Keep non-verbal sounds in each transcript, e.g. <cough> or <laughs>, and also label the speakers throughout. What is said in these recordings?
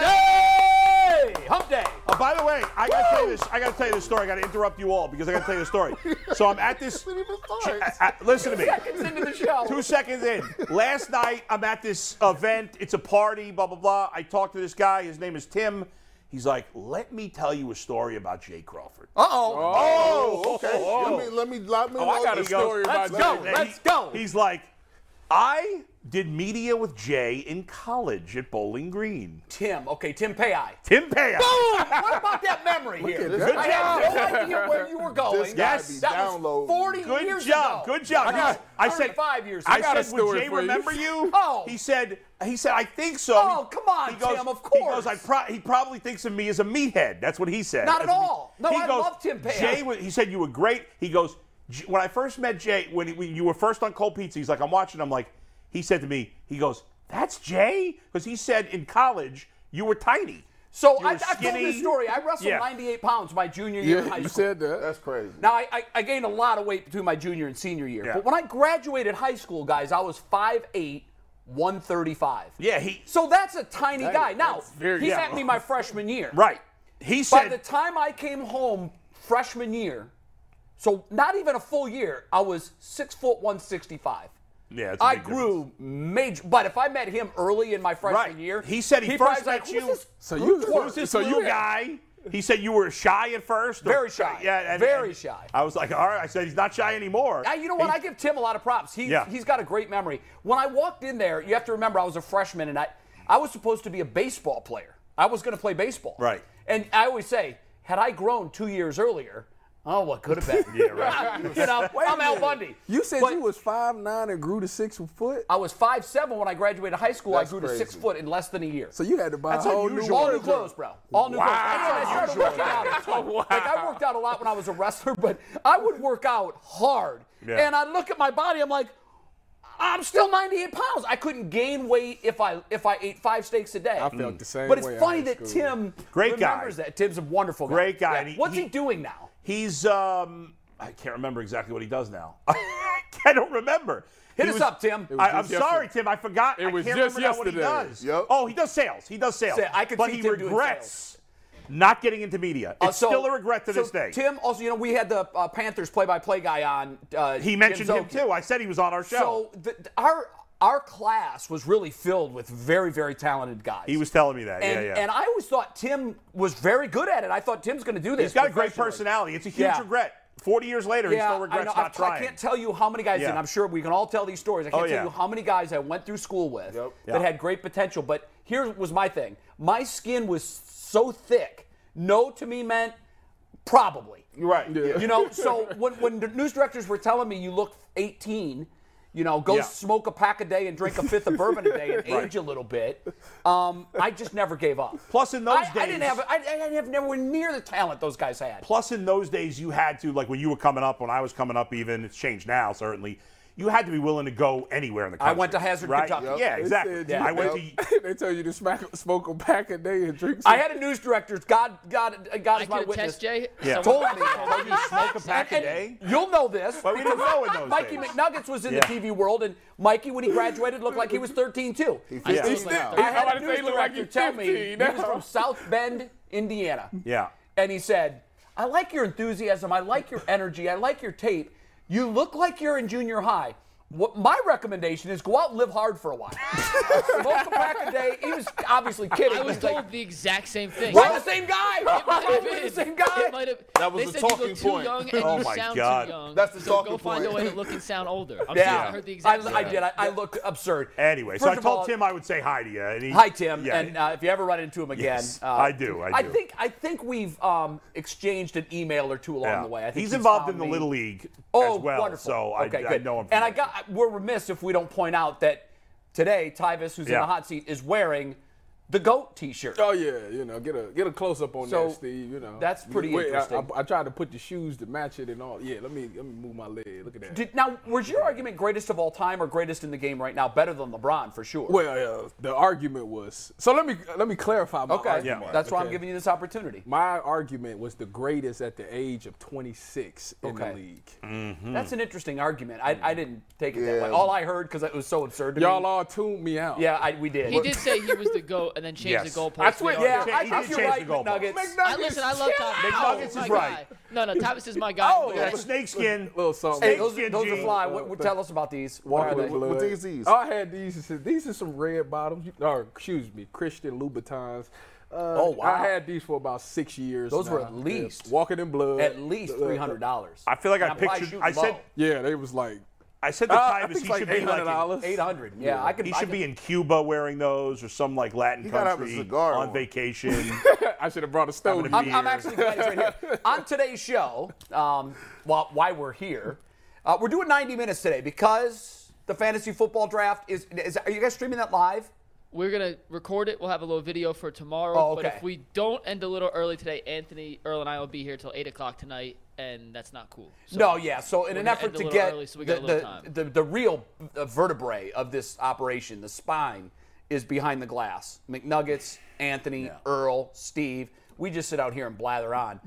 Speaker 1: day! Hump day!
Speaker 2: Oh, by the way, I gotta tell you this. I gotta tell you this story. I gotta interrupt you all because I gotta tell you the story. So I'm at
Speaker 3: <laughs>
Speaker 2: this. I- I- listen to me.
Speaker 1: Seconds into the show.
Speaker 2: Two seconds in. Last night, I'm at this event. It's a party, blah, blah, blah. I talked to this guy. His name is Tim. He's like, let me tell you a story about Jay Crawford.
Speaker 3: Uh oh.
Speaker 2: Oh,
Speaker 3: okay.
Speaker 2: oh.
Speaker 3: Let me let me let me.
Speaker 2: Oh, I
Speaker 3: know
Speaker 2: got
Speaker 3: the
Speaker 2: a story
Speaker 1: Let's go.
Speaker 3: about Jay.
Speaker 2: And
Speaker 1: Let's go.
Speaker 2: He's like, I did media with Jay in college at Bowling Green.
Speaker 1: Tim. Okay, Tim Payai.
Speaker 2: Tim Paya.
Speaker 1: Boom! What about that memory here?
Speaker 3: this
Speaker 1: I
Speaker 3: guy.
Speaker 1: had no idea where you were going.
Speaker 3: This guy
Speaker 2: be
Speaker 1: that was
Speaker 3: downloading.
Speaker 1: 40
Speaker 2: Good
Speaker 1: years
Speaker 2: job.
Speaker 1: ago.
Speaker 2: Good job.
Speaker 1: I, got,
Speaker 2: I said
Speaker 1: five years.
Speaker 2: I
Speaker 1: ago.
Speaker 2: said,
Speaker 3: got a
Speaker 2: would
Speaker 3: story
Speaker 2: Jay
Speaker 3: for you."
Speaker 2: remember you?
Speaker 1: <laughs> Oh.
Speaker 2: He said, he said, I think so.
Speaker 1: Oh, come on, Tim, of
Speaker 2: He goes,
Speaker 1: course.
Speaker 2: I pro- he probably thinks of me as a meathead. That's what he said.
Speaker 1: Not
Speaker 2: As
Speaker 1: at
Speaker 2: a meat-
Speaker 1: all. No, I love Tim Payne.
Speaker 2: Jay, was, he said you were great. He goes, "J- when I first met Jay, when, he- when you were first on Cold Pizza, he's like, I'm watching. I'm like, he said to me, he goes, that's Jay? Because he said in college you were tiny.
Speaker 1: so
Speaker 2: you
Speaker 1: I,
Speaker 2: were
Speaker 1: I've told
Speaker 2: skinny.
Speaker 1: this story. I wrestled
Speaker 2: Yeah.
Speaker 1: 98 pounds my junior year in high
Speaker 3: Yeah, you
Speaker 1: school.
Speaker 3: said that. That's crazy.
Speaker 1: Now, I, I, I gained a lot of weight between my junior and senior year.
Speaker 2: Yeah.
Speaker 1: But when I graduated high school, guys, I was 5'8, 135.
Speaker 2: Yeah, he
Speaker 1: So that's a tiny guy. Now,
Speaker 3: very-
Speaker 1: he
Speaker 3: yeah.
Speaker 1: met me my freshman year.
Speaker 2: <laughs> right. He
Speaker 1: By
Speaker 2: said
Speaker 1: the time I came home freshman year, so not even a full year, I was six foot 165.
Speaker 2: Yeah, it's a
Speaker 1: I
Speaker 2: big
Speaker 1: grew major, but if I met him early in my freshman
Speaker 2: Right.
Speaker 1: year,
Speaker 2: He said he
Speaker 1: probably
Speaker 2: first
Speaker 1: was like,
Speaker 2: met
Speaker 1: "Who's
Speaker 2: you-
Speaker 1: this
Speaker 3: So you-
Speaker 1: twerp?
Speaker 3: who's
Speaker 2: Who's this
Speaker 3: So
Speaker 2: new
Speaker 3: you-
Speaker 2: guy? He said you were shy at first. or-
Speaker 1: Very shy.
Speaker 2: Yeah, and-
Speaker 1: Very
Speaker 2: and
Speaker 1: shy.
Speaker 2: I was like, all right. I said he's not shy anymore.
Speaker 1: Now, you know what?
Speaker 2: He-
Speaker 1: I give Tim a lot of props. He,
Speaker 2: Yeah.
Speaker 1: He's got a great memory. When I walked in there, you have to remember I was a freshman and I, I was supposed to be a baseball player. I was going to play baseball.
Speaker 2: Right.
Speaker 1: And I always say, had I grown two years earlier, oh, what could have been? yeah, right. <laughs> you know, I'm Al Bundy.
Speaker 3: You said
Speaker 1: But
Speaker 3: you was five nine and grew to six foot.
Speaker 1: I was five seven when I graduated high school. I
Speaker 3: That's
Speaker 1: grew to
Speaker 3: crazy.
Speaker 1: six foot in less than a year.
Speaker 3: So you had to buy
Speaker 2: That's
Speaker 3: a whole
Speaker 2: unusual.
Speaker 3: new
Speaker 1: all
Speaker 2: Jordan
Speaker 1: new clothes, bro. All new clothes. And I started working out. at home.
Speaker 2: <laughs>
Speaker 1: Like I worked out a lot when I was a wrestler, but I would work out hard.
Speaker 2: Yeah.
Speaker 1: And I look at my body, I'm like, I'm still 98 pounds. I couldn't gain weight if I if I ate five steaks a day.
Speaker 3: I felt the same
Speaker 1: But it's
Speaker 3: way in
Speaker 1: funny
Speaker 3: high
Speaker 1: that
Speaker 3: school.
Speaker 1: Tim
Speaker 2: Great guy.
Speaker 1: remembers that. Tim's a wonderful guy.
Speaker 2: Great guy.
Speaker 1: Yeah.
Speaker 2: And he-
Speaker 1: What's he,
Speaker 2: he-
Speaker 1: doing now?
Speaker 2: He's um I can't remember exactly what he does now. <laughs> I don't remember.
Speaker 1: Hit
Speaker 2: He
Speaker 1: us
Speaker 2: was-
Speaker 1: up, Tim.
Speaker 2: I, I'm
Speaker 3: just
Speaker 2: sorry,
Speaker 3: yesterday.
Speaker 2: Tim. I forgot.
Speaker 3: It was
Speaker 2: I can't
Speaker 3: just
Speaker 2: remember now what he
Speaker 3: yesterday.
Speaker 2: does.
Speaker 3: Yep.
Speaker 2: Oh, he does sales. He does sales.
Speaker 1: Say, I could
Speaker 2: but
Speaker 1: see
Speaker 2: he
Speaker 1: Tim doing
Speaker 2: regrets not getting into media.
Speaker 1: Uh,
Speaker 2: It's still a regret to
Speaker 1: so
Speaker 2: this day.
Speaker 1: Tim, also, you know, we had the uh, Panthers play-by-play guy on. Uh,
Speaker 2: he mentioned
Speaker 1: Jim
Speaker 2: him
Speaker 1: Zoki.
Speaker 2: too. I said he was on our show.
Speaker 1: So the, th- our our class was really filled with very very talented guys.
Speaker 2: he was telling me that.
Speaker 1: and,
Speaker 2: yeah, yeah.
Speaker 1: and I always thought Tim was very good at it. I thought Tim's going to do this.
Speaker 2: He's got a great
Speaker 1: professionally.
Speaker 2: personality. It's a huge
Speaker 1: Yeah.
Speaker 2: regret. Forty years later, he
Speaker 1: Yeah,
Speaker 2: still regrets
Speaker 1: I know.
Speaker 2: not
Speaker 1: I,
Speaker 2: trying.
Speaker 1: I can't tell you how many guys,
Speaker 2: Yeah.
Speaker 1: and I'm sure we can all tell these stories. I can't
Speaker 2: Oh,
Speaker 1: tell
Speaker 2: yeah.
Speaker 1: you how many guys I went through school with
Speaker 3: Yep.
Speaker 2: Yeah.
Speaker 1: that had great potential. But here was my thing: my skin was so thick. No to me meant probably.
Speaker 2: Right.
Speaker 3: Yeah.
Speaker 1: You know, so when, when the news directors were telling me you look 18, you know, go
Speaker 2: Yeah.
Speaker 1: smoke a pack a day and drink a fifth of bourbon a day
Speaker 2: <laughs>
Speaker 1: and age a little bit, um, I just never gave up.
Speaker 2: Plus, in those
Speaker 1: I, I didn't
Speaker 2: days-
Speaker 1: have I, I didn't have nowhere near the talent those guys had.
Speaker 2: Plus, in those days, you had to, like when you were coming up, when I was coming up, even it's changed now, certainly. You had to be willing to go anywhere in the
Speaker 1: I
Speaker 2: country.
Speaker 1: went to Hazard,
Speaker 2: right?
Speaker 1: Kentucky. Yep.
Speaker 2: Yeah,
Speaker 3: They
Speaker 2: exactly.
Speaker 3: said you-
Speaker 2: I went
Speaker 3: Yep.
Speaker 2: to.
Speaker 3: <laughs> they tell you to smack, smoke a pack a day and drink. Some.
Speaker 1: I had a news director. God, God, God
Speaker 4: I
Speaker 1: is my
Speaker 4: could
Speaker 1: witness.
Speaker 4: attest, Jay.
Speaker 2: Yeah.
Speaker 4: someone
Speaker 2: <laughs>
Speaker 1: Told me.
Speaker 4: <laughs>
Speaker 1: <laughs>
Speaker 4: told me.
Speaker 2: smoke a pack a
Speaker 1: And
Speaker 2: day?
Speaker 1: You'll know this.
Speaker 2: Well, we didn't
Speaker 1: because
Speaker 2: know in those
Speaker 1: Mikey
Speaker 2: days.
Speaker 1: McNuggets was in
Speaker 2: Yeah.
Speaker 1: the TV world, and Mikey, when he graduated, looked like he was 13 too.
Speaker 4: I still
Speaker 3: He
Speaker 2: Oh.
Speaker 4: think-
Speaker 3: still-
Speaker 1: I had
Speaker 3: about
Speaker 1: a
Speaker 3: to say
Speaker 1: news
Speaker 3: he looked like
Speaker 1: director
Speaker 3: he's
Speaker 1: tell me he
Speaker 3: 15
Speaker 1: was
Speaker 3: now.
Speaker 1: from South Bend, Indiana.
Speaker 2: Yeah.
Speaker 1: And he said, I like your enthusiasm. I like your energy. I like your tape. You look like you're in junior high. What my recommendation is go out and live hard for a while. <laughs> Smoke a pack a day. He was obviously kidding.
Speaker 4: I was
Speaker 1: He's like,
Speaker 4: told the exact same thing.
Speaker 1: we're <laughs> the same
Speaker 4: <laughs>
Speaker 1: guy.
Speaker 4: It might have
Speaker 1: We're the
Speaker 4: been.
Speaker 1: same
Speaker 4: It
Speaker 1: guy.
Speaker 4: might have-
Speaker 5: That was
Speaker 4: they
Speaker 5: the
Speaker 4: said you
Speaker 5: talking
Speaker 4: look
Speaker 5: point.
Speaker 4: Too young and
Speaker 2: Oh
Speaker 4: you
Speaker 2: my
Speaker 4: sound
Speaker 2: God.
Speaker 4: Too young,
Speaker 5: That's the
Speaker 4: so
Speaker 5: talking
Speaker 4: go find a
Speaker 5: point.
Speaker 4: way to look and
Speaker 1: <laughs>
Speaker 4: sound older. I'm sorry, I heard the
Speaker 1: I,
Speaker 4: exact same
Speaker 1: I
Speaker 4: thing.
Speaker 1: did. I, I looked absurd.
Speaker 2: Anyway, so
Speaker 1: First
Speaker 2: I
Speaker 1: of
Speaker 2: told
Speaker 1: all-
Speaker 2: Tim I would say hi to you. And he,
Speaker 1: Hi, Tim.
Speaker 2: Yeah.
Speaker 1: And uh, if you ever run into him again,
Speaker 2: Yes,
Speaker 1: uh,
Speaker 2: I do, I do.
Speaker 1: think I think we've um, exchanged an email or two along
Speaker 2: yeah.
Speaker 1: the way. I think
Speaker 2: he's, involved
Speaker 1: found
Speaker 2: in the
Speaker 1: me.
Speaker 2: Little League
Speaker 1: Oh,
Speaker 2: as well.
Speaker 1: wonderful.
Speaker 2: So
Speaker 1: okay,
Speaker 2: I,
Speaker 1: good.
Speaker 2: I know him. from
Speaker 1: And I
Speaker 2: there.
Speaker 1: got we're remiss if we don't point out that today Tyvis, who's in
Speaker 2: Yeah.
Speaker 1: the hot seat, is wearing the goat T-shirt.
Speaker 3: Oh yeah, you know, get a get a close up on
Speaker 1: So,
Speaker 3: that, Steve. You know,
Speaker 1: that's pretty
Speaker 3: Wait, I-
Speaker 1: interesting.
Speaker 3: I, I tried to put the shoes to match it and all. Yeah, let me let me move my leg. Look at that.
Speaker 1: Did, now, was your argument greatest of all time or greatest in the game right now? Better than LeBron for sure.
Speaker 3: well, uh, the argument was. So let me let me clarify my
Speaker 1: okay,
Speaker 3: argument.
Speaker 1: that's why I'm
Speaker 3: Okay.
Speaker 1: giving you this opportunity.
Speaker 3: My argument was the greatest at the age of 26 in
Speaker 1: Okay.
Speaker 3: the league.
Speaker 2: Mm-hmm.
Speaker 1: That's an interesting argument. I, I didn't take it that
Speaker 5: Yeah.
Speaker 1: way. All I heard because it was so absurd to
Speaker 3: Y'all
Speaker 1: me.
Speaker 3: all tuned me out.
Speaker 1: yeah, I, we did.
Speaker 4: He did say he was the goat and then changed
Speaker 2: Yes.
Speaker 4: the goalpost.
Speaker 2: That's what-
Speaker 4: They
Speaker 1: Yeah,
Speaker 4: already-
Speaker 2: He
Speaker 1: I
Speaker 2: did
Speaker 1: think you're
Speaker 2: change
Speaker 1: right,
Speaker 2: the goal
Speaker 1: McNuggets.
Speaker 2: ball.
Speaker 4: I listen. I love Thomas.
Speaker 2: McNuggets is
Speaker 4: my
Speaker 2: right.
Speaker 4: guy. No, no, Thomas is my guy.
Speaker 1: Oh,
Speaker 4: but
Speaker 1: yeah.
Speaker 4: that's-
Speaker 2: snakeskin.
Speaker 3: Little something.
Speaker 1: Hey,
Speaker 3: Snake
Speaker 1: those,
Speaker 2: skin
Speaker 1: those are
Speaker 2: jeans.
Speaker 1: fly. What, what- tell us about these. What are
Speaker 3: Walking
Speaker 1: they?
Speaker 3: with blood.
Speaker 5: What these is?
Speaker 3: Oh, I had these. This is- These are some red bottoms, or excuse me, Christian Louboutins. Uh,
Speaker 1: Oh, wow.
Speaker 3: I had these for about six years.
Speaker 1: Those were
Speaker 3: now.
Speaker 1: at least-
Speaker 3: Yeah, walking in blood.
Speaker 1: At least three hundred dollars.
Speaker 2: I feel like I
Speaker 1: I'm probably
Speaker 2: pictured.
Speaker 1: shooting
Speaker 2: I said.
Speaker 1: low.
Speaker 3: Yeah, they was like <laughs>
Speaker 2: I said the
Speaker 3: uh,
Speaker 2: time
Speaker 3: I
Speaker 2: is
Speaker 3: think
Speaker 2: he
Speaker 3: like
Speaker 2: should be
Speaker 3: eight hundred
Speaker 2: like. in-
Speaker 3: dollars.
Speaker 1: Eight hundred. Yeah, I could.
Speaker 2: He
Speaker 1: I
Speaker 2: should
Speaker 1: could-
Speaker 2: be in Cuba wearing those or some like Latin
Speaker 5: He gotta have a
Speaker 2: country
Speaker 5: cigar
Speaker 2: on
Speaker 1: <laughs>
Speaker 5: on.
Speaker 2: vacation.
Speaker 3: I should have brought a stove.
Speaker 2: Having a
Speaker 3: here.
Speaker 1: I'm, I'm actually glad it's right
Speaker 2: <laughs>
Speaker 1: here. On today's show, um, while, why we're here, uh, we're doing 90 minutes today because the fantasy football draft is, is. Are you guys streaming that live?
Speaker 4: We're gonna record it. We'll have a little video for tomorrow.
Speaker 1: Oh,
Speaker 4: But
Speaker 1: okay.
Speaker 4: if we don't end a little early today, Anthony, Earl, and I will be here till eight o'clock tonight, and that's not cool. So
Speaker 1: No, yeah. So in
Speaker 4: we're
Speaker 1: an
Speaker 4: gonna
Speaker 1: effort
Speaker 4: end
Speaker 1: to
Speaker 4: a little
Speaker 1: get
Speaker 4: early, so we
Speaker 1: the,
Speaker 4: got a little
Speaker 1: the,
Speaker 4: time.
Speaker 1: the, the real uh, vertebrae of this operation, the spine, is behind the glass. McNuggets, Anthony, Earl, Steve. We just sit out here and blather on.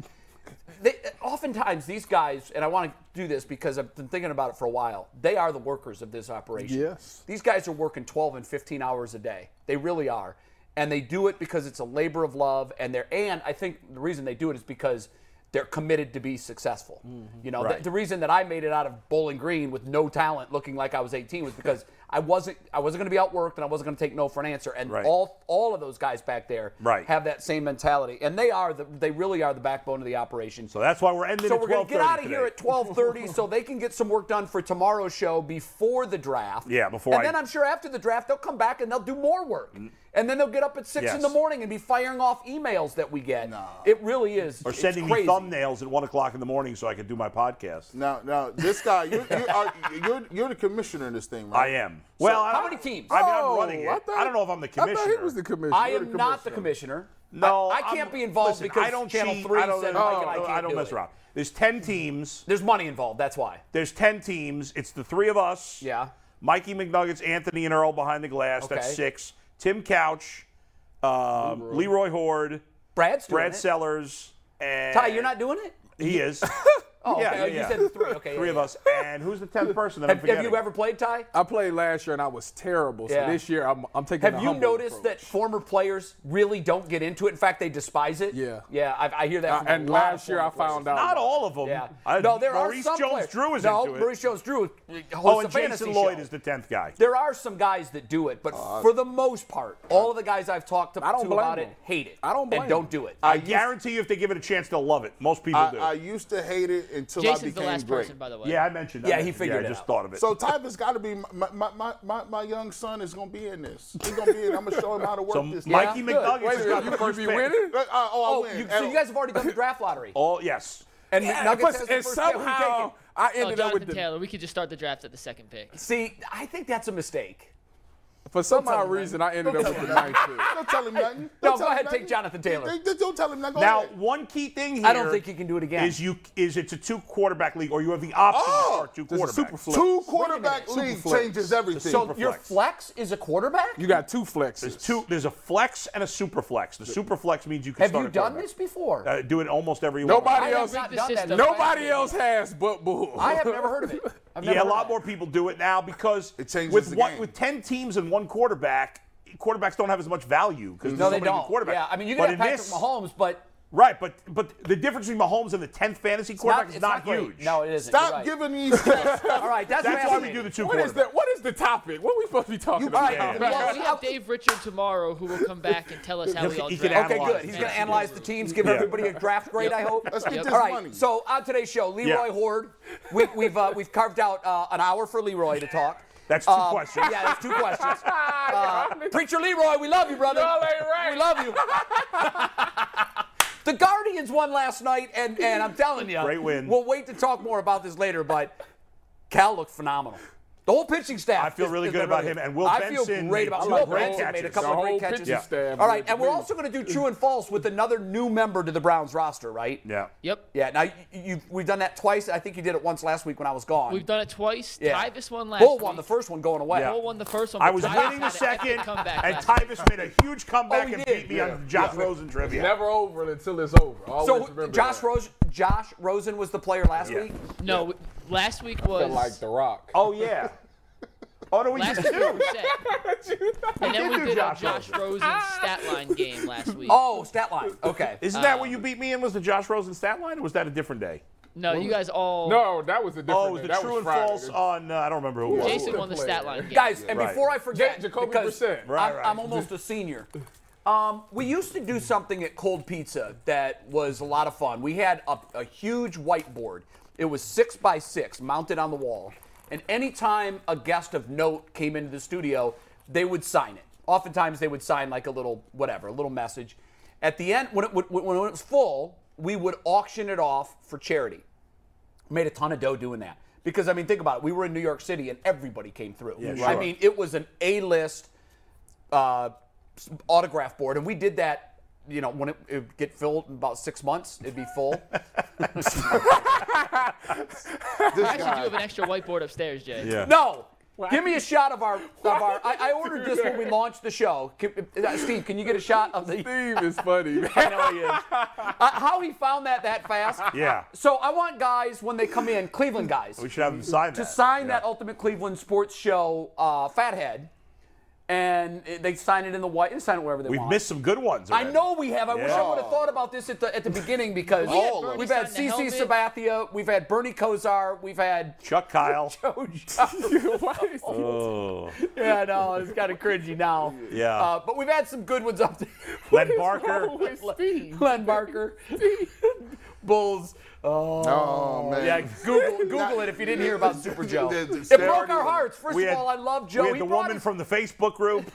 Speaker 1: They, oftentimes, these guys, and I want to do this because I've been thinking about it for a while. They are the workers of this operation.
Speaker 3: Yes.
Speaker 1: These guys are working 12 and 15 hours a day. They really are. And they do it because it's a labor of love and they're and I think the reason they do it is because they're committed to be successful.
Speaker 2: Mm-hmm.
Speaker 1: You know, the, the reason that I made it out of Bowling Green with no talent looking like I was 18 was
Speaker 2: <laughs>
Speaker 1: because I wasn't I wasn't going to be outworked and I wasn't going to take no for an answer and
Speaker 2: Right.
Speaker 1: all all of those guys back there
Speaker 2: Right.
Speaker 1: have that same mentality and they are the, they really are the backbone of the operation.
Speaker 2: so that's why we're ending.
Speaker 1: So
Speaker 2: at
Speaker 1: we're gonna get
Speaker 2: 12:30
Speaker 1: out of here
Speaker 2: today.
Speaker 1: at 12:30, so they can get some work done for tomorrow's show before the draft.
Speaker 2: Yeah, before
Speaker 1: And
Speaker 2: I- Mm.
Speaker 1: then I'm sure after the draft they'll come back and they'll do more work, and then they'll get up at six in
Speaker 2: Yes.
Speaker 1: the morning and be firing off emails that we get. It really is.
Speaker 2: Or
Speaker 1: it's
Speaker 2: sending me
Speaker 1: crazy.
Speaker 2: thumbnails at one o'clock in the morning so I can do my podcast.
Speaker 5: Now, now, this guy, you, you are, you're, you're the commissioner in this thing, right?
Speaker 2: I am. Well, I
Speaker 1: how
Speaker 2: don't-
Speaker 1: many teams?
Speaker 2: I mean, I'm
Speaker 3: Oh,
Speaker 2: running it. I,
Speaker 3: I thought-
Speaker 2: don't know if I'm the
Speaker 3: I
Speaker 2: commissioner.
Speaker 3: thought he was the commissioner.
Speaker 1: I
Speaker 3: You're
Speaker 1: am not the commissioner.
Speaker 2: No,
Speaker 1: I, I can't
Speaker 2: I'm-
Speaker 1: be involved
Speaker 2: listen,
Speaker 1: because
Speaker 2: I don't
Speaker 1: Channel
Speaker 2: cheat,
Speaker 1: Three
Speaker 2: I don't,
Speaker 1: said
Speaker 2: I
Speaker 1: Mike and I
Speaker 2: don't-
Speaker 1: can't
Speaker 2: I don't
Speaker 1: do
Speaker 2: mess
Speaker 1: it.
Speaker 2: around. There's ten teams.
Speaker 1: There's money involved. That's why.
Speaker 2: There's ten teams. It's the three of us.
Speaker 1: Yeah.
Speaker 2: Mikey McNuggets, Anthony, and Earl behind the glass.
Speaker 1: Okay.
Speaker 2: That's six. Tim Couch, um, Leroy. Horde,
Speaker 1: Brad's doing
Speaker 2: Brad
Speaker 1: it.
Speaker 2: Sellers, and
Speaker 1: Ty, you're not doing it.
Speaker 2: He is.
Speaker 1: <laughs> Oh,
Speaker 2: yeah,
Speaker 1: okay.
Speaker 2: yeah,
Speaker 1: you
Speaker 2: yeah.
Speaker 1: said three.
Speaker 2: <laughs>
Speaker 1: Okay,
Speaker 2: three
Speaker 1: yeah,
Speaker 2: of
Speaker 1: yeah.
Speaker 2: us. And who's the tenth person that I'm
Speaker 1: Have, have
Speaker 2: forgetting?
Speaker 1: you ever played Ty?
Speaker 3: I played last year and I was terrible. So
Speaker 1: Yeah.
Speaker 3: this year I'm, I'm taking.
Speaker 1: Have
Speaker 3: the
Speaker 1: you
Speaker 3: humble
Speaker 1: noticed
Speaker 3: approach.
Speaker 1: that former players really don't get into it? In fact, they despise it.
Speaker 3: Yeah.
Speaker 1: Yeah, I, I hear that.
Speaker 3: Uh,
Speaker 1: From a
Speaker 3: and
Speaker 1: lot of
Speaker 3: last year I
Speaker 1: former players.
Speaker 3: found out.
Speaker 2: Not all of them.
Speaker 1: Yeah.
Speaker 2: I-
Speaker 1: no, there
Speaker 2: Maurice
Speaker 1: are some
Speaker 2: Jones
Speaker 1: players.
Speaker 2: Drew is
Speaker 1: no,
Speaker 2: into it.
Speaker 1: Maurice Jones Drew hosts
Speaker 2: oh,
Speaker 1: a
Speaker 2: and
Speaker 1: fantasy
Speaker 2: Jason Lloyd
Speaker 1: show.
Speaker 2: is the tenth guy.
Speaker 1: there are some guys that do it, but for the most part, all of the guys I've talked to,
Speaker 3: Uh, I don't
Speaker 1: to
Speaker 3: blame
Speaker 1: about
Speaker 3: them.
Speaker 1: it hate it.
Speaker 3: I don't blame
Speaker 1: and don't
Speaker 3: them.
Speaker 1: do it.
Speaker 2: I guarantee you, if they give it a chance, they'll love it. Most people
Speaker 1: Uh,
Speaker 5: I,
Speaker 2: do.
Speaker 5: I used to hate it until I
Speaker 4: Jason's
Speaker 5: became
Speaker 4: the last
Speaker 5: great.
Speaker 4: person, by the way.
Speaker 2: yeah, I mentioned. I
Speaker 1: Yeah, he
Speaker 2: mentioned-
Speaker 1: figured
Speaker 2: I
Speaker 1: it
Speaker 2: just
Speaker 1: out.
Speaker 2: thought of it.
Speaker 5: So Tyva's got to be my, my, my, my, my young son is gonna be in this. He's gonna be in. I'm gonna show him how to work
Speaker 2: So
Speaker 5: this.
Speaker 2: Mikey
Speaker 5: thing.
Speaker 2: McNuggets
Speaker 3: Wait a
Speaker 2: has
Speaker 3: minute,
Speaker 2: got
Speaker 3: you
Speaker 2: the
Speaker 3: could
Speaker 2: first
Speaker 3: be
Speaker 2: pick.
Speaker 3: winning.
Speaker 5: Uh, oh, oh,
Speaker 1: oh,
Speaker 5: I win.
Speaker 1: you, so you guys have already done the draft
Speaker 2: <laughs>
Speaker 1: lottery.
Speaker 2: All yes.
Speaker 1: and
Speaker 3: And,
Speaker 1: McNuggets has the
Speaker 3: and
Speaker 1: first pick. Who
Speaker 3: somehow
Speaker 1: take it?
Speaker 3: I ended
Speaker 4: No,
Speaker 3: up
Speaker 4: Oh, Jonathan
Speaker 3: with the
Speaker 4: Taylor. We could just start the draft at the second
Speaker 1: <laughs>
Speaker 4: pick.
Speaker 1: See, I think that's a mistake.
Speaker 3: For some
Speaker 1: tell
Speaker 3: odd
Speaker 1: him that.
Speaker 3: reason, I ended up with the ninth pick.
Speaker 5: Don't tell him nothing.
Speaker 1: No,
Speaker 5: Don't
Speaker 1: go
Speaker 5: tell him
Speaker 1: ahead,
Speaker 5: nothing.
Speaker 1: take Jonathan Taylor.
Speaker 5: They- they- Don't tell him nothing. Go
Speaker 2: Now,
Speaker 5: ahead.
Speaker 2: one key thing here
Speaker 1: I don't think you can do it again.
Speaker 2: Is you is it's a two quarterback league, or you have the option
Speaker 5: Oh!
Speaker 2: to start two
Speaker 3: This is
Speaker 2: quarterbacks.
Speaker 3: super flex.
Speaker 5: two quarterback
Speaker 3: Super
Speaker 5: league
Speaker 3: flex.
Speaker 5: changes everything.
Speaker 1: So your
Speaker 2: flex.
Speaker 1: flex is a quarterback.
Speaker 3: You got two flexes.
Speaker 2: There's two. There's a flex and a super flex. The super flex means you can
Speaker 1: have
Speaker 2: start
Speaker 1: you
Speaker 2: a
Speaker 1: done
Speaker 2: quarterback.
Speaker 1: this before?
Speaker 2: Uh, do it almost every
Speaker 3: Nobody
Speaker 1: I
Speaker 2: week.
Speaker 1: have
Speaker 3: else-
Speaker 1: not
Speaker 4: Break the
Speaker 1: done that.
Speaker 4: system.
Speaker 3: Nobody else has but Bull.
Speaker 1: I have
Speaker 3: <laughs>
Speaker 1: never heard of it. I've never
Speaker 2: <laughs> Yeah, a
Speaker 1: heard
Speaker 2: lot
Speaker 1: of
Speaker 2: more
Speaker 1: it.
Speaker 2: people do it now because
Speaker 5: It changes
Speaker 2: with
Speaker 5: the
Speaker 2: one
Speaker 5: game.
Speaker 2: with ten teams and one quarterback, quarterbacks don't have as much value because
Speaker 1: Mm-hmm. No, they don't. Yeah, I mean, you can
Speaker 2: but in
Speaker 1: have Patrick
Speaker 2: this,
Speaker 1: Mahomes, but
Speaker 2: Right, but but the difference between Mahomes and the tenth fantasy
Speaker 1: it's not-
Speaker 2: quarterback
Speaker 1: it's
Speaker 2: is not,
Speaker 1: great.
Speaker 2: huge.
Speaker 1: No, it isn't. You're
Speaker 5: Stop
Speaker 1: right.
Speaker 5: giving
Speaker 1: <laughs>
Speaker 5: these tests.
Speaker 1: All right, that's,
Speaker 2: that's why we
Speaker 1: fascinating.
Speaker 2: do the two
Speaker 3: What is the
Speaker 2: quarterbacks.
Speaker 3: What is the topic? What are we supposed to be talking
Speaker 2: all
Speaker 3: about?
Speaker 2: right, Yeah.
Speaker 4: <laughs> Well, we
Speaker 1: I'll-
Speaker 4: have Dave Richard tomorrow who will come back and
Speaker 2: <laughs>
Speaker 4: tell us how we all
Speaker 2: He can
Speaker 4: draft.
Speaker 1: Okay,
Speaker 2: analyze
Speaker 1: good. He's
Speaker 2: it.
Speaker 1: going to analyze the teams, give
Speaker 2: Yeah.
Speaker 1: everybody a draft grade. I hope.
Speaker 5: Let's get
Speaker 4: Yep.
Speaker 5: this
Speaker 1: All right.
Speaker 5: money.
Speaker 1: So on today's show, Leroy
Speaker 2: Yeah.
Speaker 1: Horde, we, we've uh, we've carved out uh, an hour for Leroy to talk.
Speaker 2: That's two
Speaker 1: Um,
Speaker 2: questions.
Speaker 1: Yeah, that's two
Speaker 2: <laughs>
Speaker 1: questions. Uh, Preacher Leroy, we love you, brother.
Speaker 3: Y'all ain't right.
Speaker 1: We love you. the Guardians won last night, and and I'm telling you,
Speaker 2: Great win.
Speaker 1: We'll wait to talk more about this later, but Cal looked phenomenal. The whole pitching staff.
Speaker 2: I feel
Speaker 1: is-
Speaker 2: really
Speaker 1: is
Speaker 2: good
Speaker 1: done
Speaker 2: about
Speaker 1: really
Speaker 2: him,
Speaker 1: good.
Speaker 2: and Will
Speaker 1: I
Speaker 2: Benson
Speaker 1: feel great
Speaker 2: made
Speaker 1: about
Speaker 2: two
Speaker 1: Will
Speaker 2: great
Speaker 1: Benson made a
Speaker 2: catches.
Speaker 1: couple
Speaker 3: The
Speaker 1: of great
Speaker 3: whole
Speaker 1: catches.
Speaker 3: pitching Yeah. staff
Speaker 1: All right,
Speaker 3: was
Speaker 1: and we're
Speaker 3: amazing.
Speaker 1: also going to do true and false with another new member to the Browns roster, right?
Speaker 2: Yeah.
Speaker 4: Yep.
Speaker 1: Yeah. Now you, you we've done that twice. I think you did it once last week when I was gone.
Speaker 4: We've done it twice.
Speaker 1: Yeah.
Speaker 4: Tyvis won last
Speaker 1: Bull won
Speaker 4: week.
Speaker 1: the first one going away.
Speaker 2: Yeah.
Speaker 4: Bull won the first one.
Speaker 2: I
Speaker 4: but
Speaker 2: was
Speaker 4: Tyvus
Speaker 2: winning the
Speaker 4: had an epic
Speaker 2: second,
Speaker 4: comeback
Speaker 2: and
Speaker 4: last week.
Speaker 2: Tyvis made a huge comeback
Speaker 1: he
Speaker 2: and
Speaker 1: did.
Speaker 2: beat me
Speaker 1: Yeah.
Speaker 2: on Josh Rosen trivia.
Speaker 3: Never over until it's over. Always
Speaker 1: So
Speaker 3: remember
Speaker 1: Josh
Speaker 3: that.
Speaker 1: Rose, Josh Rosen was the player last
Speaker 2: Yeah.
Speaker 1: week.
Speaker 4: No, we- last week
Speaker 3: Felt
Speaker 4: was
Speaker 3: like The Rock.
Speaker 2: Oh yeah. oh no, we
Speaker 4: last
Speaker 2: did
Speaker 4: week
Speaker 2: too.
Speaker 4: was
Speaker 2: <laughs>
Speaker 4: set. and then we
Speaker 2: do
Speaker 4: did a
Speaker 2: Josh
Speaker 4: Josh
Speaker 2: <laughs>
Speaker 4: Rosen stat line game last week.
Speaker 1: Oh, stat line.
Speaker 4: <laughs>
Speaker 1: Okay.
Speaker 2: Isn't that what you beat me in? Was the Josh Rosen stat line, or was that a different day?
Speaker 4: no, you guys all.
Speaker 3: No, that was a different.
Speaker 2: Oh, it was the
Speaker 3: that
Speaker 2: true
Speaker 3: was
Speaker 2: and
Speaker 3: Friday.
Speaker 2: false on. Uh, I don't remember who it was.
Speaker 4: Jason won the
Speaker 3: player.
Speaker 4: stat line game.
Speaker 1: Guys, and
Speaker 2: Right.
Speaker 1: before I forget,
Speaker 3: Ja- Jacoby
Speaker 1: because
Speaker 3: Brissett.
Speaker 1: I'm,
Speaker 2: Right, right.
Speaker 1: I'm almost a senior. Um, we used to do something at Cold Pizza that was a lot of fun. We had a, a huge whiteboard. It was six by six, mounted on the wall. And anytime a guest of note came into the studio, they would sign it. Oftentimes, they would sign like a little whatever, a little message. At the end, when it, when, when it was full, we would auction it off for charity made a ton of dough doing that. Because I mean, think about it. We were in New York City, and everybody came through.
Speaker 2: Yeah,
Speaker 1: I
Speaker 2: sure.
Speaker 1: mean, it was an A-list uh, s- autograph board, and we did that. You know, when it would get filled in about six months, it'd be
Speaker 2: <laughs>
Speaker 1: full.
Speaker 4: I actually do have an extra whiteboard upstairs, Jay.
Speaker 2: Yeah.
Speaker 1: no, give me a shot of our. Of our I, I ordered this when we launched the show. Can- uh, Steve, can you get a shot of the?
Speaker 3: Steve is funny.
Speaker 1: I know he is. Uh, how he found that that fast?
Speaker 2: <laughs> Yeah.
Speaker 1: So I want guys when they come in, Cleveland guys.
Speaker 2: We should have him sign
Speaker 1: to
Speaker 2: that.
Speaker 1: sign
Speaker 2: Yeah.
Speaker 1: that oh, Ultimate Cleveland Sports Show uh, Fathead, and it- they sign it in the white. They sign it wherever they
Speaker 2: We've
Speaker 1: want.
Speaker 2: missed some good ones.
Speaker 1: I
Speaker 2: already.
Speaker 1: know we have. I wish I
Speaker 2: Yeah.
Speaker 1: would have thought about this at the at the beginning because
Speaker 4: We had All of Bernie
Speaker 1: we've had
Speaker 4: sign the
Speaker 1: CC
Speaker 4: helmet.
Speaker 1: Sabathia, we've had Bernie Kosar, we've had <laughs>
Speaker 2: Chuck Kyle.
Speaker 1: Joe.
Speaker 2: <laughs>
Speaker 1: Jones.
Speaker 2: Oh.
Speaker 1: yeah, no, it's kind of cringy now.
Speaker 2: Yeah.
Speaker 1: uh, but we've had some good ones up there. <laughs>
Speaker 2: Len Barker. <laughs>
Speaker 1: Glenn Barker, Bulls. Oh.
Speaker 5: Oh
Speaker 1: <laughs>
Speaker 5: man.
Speaker 1: Yeah,
Speaker 2: <laughs>
Speaker 1: Google Google
Speaker 5: Not-
Speaker 1: it if you didn't hear about Super Joe.
Speaker 5: They-
Speaker 1: It
Speaker 5: they-
Speaker 1: broke our hearts. First
Speaker 2: We
Speaker 1: of
Speaker 2: had-
Speaker 1: all, I love Joe.
Speaker 2: We had
Speaker 1: He
Speaker 2: the
Speaker 1: brought
Speaker 2: woman
Speaker 1: us-
Speaker 2: from the Facebook group.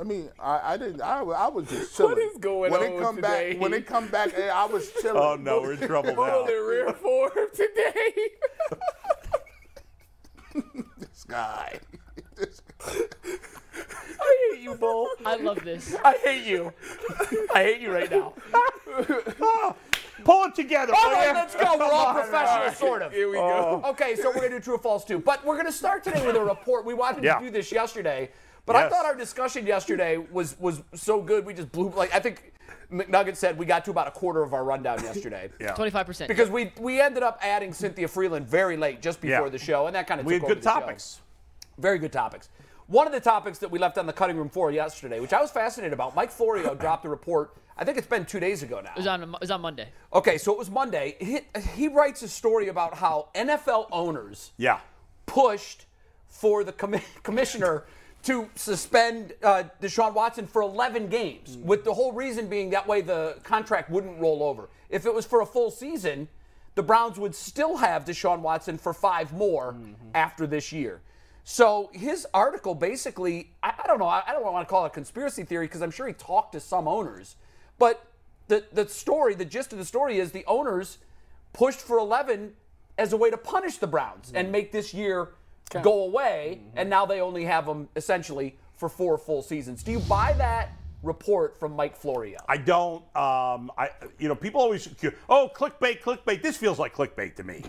Speaker 5: I mean, I, I didn't. I, wa- I was just chilling.
Speaker 3: is going
Speaker 5: when
Speaker 3: on
Speaker 5: they come
Speaker 3: today?
Speaker 5: back, when they come back, eh,
Speaker 3: <laughs>
Speaker 5: I was chilling.
Speaker 2: Oh no, we're in
Speaker 1: <laughs>
Speaker 2: trouble now.
Speaker 3: rear for him
Speaker 2: <laughs>
Speaker 3: today.
Speaker 5: this guy.
Speaker 1: I hate you, Bull.
Speaker 4: I love this.
Speaker 1: I hate you. I hate you right now.
Speaker 2: <laughs> Pull it together.
Speaker 1: All
Speaker 2: player.
Speaker 1: right, let's go. We're
Speaker 2: <laughs> Come
Speaker 1: all
Speaker 2: on, all
Speaker 1: professional,
Speaker 2: right. Oh.
Speaker 1: sort of.
Speaker 3: Here we go.
Speaker 1: Okay, so we're gonna do true or false too, but we're gonna start today with a report. We wanted
Speaker 2: Yeah.
Speaker 1: to do this yesterday, but I
Speaker 2: Yes.
Speaker 1: thought our discussion yesterday was was so good. We just blew like I think McNugget said we got to about a quarter of our rundown yesterday.
Speaker 2: <laughs> Yeah.
Speaker 4: 25%.
Speaker 1: Because we we ended up adding Cynthia Freeland very late, just before
Speaker 2: Yeah.
Speaker 1: the show, and that kind of
Speaker 2: We had
Speaker 1: took over
Speaker 2: good
Speaker 1: the show.
Speaker 2: topics.
Speaker 1: Very good topics. One of the topics that we left on the cutting room floor yesterday, which I was fascinated about, Mike
Speaker 4: <laughs>
Speaker 1: Florio dropped a report. I think it's been two days ago
Speaker 4: it was
Speaker 1: now.
Speaker 4: on, it was on Monday.
Speaker 1: Okay, so it was Monday. He, he writes a story about how NFL owners
Speaker 2: Yeah.
Speaker 1: pushed for the commi- <laughs> commissioner to suspend uh, Deshaun Watson for 11 games, with the whole reason being that way the contract wouldn't roll over. If it was for a full season, the Browns would still have Deshaun Watson for five more after this year. So his article basically, I, I don't know, I, I don't want to call it a conspiracy theory because I'm sure he talked to some owners, but the, the story, the gist of the story is the owners pushed for 11 as a way to punish the Browns
Speaker 3: Mm-hmm.
Speaker 1: and make this year go away. And now they only have them essentially for four full seasons. Do you buy that report from Mike Florio?
Speaker 2: I don't. Um, I you know people always oh clickbait, clickbait. This feels like clickbait to me.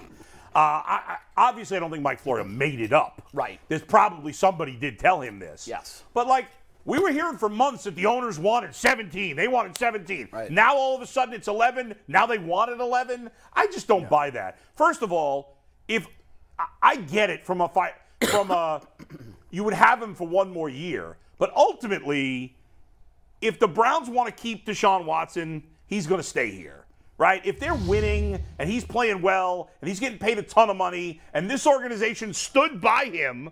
Speaker 2: Uh, I, I, obviously, I don't think Mike Florio made it up.
Speaker 1: Right.
Speaker 2: There's probably somebody did tell him this.
Speaker 1: Yes.
Speaker 2: But like we were hearing for months that the owners wanted 17. They wanted 17.
Speaker 1: Right.
Speaker 2: Now all of a sudden it's 11. Now they wanted 11. I just don't buy that. First of all, if I, I get it from a fight from a <coughs> you would have him for one more year, but ultimately if the Browns want to keep Deshaun Watson, he's going to stay here, right? If they're winning and he's playing well and he's getting paid a ton of money and this organization stood by him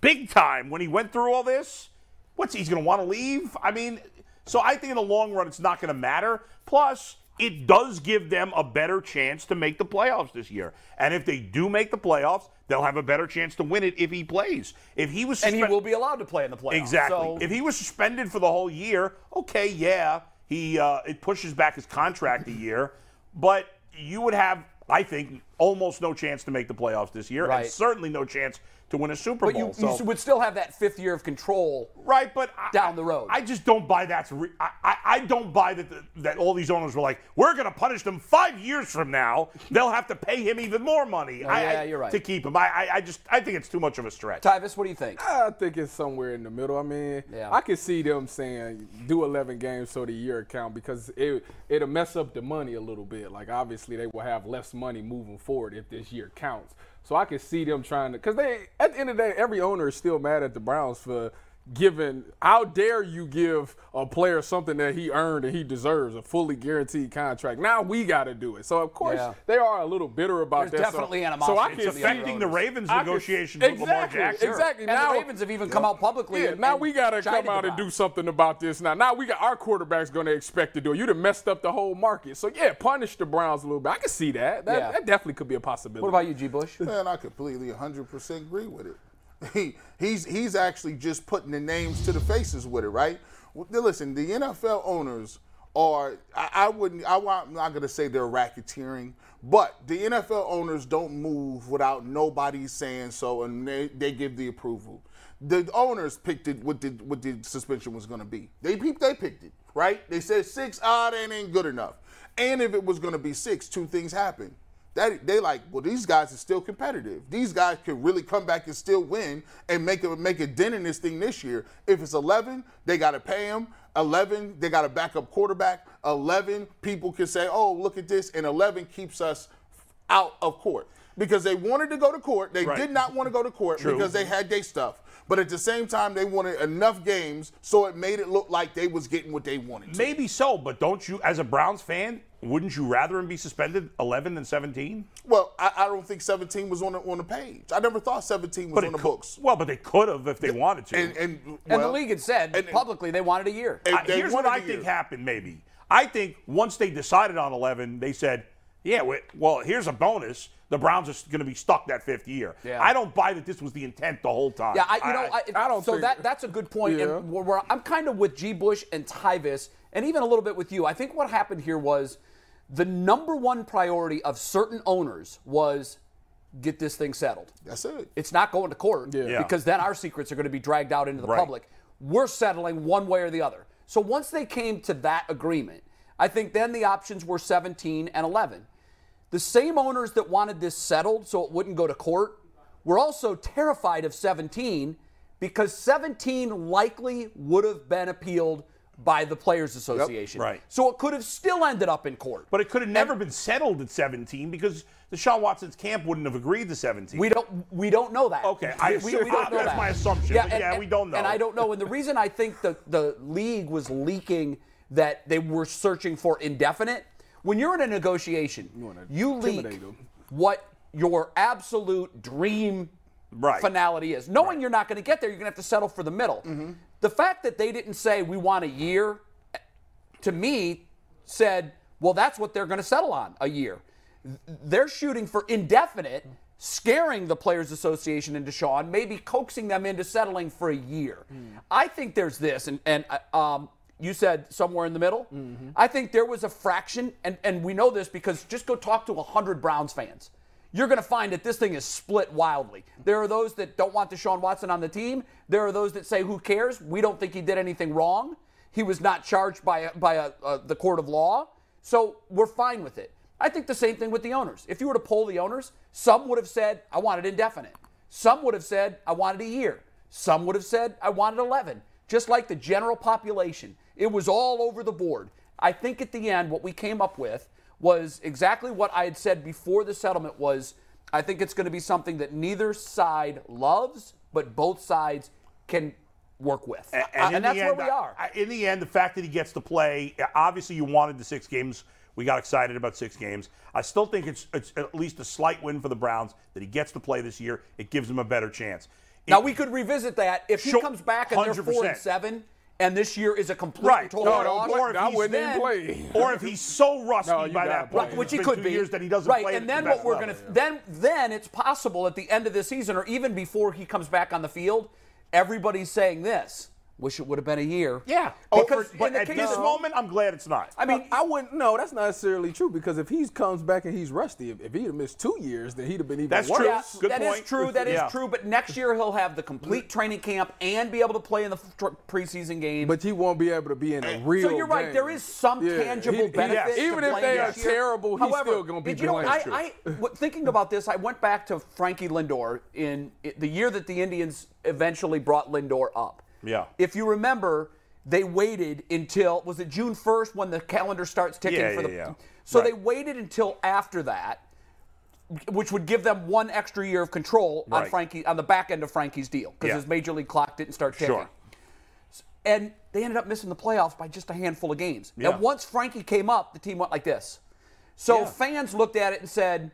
Speaker 2: big time when he went through all this, what's he's going to want to leave? I mean, so I think in the long run it's not going to matter. Plus, it does give them a better chance to make the playoffs this year. And if they do make the playoffs, they'll have a better chance to win it if he plays. If he was
Speaker 1: and he
Speaker 2: suspe-
Speaker 1: will be allowed to play in the playoffs.
Speaker 2: Exactly.
Speaker 1: So-
Speaker 2: If he was suspended for the whole year, okay, yeah, he uh, it pushes back his contract a year, but you would have I think almost no chance to make the playoffs this year,
Speaker 1: Right.
Speaker 2: and certainly no chance to win a Super
Speaker 1: But
Speaker 2: Bowl.
Speaker 1: you,
Speaker 2: so-
Speaker 1: you would still have that fifth year of control.
Speaker 2: Right, but I,
Speaker 1: down the road.
Speaker 2: I just don't buy that's. Re- I, I I don't buy that the, that all these owners were like, we're going to punish them five years from now. They'll have to pay him even more
Speaker 1: <laughs>
Speaker 2: money. I,
Speaker 1: Oh, yeah,
Speaker 2: I-
Speaker 1: you're right.
Speaker 2: to keep him. I, I I just I think it's too much of a stretch.
Speaker 1: Tyvis, what do you think?
Speaker 3: I think it's somewhere in the middle. I mean,
Speaker 1: Yeah.
Speaker 3: I could see them saying do 11 games so the year count because it it'll mess up the money a little bit. Like obviously they will have less money moving forward if this year counts. So I could see them trying to because they at the end of the day every owner is still mad at the Browns for giving how dare you give a player something that he earned and he deserves a fully guaranteed contract. Now we got to do it. So of course
Speaker 1: Yeah.
Speaker 3: they are a little bitter about
Speaker 1: There's
Speaker 3: that. So-
Speaker 1: definitely
Speaker 3: So I
Speaker 1: animosity.
Speaker 3: can
Speaker 2: it's
Speaker 1: It's
Speaker 3: see
Speaker 2: affecting the Ravens'
Speaker 3: I could-
Speaker 2: negotiations
Speaker 3: exactly,
Speaker 2: with Lamar Jackson.
Speaker 3: Exactly.
Speaker 1: And
Speaker 3: now
Speaker 1: the Ravens have even come out publicly.
Speaker 3: yeah,
Speaker 1: and,
Speaker 3: now
Speaker 1: and
Speaker 3: we gotta
Speaker 1: chided
Speaker 3: come
Speaker 1: about
Speaker 3: out and do
Speaker 1: it.
Speaker 3: something about this. Now, now we got our quarterback's gonna expect to do it. You'd have messed up the whole market. So yeah, punish the Browns a little bit. I can see that. That,
Speaker 1: Yeah.
Speaker 3: that definitely could be a possibility.
Speaker 1: What about you, G. Bush?
Speaker 3: <laughs>
Speaker 5: Man, I completely 100% agree with it. <laughs> He, he's he's actually just putting the names to the faces with it, right? Well, now listen, the NFL owners are I, I wouldn't I, wa- I'm not gonna say they're racketeering, but the NFL owners don't move without nobody saying so, and they, they give the approval. The owners picked it what the what the suspension was gonna be. They peep they picked it, right? They said six, ah, that ain't good enough. And if it was gonna be six, two things happened that they like, well, these guys are still competitive. These guys could really come back and still win and make a make a dent in this thing this year. If it's 11, they got to pay him. 11, they got a backup quarterback. 11, people can say, oh, look at this, and 11 keeps us out of court because they wanted to go to court. They
Speaker 2: Right.
Speaker 5: did not want to go to court
Speaker 2: True.
Speaker 5: because they had their stuff. But at the same time, they wanted enough games so it made it look like they was getting what they wanted. To.
Speaker 2: Maybe so, but don't you, as a Browns fan, wouldn't you rather him be suspended 11 than 17?
Speaker 5: Well, I, I don't think 17 was on the, on the page. I never thought 17 was
Speaker 2: But
Speaker 5: on
Speaker 2: it
Speaker 5: the
Speaker 2: cou-
Speaker 5: books.
Speaker 2: Well, but they could have if they wanted to.
Speaker 5: and and,
Speaker 1: And
Speaker 5: well,
Speaker 1: the league had said
Speaker 5: and-
Speaker 1: publicly they wanted a year.
Speaker 5: and
Speaker 2: I-
Speaker 5: they
Speaker 2: here's what
Speaker 5: wanted
Speaker 2: I
Speaker 5: to
Speaker 2: think
Speaker 5: hear.
Speaker 2: happened. Maybe I think once they decided on 11, they said, "Yeah, we, well, here's a bonus. The Browns are going to be stuck that fifth year."
Speaker 1: Yeah.
Speaker 2: I don't buy that this was the intent the whole time.
Speaker 1: Yeah, I, you know, I,
Speaker 3: I don't
Speaker 1: So
Speaker 3: think-
Speaker 1: that that's a good point.
Speaker 3: Yeah.
Speaker 1: And where, where I'm kind of with G. Bush and Tyvis, and even a little bit with you. I think what happened here was the number one priority of certain owners was get this thing settled.
Speaker 5: That's it.
Speaker 1: It's not going to court
Speaker 2: Yeah.
Speaker 1: because then our secrets are going to be dragged out into the
Speaker 2: Right.
Speaker 1: public. We're settling one way or the other. So once they came to that agreement, I think then the options were 17 and 11. The same owners that wanted this settled so it wouldn't go to court were also terrified of 17 because 17 likely would have been appealed by the Players Association.
Speaker 2: Right.
Speaker 1: So it could have still ended up in court.
Speaker 2: but it could have never been settled at 17 because Deshaun Watson's camp wouldn't have agreed to 17.
Speaker 1: We don't we don't know that.
Speaker 2: Okay, I-
Speaker 1: we,
Speaker 2: <laughs>
Speaker 1: we don't know
Speaker 2: that's
Speaker 1: that.
Speaker 2: my assumption, but yeah, we don't know.
Speaker 1: And I don't know. And the reason I think the the league was leaking that they were searching for indefinite. When you're in a negotiation, you, leak
Speaker 3: intimidate 'em.
Speaker 1: what your absolute dream
Speaker 2: Right. Mm-hmm.
Speaker 1: finality is, knowing you're not going to get there. You're going to have to settle for the middle. The fact that they didn't say we want a year to me said, well, that's what they're going to settle on a year. Th- They're shooting for indefinite, scaring the Players Association into Deshaun, maybe coaxing them into settling for a year. I think there's this, and, and uh, um, you said somewhere in the middle. I think there was a fraction, and, and we know this because just go talk to 100 Browns fans you're going to find that this thing is split wildly. There are those that don't want Deshaun Watson on the team. There are those that say, who cares? We don't think he did anything wrong. He was not charged by, by uh uh the court of law. So we're fine with it. I think the same thing with the owners. If you were to poll the owners, some would have said, I want it indefinite. Some would have said, I wanted a year. Some would have said, I wanted 11. Just like the general population, it was all over the board. I think at the end, what we came up with was exactly what I had said before the settlement was I think it's going to be something that neither side loves, but both sides can work with.
Speaker 2: A-
Speaker 1: Uh,
Speaker 2: in
Speaker 1: and that's
Speaker 2: the
Speaker 1: where
Speaker 2: end,
Speaker 1: we are.
Speaker 2: I- in the end, the fact that he gets to play, obviously, you wanted the six games. We got excited about six games. I still think it's, it's at least a slight win for the Browns that he gets to play this year. It gives him a better chance.
Speaker 1: now, we could revisit that if he
Speaker 2: Sure,
Speaker 1: comes back and they're 4
Speaker 2: 100%.
Speaker 1: and 7, and this year is a complete
Speaker 2: Right.
Speaker 1: and total
Speaker 2: No,
Speaker 1: loss.
Speaker 2: don't play. Or if
Speaker 3: I
Speaker 2: he's
Speaker 3: wouldn't
Speaker 1: then-
Speaker 3: even play.
Speaker 2: or if he's so rusty
Speaker 3: No, you
Speaker 2: by
Speaker 3: gotta
Speaker 2: that point,
Speaker 3: play.
Speaker 1: which
Speaker 2: it's
Speaker 1: he
Speaker 2: been
Speaker 1: could
Speaker 2: two
Speaker 1: be
Speaker 2: years that he doesn't
Speaker 1: right.
Speaker 2: play.
Speaker 1: and then what we're
Speaker 2: going to
Speaker 1: gonna then then it's possible at the end of the season or even before he comes back on the field, everybody's saying this: Wish it would have been a year.
Speaker 2: Yeah.
Speaker 1: Because
Speaker 2: Oh, but
Speaker 1: in the
Speaker 2: at
Speaker 1: case
Speaker 2: this
Speaker 1: of-
Speaker 2: moment, I'm glad it's not.
Speaker 3: I mean, I wouldn't. No, that's not necessarily true because if he comes back and he's rusty, if, if he'd have missed two years, then he'd have been even
Speaker 2: That's
Speaker 3: worse.
Speaker 2: true.
Speaker 1: Yeah,
Speaker 2: Good
Speaker 1: that is
Speaker 2: point.
Speaker 1: true. That is
Speaker 2: Yeah.
Speaker 1: true. But next year he'll have the complete training camp and be able to play in the f- tr- preseason game.
Speaker 3: But he won't be able to be in a real.
Speaker 1: so you're right.
Speaker 3: game.
Speaker 1: There is some
Speaker 3: Yeah, he-
Speaker 1: tangible
Speaker 3: he-
Speaker 1: benefit. to
Speaker 3: Even if
Speaker 1: playing
Speaker 3: they are
Speaker 1: next year.
Speaker 3: terrible, he's
Speaker 1: However,
Speaker 3: still going to be
Speaker 1: did you know,
Speaker 3: playing.
Speaker 1: I, I, w- thinking about this, I went back to Frankie Lindor in i- the year that the Indians eventually brought Lindor up.
Speaker 2: Yeah.
Speaker 1: If you remember, they waited until was it June 1st when the calendar starts ticking
Speaker 2: Yeah,
Speaker 1: for the.
Speaker 2: yeah, yeah.
Speaker 1: So
Speaker 2: Right.
Speaker 1: they waited until after that, which would give them one extra year of control on
Speaker 2: Right.
Speaker 1: Frankie on the back end of Frankie's deal because
Speaker 2: Yeah.
Speaker 1: his major league clock didn't start ticking
Speaker 2: Sure.
Speaker 1: and they ended up missing the playoffs by just a handful of games.
Speaker 2: Yeah.
Speaker 1: And once Frankie came up, the team went like this. So
Speaker 2: Yeah.
Speaker 1: fans looked at it and said,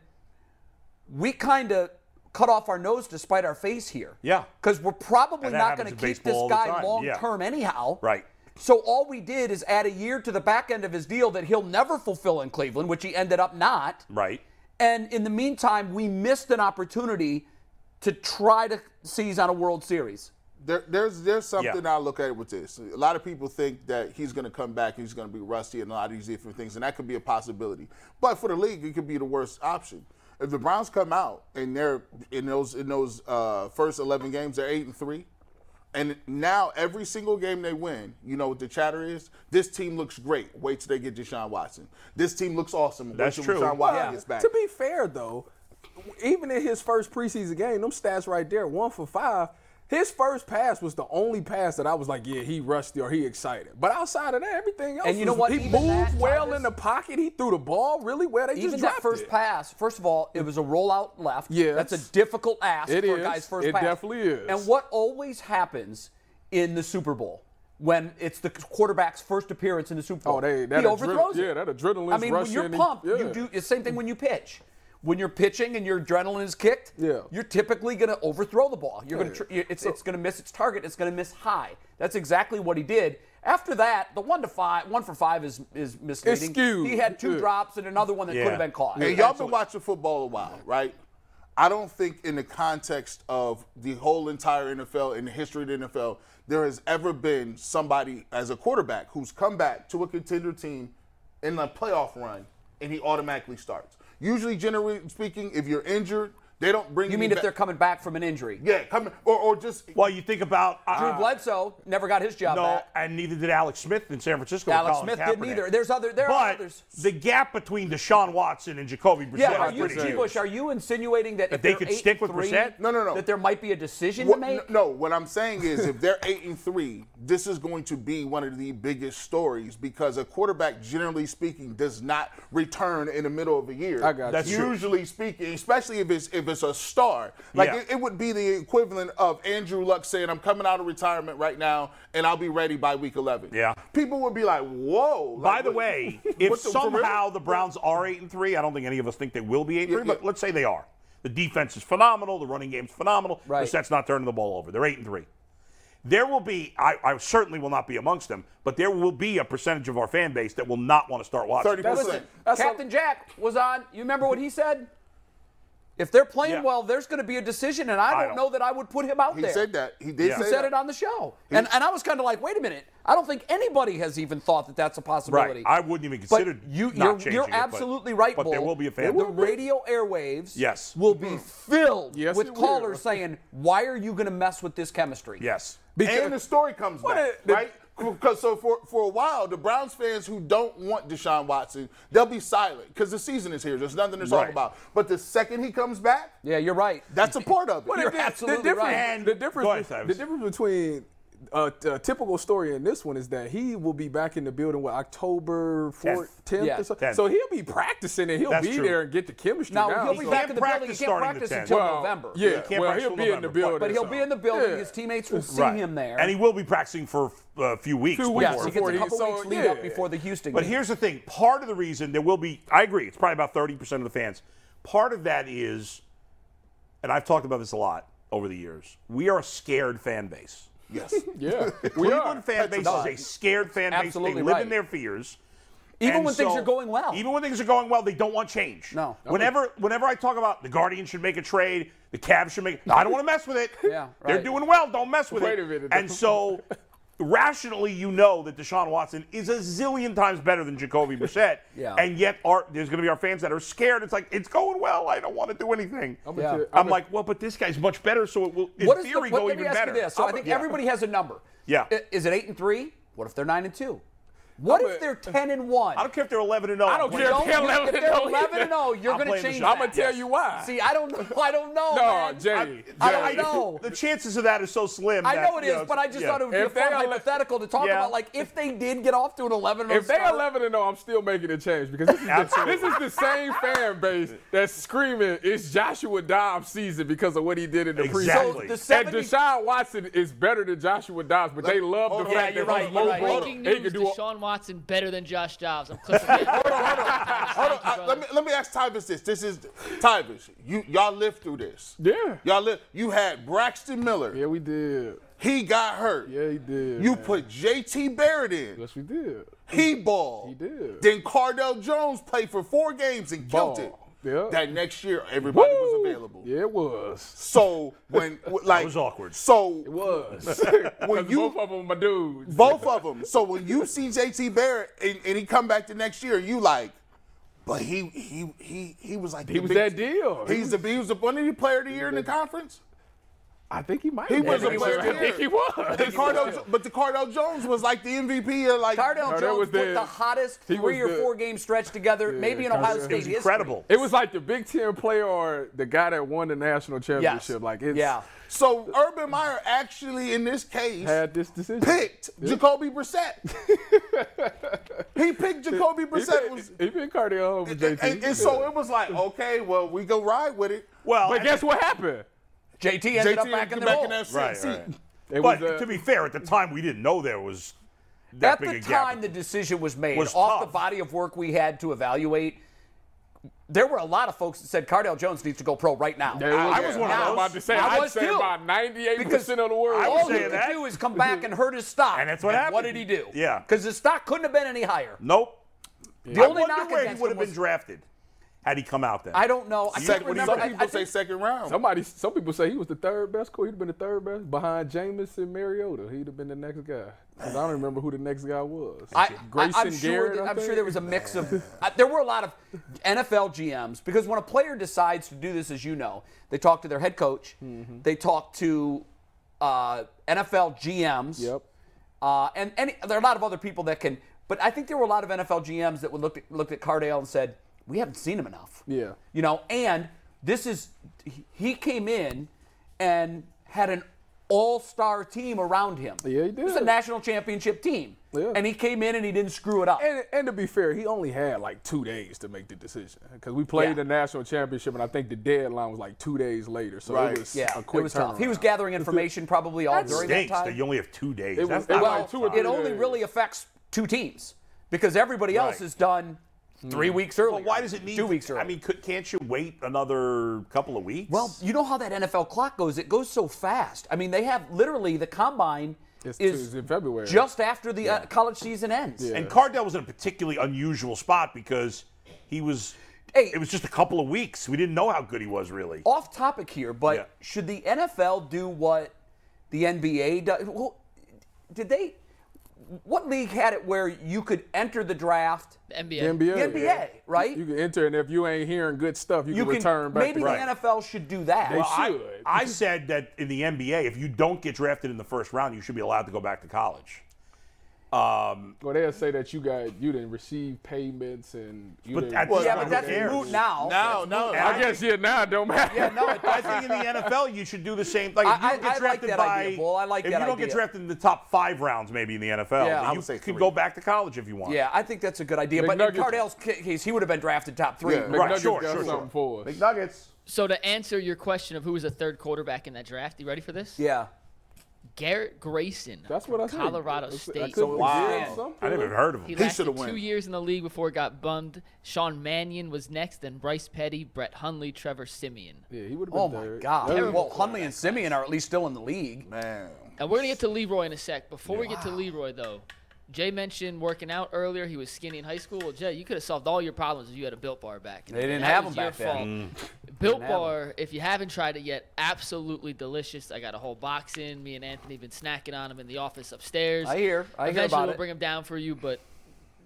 Speaker 1: "We kind of cut off our nose to spite our face here."
Speaker 2: Yeah.
Speaker 1: because we're probably
Speaker 2: And that
Speaker 1: not going
Speaker 2: happens
Speaker 1: to
Speaker 2: in
Speaker 1: keep
Speaker 2: baseball
Speaker 1: this
Speaker 2: all the
Speaker 1: guy
Speaker 2: time.
Speaker 1: long
Speaker 2: Yeah.
Speaker 1: term anyhow.
Speaker 2: Right.
Speaker 1: So all we did is add a year to the back end of his deal that he'll never fulfill in Cleveland, which he ended up not.
Speaker 2: Right.
Speaker 1: And in the meantime, we missed an opportunity to try to seize on a World Series.
Speaker 5: There, there's there's something
Speaker 2: Yeah.
Speaker 5: I look at it with this. A lot of people think that he's going to come back, he's going to be rusty, and a lot of these different things, and that could be a possibility. But for the league, it could be the worst option. If the Browns come out and they're in those in those uh, first 11 games, they're eight and three, and now every single game they win, you know what the chatter is? This team looks great. Wait till they get Deshaun Watson. This team looks awesome. Wait
Speaker 2: That's
Speaker 5: till
Speaker 2: true.
Speaker 5: Deshaun Watson
Speaker 1: Yeah.
Speaker 5: gets back.
Speaker 3: To be fair, though, even in his first preseason game, them stats right there, one for five. His first pass was the only pass that I was like, yeah, he rusty or he excited. But outside of that, everything else,
Speaker 1: And you
Speaker 3: was-
Speaker 1: know what?
Speaker 3: He
Speaker 1: Even
Speaker 3: moved
Speaker 1: that,
Speaker 3: well
Speaker 1: Thomas-
Speaker 3: in the pocket. He threw the ball really well. They
Speaker 1: Even
Speaker 3: just
Speaker 1: that
Speaker 3: dropped
Speaker 1: first
Speaker 3: it.
Speaker 1: pass, first of all, it was a rollout left.
Speaker 3: Yes.
Speaker 1: That's a difficult ask
Speaker 3: It
Speaker 1: for a
Speaker 3: is.
Speaker 1: guy's first
Speaker 3: It
Speaker 1: pass.
Speaker 3: definitely is.
Speaker 1: And what always happens in the Super Bowl when it's the quarterback's first appearance in the Super Bowl?
Speaker 3: Oh, they- that
Speaker 1: he overthrows
Speaker 3: adre-
Speaker 1: it.
Speaker 3: yeah, that adrenaline's
Speaker 1: I mean, when
Speaker 3: rushing
Speaker 1: you're
Speaker 3: and-
Speaker 1: pumped,
Speaker 3: yeah.
Speaker 1: you do the same thing when you pitch. When you're pitching and your adrenaline is kicked,
Speaker 3: Yeah.
Speaker 1: you're typically going to overthrow the ball. You're going
Speaker 3: Yeah.
Speaker 1: to tr- you- it's it's going to miss its target. It's going to miss high. That's exactly what he did. After that, the one to five, one for five is is misleading.
Speaker 3: skewed.
Speaker 1: He had two
Speaker 3: Yeah.
Speaker 1: drops and another one that could
Speaker 2: Yeah.
Speaker 1: have been caught.
Speaker 5: And y'all been watching football a while, right? I don't think, in the context of the whole entire NFL and the history of the NFL, there has ever been somebody as a quarterback who's come back to a contender team in a playoff run and he automatically starts. Usually, generally speaking, if you're injured, they don't bring
Speaker 1: You mean if
Speaker 5: back.
Speaker 1: they're coming back from an injury?
Speaker 5: yeah, come or or just
Speaker 2: Well, you think about
Speaker 1: Drew
Speaker 2: uh,
Speaker 1: Bledsoe never got his job
Speaker 2: no,
Speaker 1: back.
Speaker 2: and neither did Alex Smith in San Francisco. with
Speaker 1: Alex
Speaker 2: Colin
Speaker 1: Smith didn't
Speaker 2: Kaepernick.
Speaker 1: either. There's other. There are
Speaker 2: but
Speaker 1: others.
Speaker 2: the gap between Deshaun Watson and Jacoby Brissett
Speaker 1: Yeah, are
Speaker 2: is
Speaker 1: you,
Speaker 2: pretty
Speaker 1: G.
Speaker 2: huge.
Speaker 1: Bush, are you insinuating that if
Speaker 2: they
Speaker 1: are
Speaker 2: could
Speaker 1: eight
Speaker 2: stick with
Speaker 1: and three,
Speaker 2: Brissett?
Speaker 5: No, no, no.
Speaker 1: That there might be a decision
Speaker 5: What-
Speaker 1: to make.
Speaker 5: No, what I'm saying is, if they're eight and three, this is going to be one of the biggest stories because a quarterback, generally speaking, does not return in the middle of a year.
Speaker 3: I got you. That's
Speaker 2: true.
Speaker 5: usually speaking, especially if it's if it's a star. Like
Speaker 2: Yeah.
Speaker 5: it, it would be the equivalent of Andrew Luck saying, "I'm coming out of retirement right now, and I'll be ready by week 11."
Speaker 2: Yeah.
Speaker 5: people would be like, "Whoa!"
Speaker 2: By
Speaker 5: like,
Speaker 2: the
Speaker 1: <laughs>
Speaker 5: what-
Speaker 2: way,
Speaker 5: <laughs> what
Speaker 2: if
Speaker 5: the- for real?
Speaker 2: somehow the Browns are eight and three, I don't think any of us think they will be eight and
Speaker 5: Yeah,
Speaker 2: three, but
Speaker 5: yeah.
Speaker 2: let's say they are. The defense is phenomenal, the running game's phenomenal.
Speaker 1: Right.
Speaker 2: The set's not turning the ball over. They're eight and three. There will be, I, I certainly will not be amongst them, but there will be a percentage of our fan base that will not want to start watching.
Speaker 5: 30%.
Speaker 1: Listen,
Speaker 3: That's
Speaker 1: Captain Jack was on. You remember what he said? If they're playing
Speaker 2: Yeah.
Speaker 1: well, there's going to be a decision, and I don't,
Speaker 2: don't-
Speaker 1: know that I would put him out
Speaker 5: he
Speaker 1: there.
Speaker 5: said that he did.
Speaker 2: Yeah.
Speaker 5: Say
Speaker 1: He said it
Speaker 5: that.
Speaker 1: on the show, and and I was kind of like, wait a minute, I don't think anybody has even thought that that's a possibility.
Speaker 2: Right. I wouldn't even
Speaker 1: But
Speaker 2: consider
Speaker 1: you,
Speaker 2: not
Speaker 1: you're,
Speaker 2: changing
Speaker 1: you're
Speaker 2: it, but-
Speaker 1: absolutely right,
Speaker 2: But there
Speaker 1: Bull.
Speaker 2: will be a fan.
Speaker 1: The radio airwaves
Speaker 2: Yes. Mm-hmm.
Speaker 1: will be filled
Speaker 3: Yes,
Speaker 1: with
Speaker 3: it will.
Speaker 1: callers saying, why are you going to mess with this chemistry?
Speaker 2: yes.
Speaker 5: <laughs>
Speaker 3: <laughs>
Speaker 5: and the story comes
Speaker 3: What
Speaker 5: back,
Speaker 3: a- the-
Speaker 5: right? Because so for for a while, the Browns fans who don't want Deshaun Watson, they'll be silent because the season is here. There's nothing to talk
Speaker 2: Right.
Speaker 5: about. But the second he comes back,
Speaker 1: Yeah, you're right.
Speaker 5: that's a part of it.
Speaker 3: But
Speaker 1: You're
Speaker 3: the, the
Speaker 1: absolutely
Speaker 3: difference,
Speaker 1: right.
Speaker 2: And-
Speaker 3: the difference,
Speaker 2: Go ahead,
Speaker 3: the
Speaker 2: Cyrus.
Speaker 3: difference between a, a typical story and this one is that he will be back in the building with October 4th, 10th,
Speaker 1: Yeah.
Speaker 3: or something.
Speaker 2: Tenth.
Speaker 3: So he'll be practicing and he'll
Speaker 2: That's
Speaker 3: be
Speaker 2: true.
Speaker 3: there and get the chemistry
Speaker 1: Now,
Speaker 3: down.
Speaker 1: he'll be
Speaker 3: So-
Speaker 1: back
Speaker 2: can't
Speaker 1: in the building. He
Speaker 2: practice
Speaker 1: can't
Speaker 2: starting the
Speaker 1: practice
Speaker 2: 10th.
Speaker 1: until
Speaker 3: Well,
Speaker 1: November.
Speaker 3: Yeah,
Speaker 2: can't
Speaker 3: well,
Speaker 2: practice
Speaker 3: he'll
Speaker 2: till
Speaker 3: be in the
Speaker 2: November,
Speaker 3: building.
Speaker 1: But he'll be in the building.
Speaker 3: Yeah.
Speaker 1: His teammates will see
Speaker 2: Right.
Speaker 1: him there.
Speaker 2: And he will be practicing for uh, a few weeks.
Speaker 3: Two
Speaker 2: before.
Speaker 3: weeks
Speaker 1: yes, he gets
Speaker 3: before
Speaker 1: a
Speaker 3: he-
Speaker 1: couple
Speaker 3: so,
Speaker 1: weeks lead up
Speaker 3: yeah.
Speaker 1: before the Houston
Speaker 2: But
Speaker 1: game.
Speaker 2: here's the thing: part of the reason there will be, I agree, it's probably about 30% of the fans. Part of that is, and I've talked about this a lot over the years, we are a scared fan base.
Speaker 5: yes.
Speaker 3: Yeah, we
Speaker 2: Cleveland
Speaker 3: are.
Speaker 2: fan base is a scared fan base. They
Speaker 1: Absolutely
Speaker 2: live
Speaker 1: right.
Speaker 2: in their fears.
Speaker 1: Even
Speaker 2: And
Speaker 1: when things
Speaker 2: so-
Speaker 1: are going well.
Speaker 2: Even when things are going well, they don't want change.
Speaker 1: No.
Speaker 2: Whenever whenever I talk about the Guardians should make a trade, the Cavs should make I don't want to mess with it.
Speaker 1: <laughs> Yeah,
Speaker 2: They're
Speaker 1: right.
Speaker 2: doing well, don't mess with
Speaker 3: Wait
Speaker 2: it.
Speaker 3: a minute,
Speaker 2: And
Speaker 3: though.
Speaker 2: so rationally you know that Deshaun Watson is a zillion times better than Jacoby Brissett.
Speaker 1: <laughs> Yeah.
Speaker 2: And yet our, there's going to be our fans that are scared. It's like it's going well. I don't want to do anything. I'm,
Speaker 1: Yeah.
Speaker 3: tell- I'm a-
Speaker 2: like, well, but this guy's much better, so it will in
Speaker 1: What is
Speaker 2: theory
Speaker 1: the, what,
Speaker 2: go
Speaker 1: let
Speaker 2: even
Speaker 1: me ask
Speaker 2: better.
Speaker 1: you this. So i
Speaker 2: I'm-
Speaker 1: think
Speaker 2: yeah.
Speaker 1: everybody has a number.
Speaker 2: Yeah.
Speaker 1: I- Is it eight and three? What if they're nine and two? What
Speaker 3: I'm
Speaker 1: if
Speaker 3: a- <laughs>
Speaker 1: they're ten and one?
Speaker 2: I don't care if they're 11 and oh. 0.
Speaker 3: I don't
Speaker 1: You
Speaker 3: care
Speaker 1: don't-
Speaker 3: if they're
Speaker 1: you-
Speaker 3: 11
Speaker 1: if
Speaker 3: and
Speaker 1: they're
Speaker 3: 0
Speaker 1: 11 and 0, you're
Speaker 2: I'm
Speaker 1: going to
Speaker 2: blaming
Speaker 1: change.
Speaker 2: the shot.
Speaker 3: I'm gonna tell you why.
Speaker 1: See, I don't know. I don't know.
Speaker 3: no,
Speaker 1: man.
Speaker 3: Jay.
Speaker 2: I-
Speaker 1: I
Speaker 3: Jay,
Speaker 1: don't
Speaker 2: I-
Speaker 1: know.
Speaker 2: The chances of that are so slim.
Speaker 1: I
Speaker 2: that,
Speaker 1: know it
Speaker 2: you
Speaker 1: is, but I just
Speaker 2: yeah.
Speaker 1: thought it would be
Speaker 3: If
Speaker 1: a fun
Speaker 3: they are-
Speaker 1: hypothetical to talk
Speaker 2: Yeah.
Speaker 1: about, like if they did get off to an 11
Speaker 3: If they
Speaker 1: start,
Speaker 3: 11 and 0, I'm still making a change because this is, the,
Speaker 2: Absolutely.
Speaker 3: this is the same fan base
Speaker 2: <laughs>
Speaker 3: that's screaming it's Joshua Dobbs season because of what he did in the
Speaker 2: Exactly.
Speaker 1: so
Speaker 3: preseason.
Speaker 1: the
Speaker 2: And
Speaker 1: 70,
Speaker 3: And Deshaun Watson is better than Joshua Dobbs, but they love the
Speaker 5: hold on.
Speaker 3: fact
Speaker 4: Yeah, you're
Speaker 3: that
Speaker 4: right.
Speaker 3: he's
Speaker 4: You're
Speaker 3: low
Speaker 4: right.
Speaker 3: ball.
Speaker 4: Breaking
Speaker 3: They
Speaker 4: news:
Speaker 3: can do a-
Speaker 4: Deshaun Watson better than Josh
Speaker 3: <laughs>
Speaker 4: Dobbs. I'm clipping it.
Speaker 5: Hold
Speaker 3: Uh,
Speaker 5: on, I- let me let me ask Tyvis this. This is Tyvis. You y'all lived through this.
Speaker 3: Yeah.
Speaker 5: Y'all live. You had Braxton Miller.
Speaker 3: Yeah, we did.
Speaker 5: He got hurt.
Speaker 3: Yeah, he did.
Speaker 5: You
Speaker 3: man.
Speaker 5: put J.T. Barrett in.
Speaker 3: Yes, we did.
Speaker 5: He balled.
Speaker 3: He did.
Speaker 5: Then Cardell Jones played for four games and killed it.
Speaker 3: Ball. Yeah.
Speaker 5: That next year, everybody was
Speaker 3: Woo!
Speaker 5: available.
Speaker 3: Yeah, it was.
Speaker 5: So
Speaker 3: <laughs>
Speaker 5: when w- like
Speaker 2: was awkward.
Speaker 5: So
Speaker 3: It <laughs> was.
Speaker 5: when you
Speaker 3: both of them, my dudes.
Speaker 5: both of them. So when you see J.T. Barrett and, and he come back the next year, you like, but he he he he was like
Speaker 3: He was that deal.
Speaker 5: He's the he was the one of the player of the year in the conference.
Speaker 3: I think he might.
Speaker 5: He
Speaker 3: have
Speaker 5: was
Speaker 3: been.
Speaker 5: a player
Speaker 3: I
Speaker 5: <laughs>
Speaker 3: think he was.
Speaker 5: The Cardell, Jo- but the Cardell Jones was like the MVP of like
Speaker 1: Cardell
Speaker 3: No, that
Speaker 1: Jones
Speaker 3: was
Speaker 1: put
Speaker 3: the-
Speaker 1: the hottest
Speaker 3: he was
Speaker 1: three or
Speaker 3: the-
Speaker 1: four game stretch together, maybe in
Speaker 3: Cardell-
Speaker 1: Ohio
Speaker 3: It was
Speaker 1: State history.
Speaker 2: Incredible.
Speaker 3: It was like the Big Ten player or the guy that won the national championship. Like it's <laughs>
Speaker 1: yeah.
Speaker 5: So Urban Meyer actually in this case
Speaker 3: had this decision.
Speaker 5: picked Jacoby Brissett. he picked Jacoby
Speaker 3: He
Speaker 5: Brissett.
Speaker 3: picked-
Speaker 5: was,
Speaker 3: he picked Cardell over
Speaker 5: and,
Speaker 3: JT.
Speaker 5: and- and so it was like, okay, well, we go ride with it.
Speaker 2: Well,
Speaker 3: but
Speaker 2: I
Speaker 3: guess what happened?
Speaker 1: JT ended up
Speaker 5: JT
Speaker 1: back in the
Speaker 5: back
Speaker 1: role.
Speaker 5: in that seat.
Speaker 2: Right,
Speaker 5: See,
Speaker 2: right.
Speaker 3: It
Speaker 2: but
Speaker 3: was, uh,
Speaker 2: to be fair, at the time we didn't know there was that
Speaker 1: At
Speaker 2: big
Speaker 1: the
Speaker 2: a gap.
Speaker 1: time the decision was made,
Speaker 2: Was
Speaker 1: off the
Speaker 2: tough.
Speaker 1: body of work we had to evaluate, there were a lot of folks that said Cardell Jones needs to go pro right now.
Speaker 3: There
Speaker 2: I was one of
Speaker 3: I
Speaker 2: those.
Speaker 3: about to say.
Speaker 1: I
Speaker 3: I would
Speaker 1: was
Speaker 3: say
Speaker 1: too.
Speaker 3: about 98
Speaker 1: Because
Speaker 3: percent of the world.
Speaker 2: I was
Speaker 1: All he
Speaker 2: saying
Speaker 1: could
Speaker 2: that.
Speaker 1: do is come back and hurt his stock.
Speaker 2: And that's what
Speaker 1: What
Speaker 2: happened.
Speaker 1: did he do?
Speaker 2: Yeah.
Speaker 1: Because his stock couldn't have been any higher.
Speaker 2: Nope.
Speaker 1: The
Speaker 2: I
Speaker 1: only knock
Speaker 2: wonder where he
Speaker 1: against
Speaker 2: would
Speaker 1: him
Speaker 2: have been
Speaker 1: was-
Speaker 2: drafted had he come out then.
Speaker 1: I don't know. I can't
Speaker 5: Second,
Speaker 1: remember.
Speaker 5: some
Speaker 1: I-
Speaker 5: people
Speaker 1: I
Speaker 5: say
Speaker 1: think-
Speaker 5: second round.
Speaker 3: Somebody, some people say he was the third best. Cool, he'd have been the third best behind Jameis and Mariota. He'd have been the next guy. 'Cause I don't remember who the next guy was.
Speaker 1: I,
Speaker 3: Grayson
Speaker 1: I, am sure.
Speaker 3: Garrett.
Speaker 1: that-
Speaker 3: I
Speaker 1: I'm sure
Speaker 3: think?
Speaker 1: there was a mix of. I, there were a lot of NFL GMs because when a player decides to do this, as you know, they talk to their head coach,
Speaker 3: Mm-hmm.
Speaker 1: they talk to uh, NFL GMs,
Speaker 3: Yep.
Speaker 1: uh, and any, there are a lot of other people that can. But I think there were a lot of NFL GMs that would look at, looked at Cardale and said, "We haven't seen him enough."
Speaker 3: Yeah.
Speaker 1: you know, and this is he- he came in and had an all-star team around him.
Speaker 3: Yeah, he
Speaker 1: It was a
Speaker 3: did.
Speaker 1: national championship team,
Speaker 3: Yeah.
Speaker 1: and he came in and he didn't screw it up.
Speaker 3: And, and to be fair, he only had like two days to make the decision because we played
Speaker 1: Yeah.
Speaker 3: the national championship, and I think the deadline was like two days later. So
Speaker 5: Right.
Speaker 3: it was
Speaker 1: Yeah,
Speaker 3: a quick
Speaker 1: it was tough. He was
Speaker 3: turnaround.
Speaker 1: gathering information probably all during
Speaker 2: Stinks
Speaker 1: that
Speaker 2: that
Speaker 1: time.
Speaker 2: you only have two days.
Speaker 3: It
Speaker 2: That's
Speaker 3: was- it
Speaker 2: not
Speaker 3: was
Speaker 2: a lot
Speaker 1: well,
Speaker 2: of
Speaker 3: two or
Speaker 2: time.
Speaker 3: three
Speaker 1: it only
Speaker 3: days.
Speaker 1: really affects two teams because everybody else
Speaker 2: Right.
Speaker 1: is done three weeks
Speaker 2: But
Speaker 1: early.
Speaker 2: why does it need
Speaker 1: two weeks early?
Speaker 2: I mean, could, can't you wait another couple of weeks?
Speaker 1: well, you know how that NFL clock goes; it goes so fast. I mean, they have literally the combine
Speaker 3: It's
Speaker 1: is
Speaker 3: Tuesday, February.
Speaker 1: just after the uh, college season ends.
Speaker 2: and Cardell was in a particularly unusual spot because he was.
Speaker 1: Hey. Oh,
Speaker 2: it was just a couple of weeks. We didn't know how good he was really.
Speaker 1: off topic here, but
Speaker 2: Yeah.
Speaker 1: should the NFL do what the NBA does? Well, did they? What league had it where you could enter the draft?
Speaker 4: NBA.
Speaker 3: The NBA,
Speaker 1: The NBA,
Speaker 3: yeah.
Speaker 1: right?
Speaker 3: You can enter, and if you ain't hearing good stuff, you, can, return back.
Speaker 1: Maybe
Speaker 3: to
Speaker 1: the NFL should do that.
Speaker 3: They
Speaker 2: Well, I,
Speaker 3: should.
Speaker 2: I said that in the NBA, if you don't get drafted in the first round, you should be allowed to go back to college.
Speaker 3: Well, they'll say that you got you didn't receive payments and you
Speaker 2: But
Speaker 3: didn't.
Speaker 2: at this Well,
Speaker 1: yeah, but
Speaker 2: who
Speaker 1: that's
Speaker 2: cares?
Speaker 1: moot now.
Speaker 5: Now, now,
Speaker 3: I guess yeah, now it don't matter.
Speaker 1: Yeah,
Speaker 3: <laughs>
Speaker 1: no, it
Speaker 2: I
Speaker 1: doesn't.
Speaker 2: think in the NFL you should do the same. Like if you don't
Speaker 1: I- I- I
Speaker 2: get
Speaker 1: like
Speaker 2: drafted
Speaker 1: that
Speaker 2: by,
Speaker 1: idea, Bull. I like
Speaker 2: if
Speaker 1: that
Speaker 2: you don't get
Speaker 1: idea.
Speaker 2: drafted in the top five rounds, maybe in the NFL,
Speaker 1: Yeah.
Speaker 2: then
Speaker 1: I
Speaker 2: you
Speaker 5: would say
Speaker 2: could
Speaker 5: three.
Speaker 2: go back to college if you want.
Speaker 1: Yeah, I think that's a good idea. But in
Speaker 3: McNuggets-
Speaker 1: Cardell's ca- case, he would have been drafted top three.
Speaker 5: Yeah.
Speaker 2: Right,
Speaker 3: McNuggets
Speaker 2: sure,
Speaker 3: got
Speaker 2: sure,
Speaker 3: something
Speaker 2: sure.
Speaker 3: for us.
Speaker 2: McNuggets.
Speaker 4: So to answer your question of who was the third quarterback in that draft, you ready for this?
Speaker 1: Yeah.
Speaker 4: Garrett Grayson.
Speaker 3: That's
Speaker 4: from
Speaker 3: what I said.
Speaker 4: Colorado
Speaker 3: I said- I
Speaker 4: State.
Speaker 3: couldn't
Speaker 5: Wow.
Speaker 3: give something.
Speaker 2: I never even heard of him.
Speaker 4: He,
Speaker 5: shoulda
Speaker 4: lasted
Speaker 5: won.
Speaker 4: two years in the league before it got bummed. Sean Mannion was next, then Bryce Petty, Brett Hundley, Trevor Simeon.
Speaker 3: Yeah, he would have been
Speaker 1: Oh my
Speaker 3: third.
Speaker 1: God.
Speaker 3: That was-
Speaker 1: Well, Hundley and Simeon are at least still in the league.
Speaker 5: man.
Speaker 4: And we're gonna get to Leroy in a sec. Before we get to Leroy, though, Jay mentioned working out earlier. He was skinny in high school. Well, Jay, you could have solved all your problems if you had a built bar back.
Speaker 1: They didn't
Speaker 4: That
Speaker 1: have
Speaker 4: was
Speaker 1: them
Speaker 4: your
Speaker 1: back then. Mm.
Speaker 4: fault. Built
Speaker 1: Didn't have 'em.
Speaker 4: Bar, if you haven't tried it yet, absolutely delicious. I got a whole box in. Me and Anthony been snacking on them in the office upstairs.
Speaker 1: I hear. I hear
Speaker 4: Eventually
Speaker 1: about
Speaker 4: we'll
Speaker 1: it.
Speaker 4: bring them down for you, but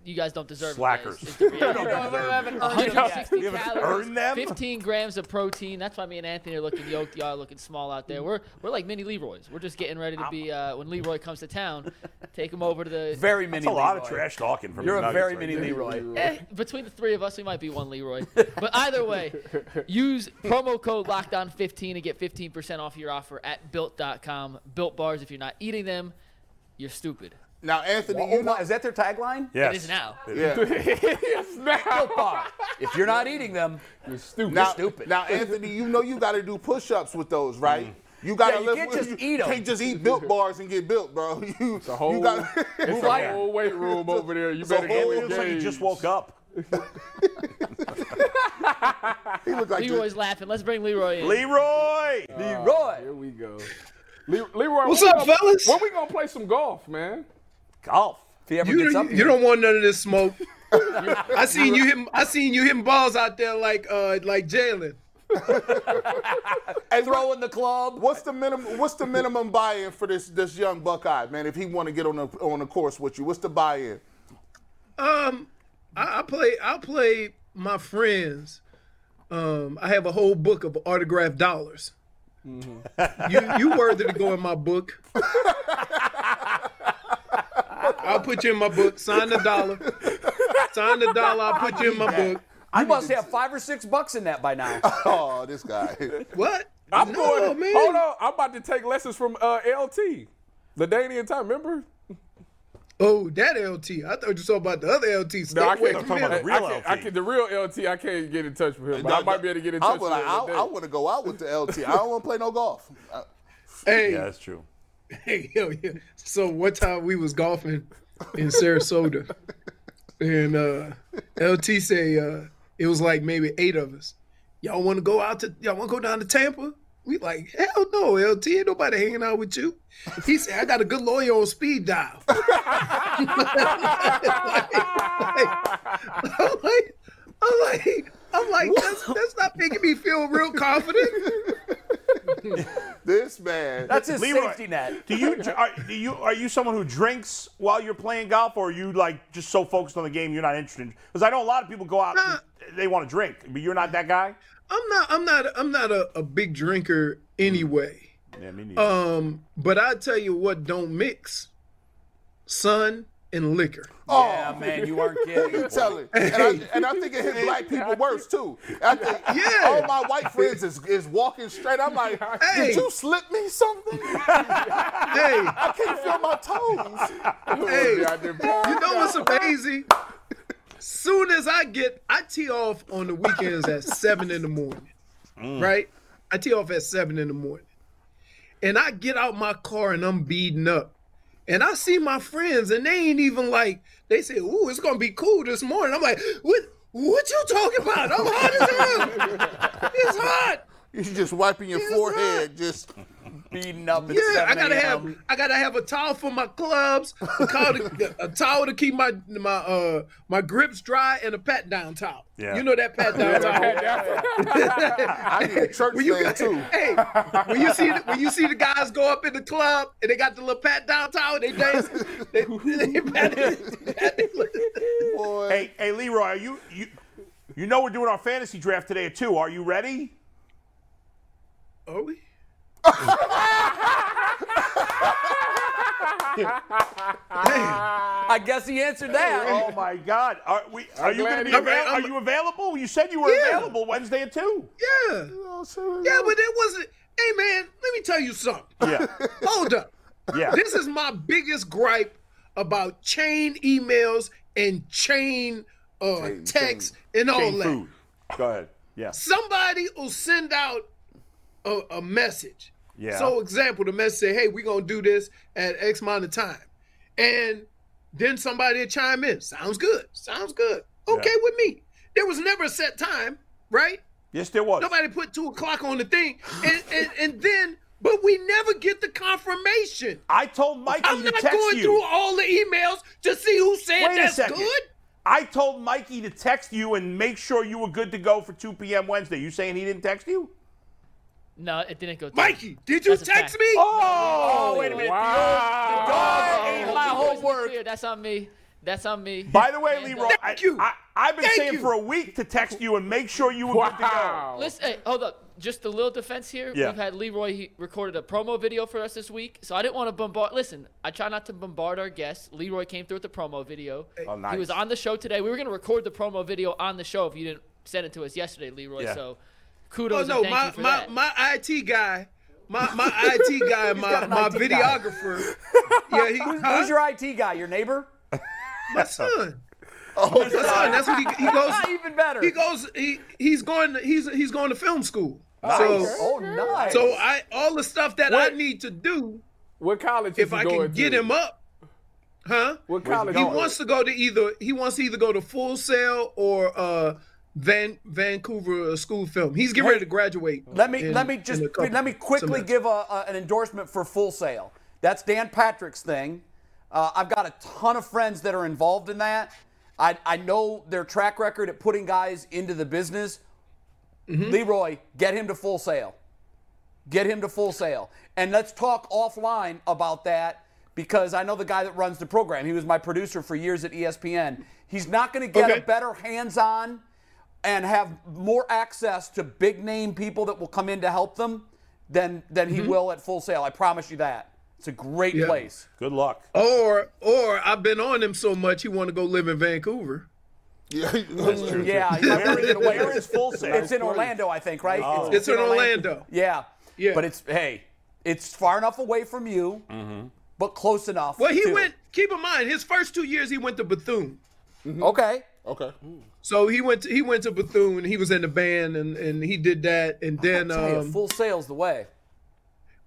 Speaker 4: you guys don't deserve
Speaker 2: Slackers.
Speaker 4: it. guys.
Speaker 1: <laughs>
Speaker 4: It's
Speaker 2: <laughs>
Speaker 4: the <laughs> reality.
Speaker 1: Earned it yet.
Speaker 4: 160
Speaker 2: We haven't
Speaker 4: calories,
Speaker 2: earned them?
Speaker 4: 15 grams of protein. That's why me and Anthony are looking yoked. Y'all are looking small out there. We're we're like mini Leroy's. We're just getting ready to be uh, when Leroy comes to town. Take him over
Speaker 2: <laughs>
Speaker 4: to the
Speaker 1: Very many.
Speaker 2: That's a lot of
Speaker 1: Leroy.
Speaker 2: trash talking from
Speaker 1: You're
Speaker 2: the
Speaker 1: a
Speaker 2: Nuggets
Speaker 1: very
Speaker 2: right
Speaker 1: mini
Speaker 2: there.
Speaker 1: Leroy.
Speaker 4: Eh, <laughs> between the three of us, we might be one Leroy. But
Speaker 2: <laughs>
Speaker 4: either way, use promo code LOCKDOWN15 to get 15% off your offer at built.com. Built bars, if you're not eating them, you're stupid.
Speaker 5: Now, Anthony,
Speaker 1: Oh,
Speaker 5: you
Speaker 1: my-
Speaker 5: know,
Speaker 1: is that their tagline?
Speaker 2: Yes.
Speaker 4: It is now.
Speaker 5: yeah.
Speaker 1: Built Bar. If you're not eating them,
Speaker 3: You're stupid.
Speaker 5: now,
Speaker 1: stupid.
Speaker 5: now, Anthony, you know you got to do push-ups with those, right? You got
Speaker 1: Yeah,
Speaker 5: to
Speaker 1: you
Speaker 5: lift
Speaker 1: can't
Speaker 5: with-
Speaker 1: just eat 'em.
Speaker 5: Can't just eat built bars and get built, bro. <laughs> You,
Speaker 3: The whole,
Speaker 5: you <laughs> got
Speaker 3: <laughs> it's
Speaker 1: on.
Speaker 3: a whole weight room over there. You better
Speaker 2: It
Speaker 3: get
Speaker 2: looks like he just woke up.
Speaker 5: He looked like
Speaker 4: Leroy's laughing. Let's bring Leroy in.
Speaker 2: Leroy!
Speaker 3: Here
Speaker 1: Leroy.
Speaker 3: we go. Le- Leroy,
Speaker 6: What's
Speaker 3: when
Speaker 6: up,
Speaker 3: we gonna-
Speaker 6: fellas?
Speaker 3: When we gonna play some golf, man?
Speaker 2: Golf.
Speaker 1: If he ever
Speaker 6: You,
Speaker 1: gets up
Speaker 6: don't- you
Speaker 1: here.
Speaker 6: don't want none of this smoke. I seen you hitting. I seen you hitting balls out there like uh like Jalen.
Speaker 1: throwing the club.
Speaker 5: What's the minimum? What's the minimum buy-in for this this young Buckeye man? If he want to get on the on the course with you, what's the buy-in? <laughs>
Speaker 6: Um, I, I play. I play my friends. Um, I have a whole book of autographed dollars. You you worthy to go in my book. I'll put you in my book. Sign the dollar. Sign the dollar. I'll put you in my book.
Speaker 1: You must have five or six bucks in that by
Speaker 6: <laughs>
Speaker 1: now.
Speaker 5: Oh, this guy.
Speaker 6: What?
Speaker 3: I'm
Speaker 6: no,
Speaker 3: going.
Speaker 6: man.
Speaker 3: Hold on, I'm about to take lessons from uh, LT, Ladainian time. Remember?
Speaker 6: Oh, that LT. I thought you saw about the other LT. Stay
Speaker 3: I
Speaker 6: away
Speaker 3: can't-
Speaker 6: from
Speaker 2: I'm talking about
Speaker 6: him.
Speaker 2: the real
Speaker 3: I can, I
Speaker 2: LT.
Speaker 3: can, the real LT, I can't get in touch with him, but I might be able to get in
Speaker 5: I
Speaker 3: touch
Speaker 5: would-
Speaker 3: with him.
Speaker 5: I,
Speaker 3: one day.
Speaker 5: I want to go out with the LT. I don't want to play no golf. I-
Speaker 6: Hey,
Speaker 2: Yeah, that's true.
Speaker 6: <laughs> Hey, hell yeah. So one time we was golfing in Sarasota, and uh, LT say uh, it was like maybe eight of us. Y'all want to go out to? Y'all want to go down to Tampa? We like hell no, LT. Ain't nobody hanging out with you. He said I got a good lawyer on speed dial. <laughs> like, I'm like, I'm like, I'm like, that's, that's not making me feel real confident.
Speaker 5: This man.
Speaker 1: That's his
Speaker 2: Leroy.
Speaker 1: safety net.
Speaker 2: Do you <laughs> are, do you are you someone who drinks while you're playing golf, or are you like just so focused on the game you're not interested? in Because I know a lot of people go out,
Speaker 6: Nah.
Speaker 2: and they want to drink, but you're not that guy.
Speaker 6: I'm not I'm not I'm not a, a big drinker anyway.
Speaker 2: Yeah, me neither.
Speaker 6: Um, but I tell you what don't mix sun and liquor.
Speaker 5: oh,
Speaker 1: Yeah, man, you aren't
Speaker 6: <laughs>
Speaker 1: kidding.
Speaker 5: you telling? And I, and I think it hit black people worse too. I think
Speaker 6: Yeah.
Speaker 5: all my white friends is, is walking straight. I'm like,
Speaker 6: Hey.
Speaker 5: did you slip me something?
Speaker 6: Hey,
Speaker 5: I can't feel my toes.
Speaker 6: hey,
Speaker 3: Yeah, I
Speaker 6: you
Speaker 3: did. That's
Speaker 6: know
Speaker 5: <laughs>
Speaker 6: what's amazing? Soon as I get I tee off on the weekends at seven in the morning. Right? I tee off at seven in the morning. And I get out my car and I'm beating up. And I see my friends, and they ain't even like they say, "Ooh, it's gonna be cool this morning." I'm like, "What? What you talking about? I'm hot as hell. It's hot.
Speaker 5: You just wiping your
Speaker 6: Yes,
Speaker 5: forehead. Just
Speaker 1: <laughs> Beating up at
Speaker 6: Yeah,
Speaker 1: 7
Speaker 6: I gotta
Speaker 1: a.m.
Speaker 6: have I gotta have a towel for my clubs, a
Speaker 2: <laughs>
Speaker 6: towel to, a towel to keep my my uh my grips dry, and a pat down towel.
Speaker 2: Yeah.
Speaker 6: You know that pat down towel.
Speaker 5: I
Speaker 6: <laughs>
Speaker 5: need a church
Speaker 6: When you
Speaker 5: fan
Speaker 6: got-
Speaker 5: too.
Speaker 6: hey, when you see the, when you see the guys go up in the club and they got the little pat down towel, they dance,
Speaker 2: <laughs>
Speaker 6: they, they pat it- pat it.
Speaker 5: Boy.
Speaker 2: hey, hey, Leroy, are you you you know we're doing our fantasy draft today at two. Are you ready?
Speaker 6: Are we?
Speaker 1: I guess he answered that.
Speaker 2: Oh my God! Are we? Are you
Speaker 3: glad
Speaker 2: gonna be
Speaker 3: he-
Speaker 2: avail-
Speaker 6: I'm-
Speaker 2: Are you available? You said you were
Speaker 6: Yeah.
Speaker 2: available Wednesday at two.
Speaker 6: Yeah, yeah, but it wasn't. Hey man, let me tell you something.
Speaker 2: Yeah,
Speaker 6: Hold up.
Speaker 2: yeah.
Speaker 6: <laughs> This is my biggest gripe about chain emails and chain uh texts and all
Speaker 2: Chain
Speaker 6: that.
Speaker 2: food. Go ahead. Yeah.
Speaker 6: Somebody will send out a, a message.
Speaker 2: Yeah.
Speaker 6: So example, the message say, hey, we're gonna do this at X amount of time. And then somebody will chime in. Sounds good. Sounds good. Okay
Speaker 2: Yeah.
Speaker 6: with me. There was never a set time, right?
Speaker 2: Yes, there was.
Speaker 6: Nobody put two o'clock on the thing. And and, and then but we never get the confirmation.
Speaker 2: I told Mikey
Speaker 6: I'm
Speaker 2: to
Speaker 6: not
Speaker 2: text
Speaker 6: going
Speaker 2: you.
Speaker 6: through all the emails to see who said
Speaker 2: Wait a
Speaker 6: that's
Speaker 2: second.
Speaker 6: good.
Speaker 2: I told Mikey to text you and make sure you were good to go for 2 p.m. Wednesday. You saying he didn't text you?
Speaker 4: No, it didn't go. through.
Speaker 6: Mikey, did you
Speaker 4: That's a
Speaker 6: text
Speaker 4: fact.
Speaker 6: me?
Speaker 2: Oh, wait a minute.
Speaker 3: Wow.
Speaker 2: Dog
Speaker 4: Oh,
Speaker 2: ate
Speaker 4: you
Speaker 2: my
Speaker 4: guys be
Speaker 2: homework.
Speaker 4: clear, That's on me. That's on me.
Speaker 2: By the way,
Speaker 4: And, uh,
Speaker 2: Leroy, I,
Speaker 6: Thank you.
Speaker 2: I, have been
Speaker 6: Thank
Speaker 2: saying
Speaker 6: you.
Speaker 2: for a week to text you and make sure you were good to go.
Speaker 3: Wow.
Speaker 4: Listen, hey, hold up. Just a little defense here.
Speaker 2: Yeah.
Speaker 4: We've had Leroy he recorded a promo video for us this week, so I didn't want to bombard. Listen, I try not to bombard our guests. Leroy came through with the promo video.
Speaker 2: Oh, nice.
Speaker 4: He was on the show today. We were going to record the promo video on the show if you didn't send it to us yesterday, Leroy.
Speaker 2: Yeah.
Speaker 4: So
Speaker 6: Oh
Speaker 4: kudos
Speaker 6: no,
Speaker 4: and thank you
Speaker 6: my
Speaker 4: for
Speaker 6: my,
Speaker 4: that.
Speaker 6: my IT guy, my my IT guy, and my my videographer. yeah, he, huh?
Speaker 1: Who's your IT guy? Your neighbor?
Speaker 6: my son. Oh, my son. That's what he,
Speaker 1: <laughs>
Speaker 6: he goes.
Speaker 1: Ah, Even better.
Speaker 6: He goes. He he's going. To, he's he's going to film school. So
Speaker 1: oh, nice.
Speaker 6: so I all the stuff that
Speaker 3: What?
Speaker 6: I need to do
Speaker 3: What college is
Speaker 6: if
Speaker 3: he
Speaker 6: I
Speaker 3: going
Speaker 6: can get
Speaker 3: to?
Speaker 6: him up, huh?
Speaker 3: What college?
Speaker 6: He wants to go to either he wants to either go to Full Sail or uh Van Vancouver uh, School Film. He's getting ready to graduate.
Speaker 1: Let me
Speaker 6: in-
Speaker 1: let me
Speaker 6: in
Speaker 1: just
Speaker 6: a couple
Speaker 1: let me quickly
Speaker 6: semesters.
Speaker 1: give a, a- an endorsement for Full Sail. That's Dan Patrick's thing. Uh, I've got a ton of friends that are involved in that. I I know their track record at putting guys into the business.
Speaker 6: Mm-hmm.
Speaker 1: Leroy, get him to Full Sail. Get him to Full Sail, and let's talk offline about that because I know the guy that runs the program. He was my producer for years at E ESPN. He's not going to get
Speaker 6: Okay.
Speaker 1: a better hands-on and have more access to big name people that will come in to help them than than he will at full sale. I promise you that. It's a great
Speaker 6: Mm-hmm. Yeah.
Speaker 1: place.
Speaker 2: Good luck.
Speaker 6: Or or I've been on him so much he want to go live in Vancouver.
Speaker 5: Yeah,
Speaker 1: Yeah, he might be
Speaker 2: Where is,
Speaker 1: giving away.
Speaker 2: where is full sale?
Speaker 1: It's in Orlando, I think, right?
Speaker 6: It's in Orlando.
Speaker 1: Yeah.
Speaker 6: Yeah.
Speaker 1: But it's hey, it's far enough away from you, but close enough.
Speaker 6: Well, he
Speaker 1: too.
Speaker 6: went. Keep in mind, his first two years he went to Bethune.
Speaker 1: Okay.
Speaker 5: Okay.
Speaker 6: So he went. To, he went to Bethune. He was in the band, and and he did that. And then,
Speaker 1: Tell you,
Speaker 6: um,
Speaker 1: full sale's the way.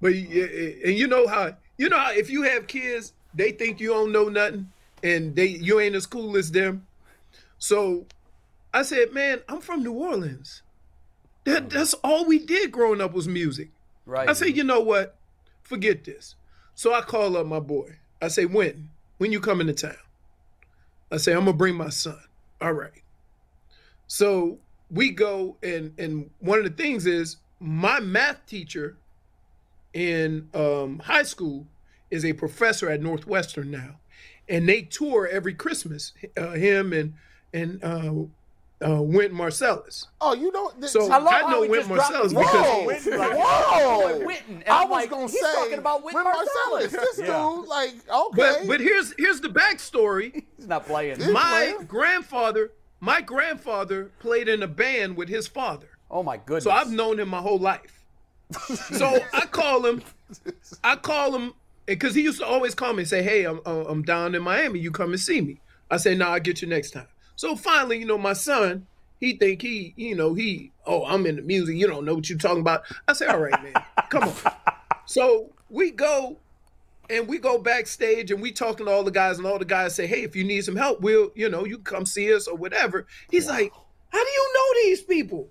Speaker 6: but y- y- and you know how you know how if you have kids, they think you don't know nothing, and they you ain't as cool as them. So, I said, man, I'm from New Orleans. That that's all we did growing up was music.
Speaker 1: Right.
Speaker 6: I say, you know what? Forget this. So I call up my boy. I say, when? When you coming to town? I say, I'm gonna bring my son. All right. So we go and and one of the things is my math teacher in um, high school is a professor at Northwestern now, and they tour every Christmas. Uh, him and and uh, uh, Wynn Marcellus.
Speaker 5: Oh, you know. Th-
Speaker 6: So
Speaker 1: I love
Speaker 6: I
Speaker 1: how
Speaker 6: know
Speaker 1: he
Speaker 6: Wynn
Speaker 1: just dropped-
Speaker 6: Marcellus
Speaker 1: Whoa!
Speaker 6: because
Speaker 5: Whoa!
Speaker 2: Wynn- like-
Speaker 5: Whoa!
Speaker 1: Boy, Wynton. And
Speaker 5: I
Speaker 1: I'm
Speaker 5: was
Speaker 1: like,
Speaker 5: gonna
Speaker 1: he's
Speaker 5: say
Speaker 1: talking about Wynton
Speaker 5: Wynn
Speaker 1: Marcellus.
Speaker 5: This
Speaker 2: Yeah.
Speaker 5: dude, like, okay.
Speaker 6: But but here's here's the backstory.
Speaker 1: He's not playing.
Speaker 6: My
Speaker 5: player?
Speaker 6: grandfather, my grandfather played in a band with his father.
Speaker 1: Oh my goodness.
Speaker 6: So I've known him my whole life. so I call him, I call him, because he used to always call me and say, "Hey, I'm uh, I'm down in Miami. You come and see me." I say, "No, I'll get you next time." So finally, you know, my son, he think he, you know, he, oh, I'm into music. You don't know what you're talking about. I say, "All right, man, come on." So we go, and we go backstage, and we talking to all the guys, and all the guys say, "Hey, if you need some help, we'll, you know, you can come see us or whatever." He's like, "How do you know these people?"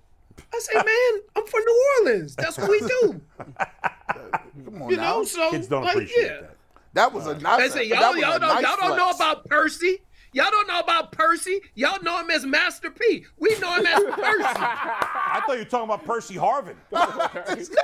Speaker 6: I say, man, I'm from New Orleans. That's what we do.
Speaker 2: <laughs>
Speaker 5: Come on
Speaker 6: You
Speaker 5: now.
Speaker 6: know, so
Speaker 2: Kids don't
Speaker 6: like,
Speaker 2: appreciate
Speaker 6: yeah.
Speaker 2: that.
Speaker 5: that was a nice.
Speaker 6: I say,
Speaker 5: that
Speaker 6: y'all,
Speaker 5: was
Speaker 6: y'all,
Speaker 5: a
Speaker 6: don't,
Speaker 5: nice
Speaker 6: y'all don't know
Speaker 5: flex.
Speaker 6: about Percy. Y'all don't know about Percy. Y'all know him as Master P. We know
Speaker 2: <laughs>
Speaker 6: him as Percy.
Speaker 2: I thought you were talking about Percy Harvin.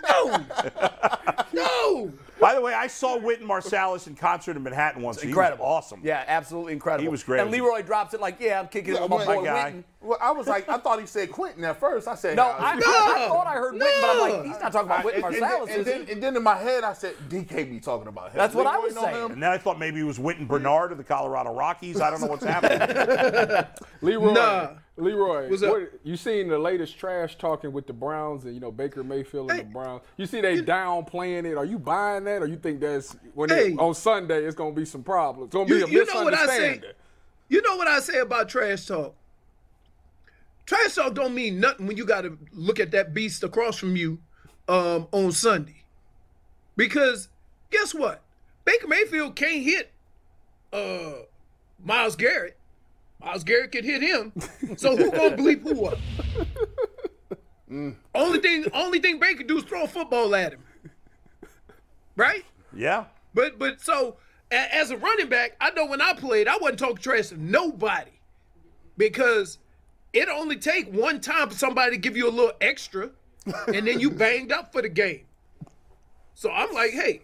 Speaker 6: No, no.
Speaker 2: By the way, I saw Wynton Marsalis in concert in Manhattan once.
Speaker 1: incredible.
Speaker 2: He was awesome.
Speaker 1: Yeah, absolutely incredible.
Speaker 2: He was great.
Speaker 1: And Leroy drops it like, yeah, I'm kicking it
Speaker 5: Yeah, "Oh,
Speaker 1: with my
Speaker 5: my
Speaker 1: boy
Speaker 2: guy.
Speaker 1: Wynton.
Speaker 5: Well, I was like, I thought he said Quentin at first. I said,
Speaker 1: No,
Speaker 5: nah, <laughs>
Speaker 1: I,
Speaker 5: it's-
Speaker 1: I thought I heard Wynton, but I'm like,
Speaker 6: No.
Speaker 1: he's not talking about Wynton
Speaker 5: and, and,
Speaker 1: Marsalis,
Speaker 5: then, and,
Speaker 1: is
Speaker 5: then,
Speaker 1: he?
Speaker 5: and then in my head, I said, DK be talking about him.
Speaker 1: That's what I
Speaker 5: Leroy
Speaker 1: was
Speaker 5: know
Speaker 1: saying.
Speaker 5: him?
Speaker 2: And then I thought maybe it was Wynton Bernard of the Colorado Rockies. I don't know what's happening.
Speaker 3: Leroy,
Speaker 6: Nah.
Speaker 3: Leroy,
Speaker 6: What's up?
Speaker 3: what- you seen the latest trash talking with the Browns and you know Baker Mayfield and the Browns? You see they downplaying it. Are you buying that, or you think that's when
Speaker 6: Hey.
Speaker 3: it, on Sunday it's gonna be some problems? It's gonna be
Speaker 6: You-
Speaker 3: a
Speaker 6: you know what I say?
Speaker 3: misunderstanding.
Speaker 6: You know what I say about trash talk? Trash talk don't mean nothing when you got to look at that beast across from you um, on Sunday. Because guess what? Baker Mayfield can't hit uh, Miles Garrett. Miles Garrett could hit him. So who gonna bleep who up? Only thing, only thing Baker do is throw a football at him, right?
Speaker 2: yeah.
Speaker 6: But but so a, as a running back, I know when I played, I wasn't talking trash to nobody. because it only take one time for somebody to give you a little extra, and then you banged up for the game. So I'm like, hey,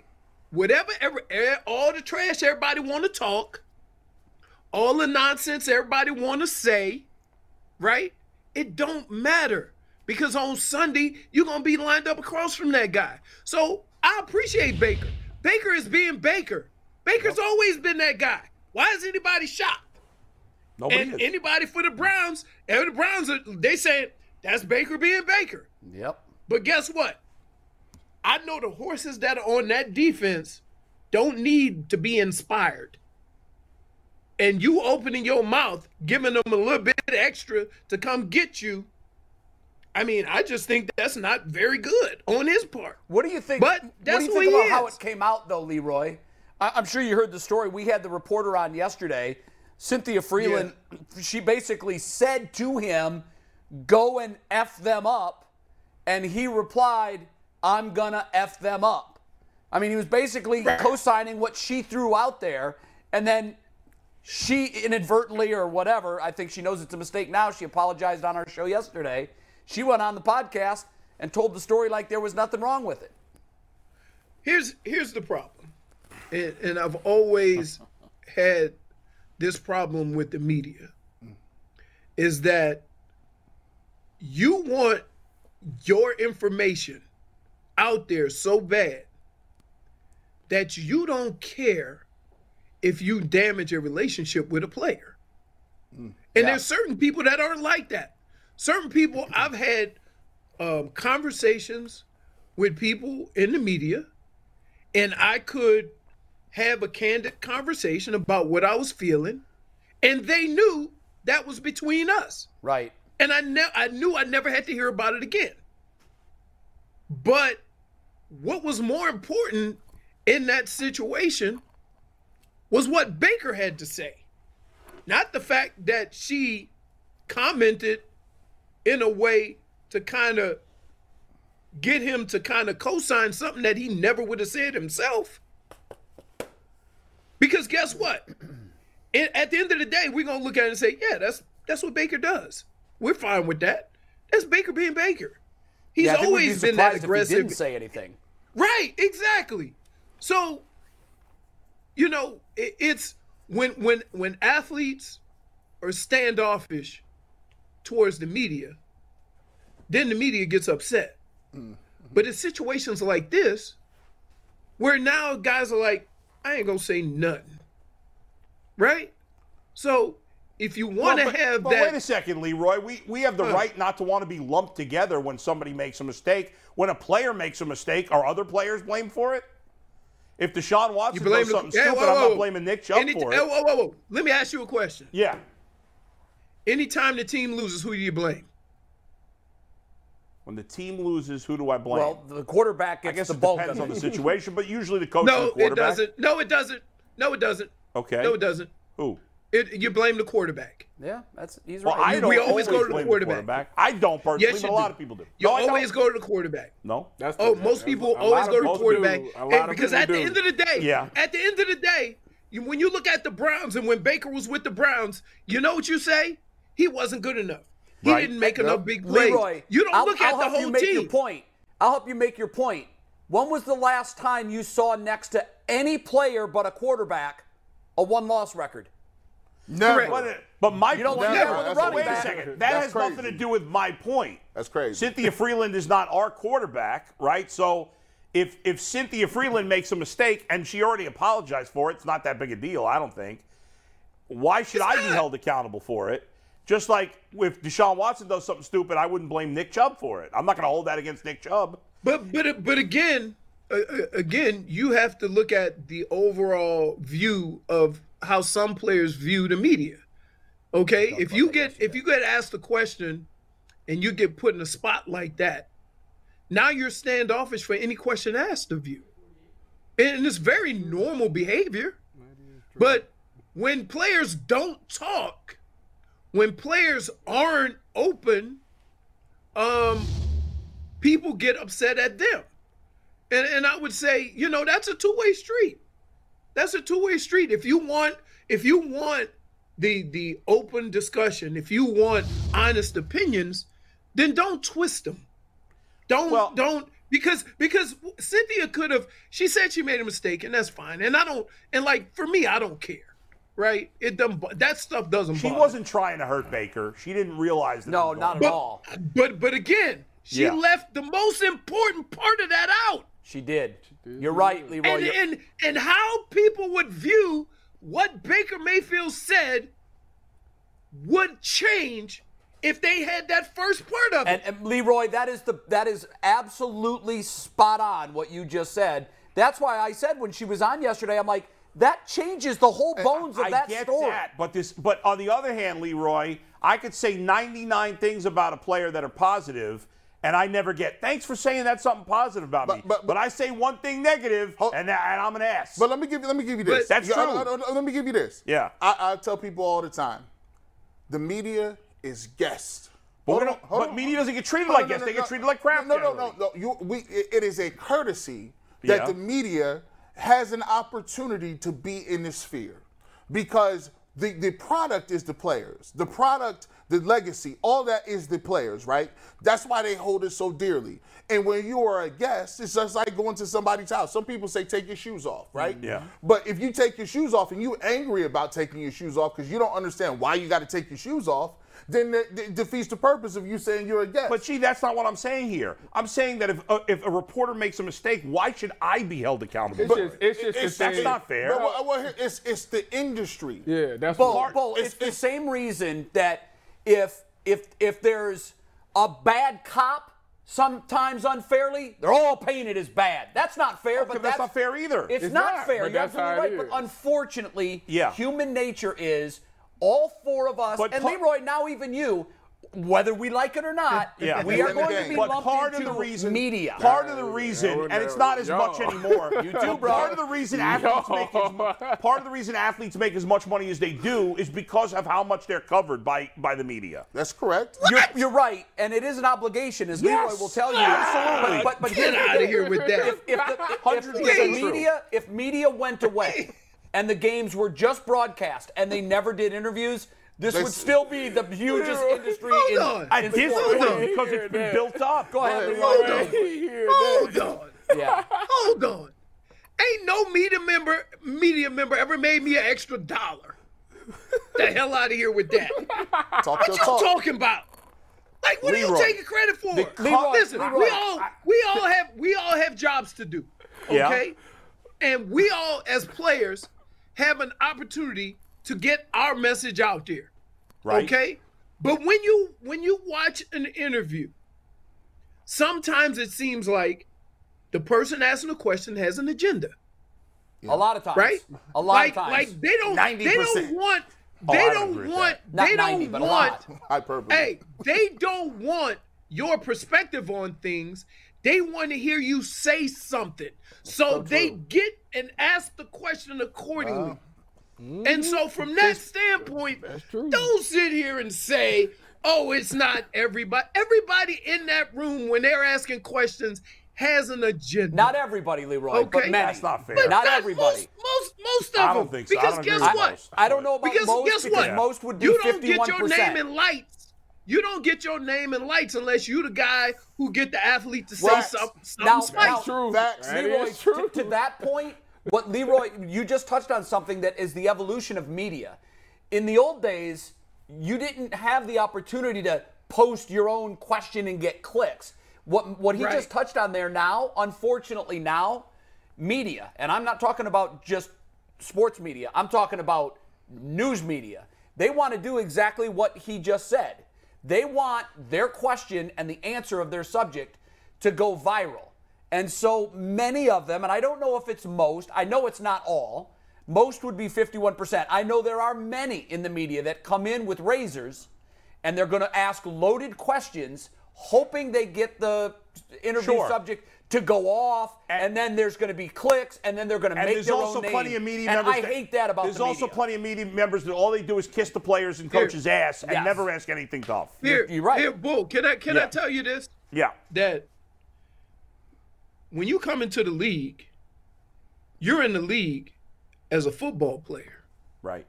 Speaker 6: whatever, every, eh, all the trash everybody want to talk, all the nonsense everybody want to say, right? It don't matter because on Sunday you're gonna be lined up across from that guy. So I appreciate Baker. Baker is being Baker. Baker's always been that guy. Why is anybody shocked?
Speaker 2: Nobody
Speaker 6: And
Speaker 2: is.
Speaker 6: anybody for the Browns, and the Browns are they saying that's Baker being Baker.
Speaker 7: Yep.
Speaker 6: But guess what? I know the horses that are on that defense don't need to be inspired. And you opening your mouth, giving them a little bit extra to come get you. I mean, I just think that's not very good on his part.
Speaker 1: What do you think?
Speaker 6: But
Speaker 1: what
Speaker 6: that's
Speaker 1: do you
Speaker 6: who
Speaker 1: think
Speaker 6: he
Speaker 1: about how
Speaker 6: is.
Speaker 1: it came out, though, Leroy? I, I'm sure you heard the story. We had the reporter on yesterday, Cynthia Freeland. She basically said to him, "Go and f them up," and he replied, "I'm gonna f them up." I mean, he was basically co-signing what she threw out there, and then she inadvertently or whatever, I think she knows it's a mistake now. She apologized on our show yesterday. She went on the podcast and told the story like there was nothing wrong with it.
Speaker 6: here's here's the problem and, and i've always had this problem with the media is that you want your information out there so bad that you don't care if you damage a relationship with a player and there's certain people that aren't like that certain people i've had um, conversations with people in the media and I could have a candid conversation about what I was feeling, and they knew that was between us.
Speaker 1: Right.
Speaker 6: And I ne- I knew I never had to hear about it again. But what was more important in that situation was what Baker had to say. Not the fact that she commented in a way to kind of get him to kind of co-sign something that he never would have said himself. Because guess what? <clears throat> And at the end of the day, we're gonna look at it and say, yeah, that's that's what Baker does. We're fine with that. That's Baker being Baker. He's
Speaker 1: Yeah, I think we'd be
Speaker 6: always been
Speaker 1: surprised
Speaker 6: that
Speaker 1: if he
Speaker 6: aggressive.
Speaker 1: didn't say anything.
Speaker 6: Right, exactly. So, you know, it, it's when when when athletes are standoffish towards the media, then the media gets upset.
Speaker 2: Mm-hmm.
Speaker 6: But in situations like this, where now guys are like, I ain't gonna say nothing. Right? So if you
Speaker 2: Well,
Speaker 6: want to
Speaker 2: but-
Speaker 6: have
Speaker 2: but
Speaker 6: that
Speaker 2: Wait a second, Leroy. We we have the right not to want to be lumped together when somebody makes a mistake. When a player makes a mistake, are other players blamed for it? If Deshaun Watson does something
Speaker 6: Hey,
Speaker 2: stupid,
Speaker 6: whoa,
Speaker 2: I'm
Speaker 6: whoa.
Speaker 2: not blaming Nick Chubb
Speaker 6: Any- eh,
Speaker 2: for
Speaker 6: hey,
Speaker 2: it.
Speaker 6: Whoa, whoa, whoa. Let me ask you a question.
Speaker 2: Yeah.
Speaker 6: Anytime the team loses, who do you blame?
Speaker 2: When the team loses, who do I blame?
Speaker 1: Well, the quarterback
Speaker 2: I
Speaker 1: gets
Speaker 2: guess
Speaker 1: the
Speaker 2: it
Speaker 1: bulk
Speaker 2: depends
Speaker 1: of
Speaker 2: on the
Speaker 1: it.
Speaker 2: situation, but usually the coach and
Speaker 6: No,
Speaker 2: the
Speaker 6: it
Speaker 2: quarterback.
Speaker 6: doesn't. No, it doesn't. No, it doesn't.
Speaker 2: Okay.
Speaker 6: No, it doesn't.
Speaker 2: Who?
Speaker 6: It, you blame the quarterback.
Speaker 1: Yeah, that's he's
Speaker 2: Well,
Speaker 1: right.
Speaker 2: I don't
Speaker 6: we always go to the
Speaker 2: blame
Speaker 6: quarterback.
Speaker 2: I don't personally,
Speaker 6: Yes,
Speaker 2: but
Speaker 6: you
Speaker 2: a lot
Speaker 6: do.
Speaker 2: of people do.
Speaker 6: You
Speaker 2: No, I don't.
Speaker 6: always go to the quarterback.
Speaker 2: No.
Speaker 3: That's the-
Speaker 6: Oh, most
Speaker 3: that's-
Speaker 6: people
Speaker 3: a
Speaker 6: always
Speaker 3: lot of
Speaker 6: go to the
Speaker 3: people
Speaker 6: quarterback
Speaker 3: do. A
Speaker 6: and-
Speaker 3: lot of
Speaker 6: because
Speaker 3: people
Speaker 6: at the
Speaker 3: do.
Speaker 6: end of the day,
Speaker 2: Yeah.
Speaker 6: at the end of the day, you- when you look at the Browns and when Baker was with the Browns, you know what you say? He wasn't good enough. He
Speaker 2: Right.
Speaker 6: didn't make enough big plays.
Speaker 1: Leroy,
Speaker 6: you don't
Speaker 1: I'll,
Speaker 6: look
Speaker 1: I'll
Speaker 6: at
Speaker 1: help
Speaker 6: the
Speaker 1: you
Speaker 6: whole
Speaker 1: make
Speaker 6: team.
Speaker 1: your point. I'll help you make your point. When was the last time you saw next to any player but a quarterback a one-loss record?
Speaker 5: Never.
Speaker 2: But, it- but my
Speaker 1: don't
Speaker 2: point,
Speaker 1: like
Speaker 5: that with
Speaker 2: But
Speaker 5: a running
Speaker 2: wait a
Speaker 5: back.
Speaker 2: second. That
Speaker 5: That's
Speaker 2: has
Speaker 5: crazy.
Speaker 2: nothing to do with my point.
Speaker 5: That's crazy.
Speaker 2: Cynthia Freeland is not our quarterback, right? So if if Cynthia Freeland makes a mistake and she already apologized for it, it's not that big a deal, I don't think. Why should I be
Speaker 6: not.
Speaker 2: held accountable for it? Just like if Deshaun Watson does something stupid, I wouldn't blame Nick Chubb for it. I'm not going to hold that against Nick Chubb.
Speaker 6: But but but again, uh, uh, again, you have to look at the overall view of how some players view the media. Okay, if you get if you get asked a question, and you get put in a spot like that, now you're standoffish for any question asked of you, and it's very normal behavior. But when players don't talk, when players aren't open, um, people get upset at them. And and I would say, you know, that's a two-way street. That's a two-way street. If you want if you want the the open discussion. If you want honest opinions, then don't twist them. Don't
Speaker 2: Well-
Speaker 6: don't because because Cynthia could have she said she made a mistake and that's fine. And I don't and like for me I don't care. Right? It doesn't bo- that stuff doesn't
Speaker 2: She
Speaker 6: bother me.
Speaker 2: wasn't trying to hurt Baker. She didn't realize that. it
Speaker 1: No,
Speaker 2: was
Speaker 1: not
Speaker 2: going-
Speaker 1: at all.
Speaker 6: But but again, she
Speaker 2: Yeah.
Speaker 6: left the most important part of that out.
Speaker 1: She did. You're right, Leroy.
Speaker 6: and
Speaker 1: You're-
Speaker 6: and and how people would view what Baker Mayfield said would change if they had that first part of it.
Speaker 1: And, and Leroy, that is the that is absolutely spot on what you just said. That's why I said when she was on yesterday, I'm like, that changes the whole bones of
Speaker 2: I
Speaker 1: that
Speaker 2: get
Speaker 1: story.
Speaker 2: that, but this, but on the other hand, Leroy, I could say 99 things about a player that are positive, and I never get thanks for saying that's something positive about me.
Speaker 5: But- but- but-
Speaker 2: I say one thing negative,
Speaker 5: Hold-
Speaker 2: and, and I'm an ass.
Speaker 5: But let me give you let me give you this.
Speaker 2: That's
Speaker 5: Yeah, I-
Speaker 2: true.
Speaker 5: I- I- let me give you this.
Speaker 2: Yeah.
Speaker 5: I, I tell people all the time, the media is guests.
Speaker 2: But, we
Speaker 5: Hold
Speaker 2: don't-
Speaker 5: on, hold
Speaker 2: but
Speaker 5: on.
Speaker 2: media doesn't get treated
Speaker 5: No,
Speaker 2: like
Speaker 5: no,
Speaker 2: guests;
Speaker 5: no,
Speaker 2: they
Speaker 5: no,
Speaker 2: get
Speaker 5: no.
Speaker 2: treated like crap.
Speaker 5: No, no, no,
Speaker 2: generally.
Speaker 5: no. You, we, it- it is a courtesy that
Speaker 2: Yeah.
Speaker 5: the media has an opportunity to be in this sphere because the, the product is the players. The product, the legacy, all that is the players, right? That's why they hold it so dearly. And when you are a guest, it's just like going to somebody's house. Some people say, take your shoes off, right?
Speaker 2: Mm, Yeah.
Speaker 5: But if you take your shoes off and you angry about taking your shoes off because you don't understand why you got to take your shoes off, then it, it defeats the purpose of you saying you're a guest.
Speaker 2: But see, that's not what I'm saying here. I'm saying that if a, if a reporter makes a mistake, why should I be held accountable?
Speaker 3: It's
Speaker 2: for
Speaker 3: just,
Speaker 2: it?
Speaker 3: it's just
Speaker 5: It's-
Speaker 3: the
Speaker 2: that's
Speaker 3: thing.
Speaker 2: not fair.
Speaker 5: But well, well, here- it's it's the industry.
Speaker 3: Yeah, that's
Speaker 1: Bull,
Speaker 3: what.
Speaker 1: Bull, it's,
Speaker 5: it's-
Speaker 1: the
Speaker 5: it's-
Speaker 1: same reason that if if if there's a bad cop, sometimes unfairly, they're all painted as bad. That's not fair, but
Speaker 2: that's not fair either.
Speaker 1: It's,
Speaker 3: It's
Speaker 1: not,
Speaker 3: not,
Speaker 1: fair.
Speaker 3: but
Speaker 1: You're
Speaker 3: that's how
Speaker 1: absolutely right.
Speaker 3: it
Speaker 1: But
Speaker 3: is.
Speaker 1: unfortunately,
Speaker 2: Yeah.
Speaker 1: human nature is all four of us,
Speaker 2: But
Speaker 1: and
Speaker 2: pa-
Speaker 1: Leroy, now even you, whether we like it or not,
Speaker 2: <laughs> Yeah.
Speaker 1: we are
Speaker 5: Blame the
Speaker 1: going to
Speaker 5: game.
Speaker 1: be
Speaker 2: but
Speaker 1: lumped
Speaker 2: part of
Speaker 1: into
Speaker 2: the reason,
Speaker 1: media.
Speaker 2: part of the reason,
Speaker 3: Yo,
Speaker 2: and it's
Speaker 3: yo,
Speaker 2: not as
Speaker 3: yo.
Speaker 2: much anymore. You do,
Speaker 1: bro.
Speaker 2: Part of the reason athletes
Speaker 3: Yo.
Speaker 2: make as, part of the reason athletes make as much money as they do is because of how much they're covered by by the media.
Speaker 5: That's correct.
Speaker 1: you're, <laughs> you're right, and it is an obligation, as Leroy
Speaker 2: Yes.
Speaker 1: will tell you.
Speaker 2: Absolutely.
Speaker 1: But, but, but
Speaker 6: Get
Speaker 1: here's the
Speaker 6: outta
Speaker 1: thing.
Speaker 6: here with that.
Speaker 1: If, if the,
Speaker 6: <laughs>
Speaker 1: if- if
Speaker 2: 100%
Speaker 1: the
Speaker 2: true.
Speaker 1: media, if media went away, and the games were just broadcast, and they never did interviews, this would
Speaker 5: That's-
Speaker 1: still be the hugest industry in,
Speaker 6: Hold on.
Speaker 2: At
Speaker 1: in
Speaker 2: this
Speaker 1: sports.
Speaker 6: Hold on.
Speaker 2: point, because it's been built up.
Speaker 1: Go ahead, Leroy.
Speaker 6: Hold on. Hold on.
Speaker 1: Yeah.
Speaker 6: Hold on. Ain't no media member media member ever made me an extra dollar. the hell out of here with that. What
Speaker 5: Talk your
Speaker 6: you
Speaker 5: talk.
Speaker 6: talking about? Like what are
Speaker 2: Leroy.
Speaker 6: you taking credit for?
Speaker 1: Leroy,
Speaker 6: Listen,
Speaker 1: Leroy,
Speaker 6: we all we all have we all have jobs to do.
Speaker 2: Yeah.
Speaker 6: Okay? And we all as players have an opportunity to get our message out there.
Speaker 2: Right?
Speaker 6: Okay? But when you when you watch an interview, sometimes it seems like the person asking the question has an agenda,
Speaker 1: A lot of times.
Speaker 6: right?
Speaker 1: A lot
Speaker 6: like,
Speaker 1: of times.
Speaker 6: Like they don't they
Speaker 5: 90%.
Speaker 6: don't want
Speaker 2: Oh,
Speaker 6: they
Speaker 2: I agree
Speaker 6: don't
Speaker 2: with
Speaker 6: want
Speaker 2: that.
Speaker 1: Not
Speaker 6: they
Speaker 1: 90, but
Speaker 6: don't
Speaker 1: a
Speaker 6: want
Speaker 1: lot.
Speaker 5: Hyperbole.
Speaker 6: hey, they don't want your perspective on things. They want to hear you say something. So, they get and ask the question accordingly.
Speaker 2: Ah.
Speaker 6: And
Speaker 2: Mm-hmm.
Speaker 6: so from that standpoint, don't sit here and say, "Oh, it's not everybody." Everybody in that room when they're asking questions has an agenda.
Speaker 1: Not everybody, Leroy,
Speaker 6: Okay.
Speaker 1: but many.
Speaker 2: That's not fair.
Speaker 6: But
Speaker 1: not
Speaker 6: that's
Speaker 1: everybody.
Speaker 6: Most, most, most of
Speaker 2: I
Speaker 6: them.
Speaker 2: don't think so. I
Speaker 6: Because
Speaker 2: don't agree
Speaker 6: guess
Speaker 2: with
Speaker 6: what?
Speaker 2: most.
Speaker 1: I don't know about
Speaker 6: Because
Speaker 1: most
Speaker 6: guess
Speaker 1: because
Speaker 6: what?
Speaker 1: most would be
Speaker 6: you don't
Speaker 1: 51%.
Speaker 6: get your name in lights. You don't get your name in lights unless you the guy who get the athlete to say
Speaker 1: Well,
Speaker 6: something, something
Speaker 1: now-
Speaker 6: spicy.
Speaker 1: now-
Speaker 3: True.
Speaker 5: Facts.
Speaker 3: That
Speaker 1: Leroy,
Speaker 3: is true.
Speaker 1: To, to that point, what Leroy, you just touched on something that is the evolution of media. In the old days, you didn't have the opportunity to post your own question and get clicks. What what he
Speaker 6: Right.
Speaker 1: just touched on there now, unfortunately now, media, and I'm not talking about just sports media. I'm talking about news media. They want to do exactly what he just said. They want their question and the answer of their subject to go viral. And so many of them, and I don't know if it's most, I know it's not all, most would be 51%. I know there are many in the media that come in with razors and they're going to ask loaded questions, hoping they get the interview
Speaker 2: Sure.
Speaker 1: subject to go off, and,
Speaker 2: And-
Speaker 1: then there's going to be clicks, and then they're going to
Speaker 2: And
Speaker 1: make
Speaker 2: there's
Speaker 1: their
Speaker 2: also
Speaker 1: own name.
Speaker 2: plenty of media
Speaker 1: and
Speaker 2: members.
Speaker 1: I hate that about
Speaker 2: There's
Speaker 1: the
Speaker 2: also
Speaker 1: media.
Speaker 2: plenty of media members that all they do is kiss the players and coaches' ass and
Speaker 1: Yes.
Speaker 2: never ask anything tough.
Speaker 6: Here,
Speaker 1: you're right.
Speaker 6: Here, Bull, can I can I
Speaker 2: Yeah.
Speaker 6: tell you this?
Speaker 2: Yeah.
Speaker 6: That when you come into the league, you're in the league as a football player.
Speaker 2: Right.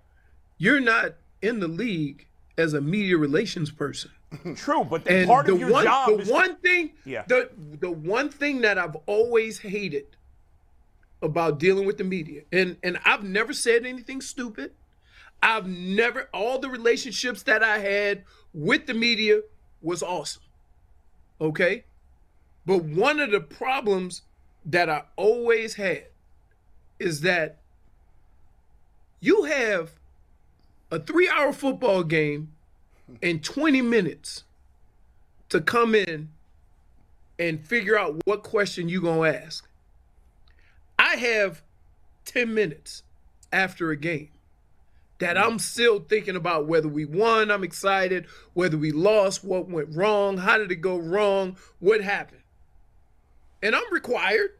Speaker 6: You're not in the league as a media relations person.
Speaker 1: Hmm.
Speaker 2: True, but
Speaker 6: And
Speaker 2: part
Speaker 6: the
Speaker 2: of your
Speaker 6: one,
Speaker 2: job
Speaker 6: the
Speaker 2: is
Speaker 6: one thing,
Speaker 2: Yeah.
Speaker 6: the the one thing that I've always hated about dealing with the media, and and I've never said anything stupid. I've never all the relationships that I had with the media was awesome. Okay, but one of the problems that I always had is that you have a three-hour football game in 20 minutes to come in and figure out what question you're going to ask. I have 10 minutes after a game that I'm still thinking about whether we won, I'm excited, whether we lost, what went wrong, how did it go wrong, what happened. And I'm required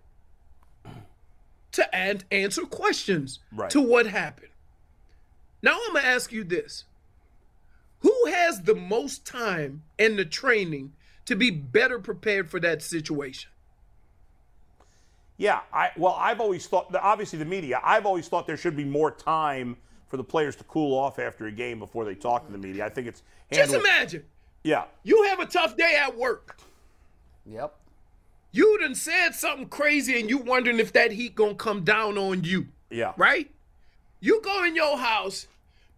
Speaker 6: to an- answer questions
Speaker 2: Right.
Speaker 6: to what happened. Now I'm going to ask you this who has the most time and the training to be better prepared for that situation?
Speaker 2: Yeah, I well, I've always thought the- obviously the media. I've always thought there should be more time for the players to cool off after a game before they talk to the media. I think it's
Speaker 6: Just
Speaker 2: handled-
Speaker 6: imagine
Speaker 2: Yeah,
Speaker 6: you have a tough day at work.
Speaker 2: <laughs>
Speaker 1: Yep.
Speaker 6: You done said something crazy and you wondering if that heat gonna come down on you,
Speaker 2: yeah,
Speaker 6: right? You go in your house,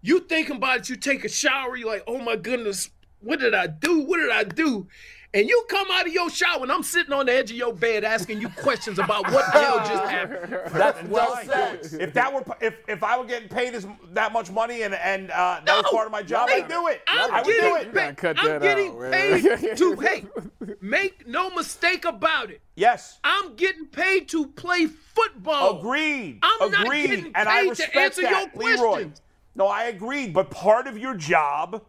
Speaker 6: you thinking about it, you take a shower, you're like, oh my goodness, what did I do? What did I do? And you come out of your shower and I'm sitting on the edge of your bed asking you questions about what the
Speaker 2: <laughs>
Speaker 6: hell just happened.
Speaker 1: That's well
Speaker 2: Fine.
Speaker 1: said.
Speaker 2: If that were if if I were getting paid as, that much money and and uh, that was
Speaker 6: No,
Speaker 2: part of my job,
Speaker 6: no.
Speaker 2: I'd do it.
Speaker 6: I'm
Speaker 2: I would
Speaker 6: getting
Speaker 2: do it.
Speaker 3: gotta
Speaker 6: paid.
Speaker 3: cut
Speaker 6: I'm
Speaker 3: that
Speaker 6: getting
Speaker 3: out, man.
Speaker 6: paid
Speaker 3: <laughs>
Speaker 6: to hate. Make no mistake about it.
Speaker 2: Yes,
Speaker 6: I'm getting paid to play football.
Speaker 2: agreed.
Speaker 6: I'm not
Speaker 2: agreed,
Speaker 6: getting
Speaker 2: and I
Speaker 6: paid to
Speaker 2: respect
Speaker 6: answer your
Speaker 2: that, Leroy.
Speaker 6: questions.
Speaker 2: No, I agreed. But part of your job,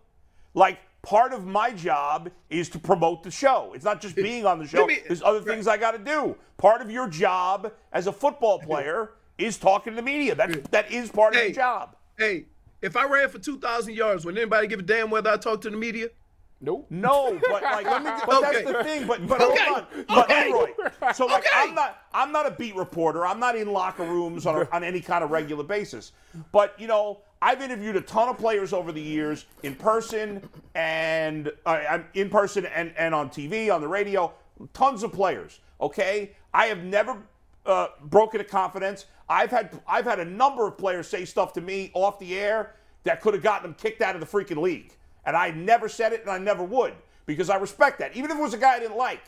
Speaker 2: like part of my job, is to promote the show. It's not just being
Speaker 6: <laughs>
Speaker 2: on the show.
Speaker 6: me-
Speaker 2: There's other things I got to do. Part of your job as a
Speaker 6: <laughs>
Speaker 2: football player is talking to the media. That that is part of
Speaker 6: Hey.
Speaker 2: your job.
Speaker 6: Hey, if I ran for 2,000 yards, would anybody give a damn whether I talk to the media? <laughs>
Speaker 3: Nope.
Speaker 2: No, but like, but
Speaker 6: okay.
Speaker 2: that's the thing. But but
Speaker 6: Okay,
Speaker 2: hold on, but
Speaker 6: okay.
Speaker 2: Leroy. So like,
Speaker 6: Okay.
Speaker 2: I'm not I'm not a beat reporter. I'm not in locker rooms on, a, on any kind of regular basis. But you know, I've interviewed a ton of players over the years in person and uh, I'm in person and and on TV on the radio. Tons of players. Okay, I have never uh, broken a confidence. I've had I've had a number of players say stuff to me off the air that could have gotten them kicked out of the freaking league. And I never said it and I never would because I respect that. Even if it was a guy I didn't like.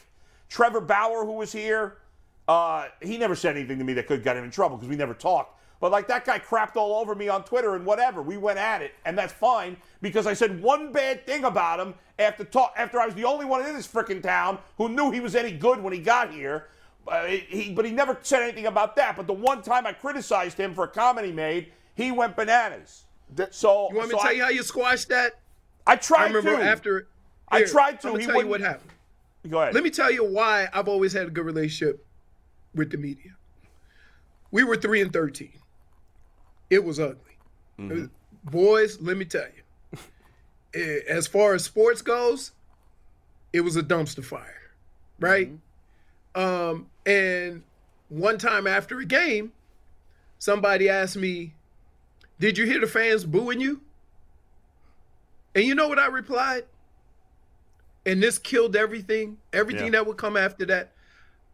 Speaker 2: Trevor Bauer, who was here, uh, he never said anything to me that could have got him in trouble because we never talked. But like that guy crapped all over me on Twitter and whatever. We went at it, and that's fine because I said one bad thing about him after talk after I was the only one in this freaking town who knew he was any good when he got here. Uh, he, but he never said anything about that. But the one time I criticized him for a comment he made, he went bananas.
Speaker 5: That-
Speaker 2: So
Speaker 6: You want me
Speaker 2: so
Speaker 6: to tell
Speaker 2: I,
Speaker 6: you how you squashed that?
Speaker 2: I tried
Speaker 6: I remember
Speaker 2: to.
Speaker 6: after.
Speaker 2: I tried to,
Speaker 6: I'm
Speaker 2: he
Speaker 6: gonna tell you
Speaker 2: wouldn't-
Speaker 6: what happened.
Speaker 2: Go ahead.
Speaker 6: Let me tell you why I've always had a good relationship with the media. We were three and thirteen. It was ugly. It was- boys, let me tell you. eh, As far as sports goes, it was a dumpster fire, right? Um, and one time after a game, somebody asked me, "Did you hear the fans booing you?" And you know what I replied? and this killed everything, everything
Speaker 2: Yeah.
Speaker 6: that would come after that,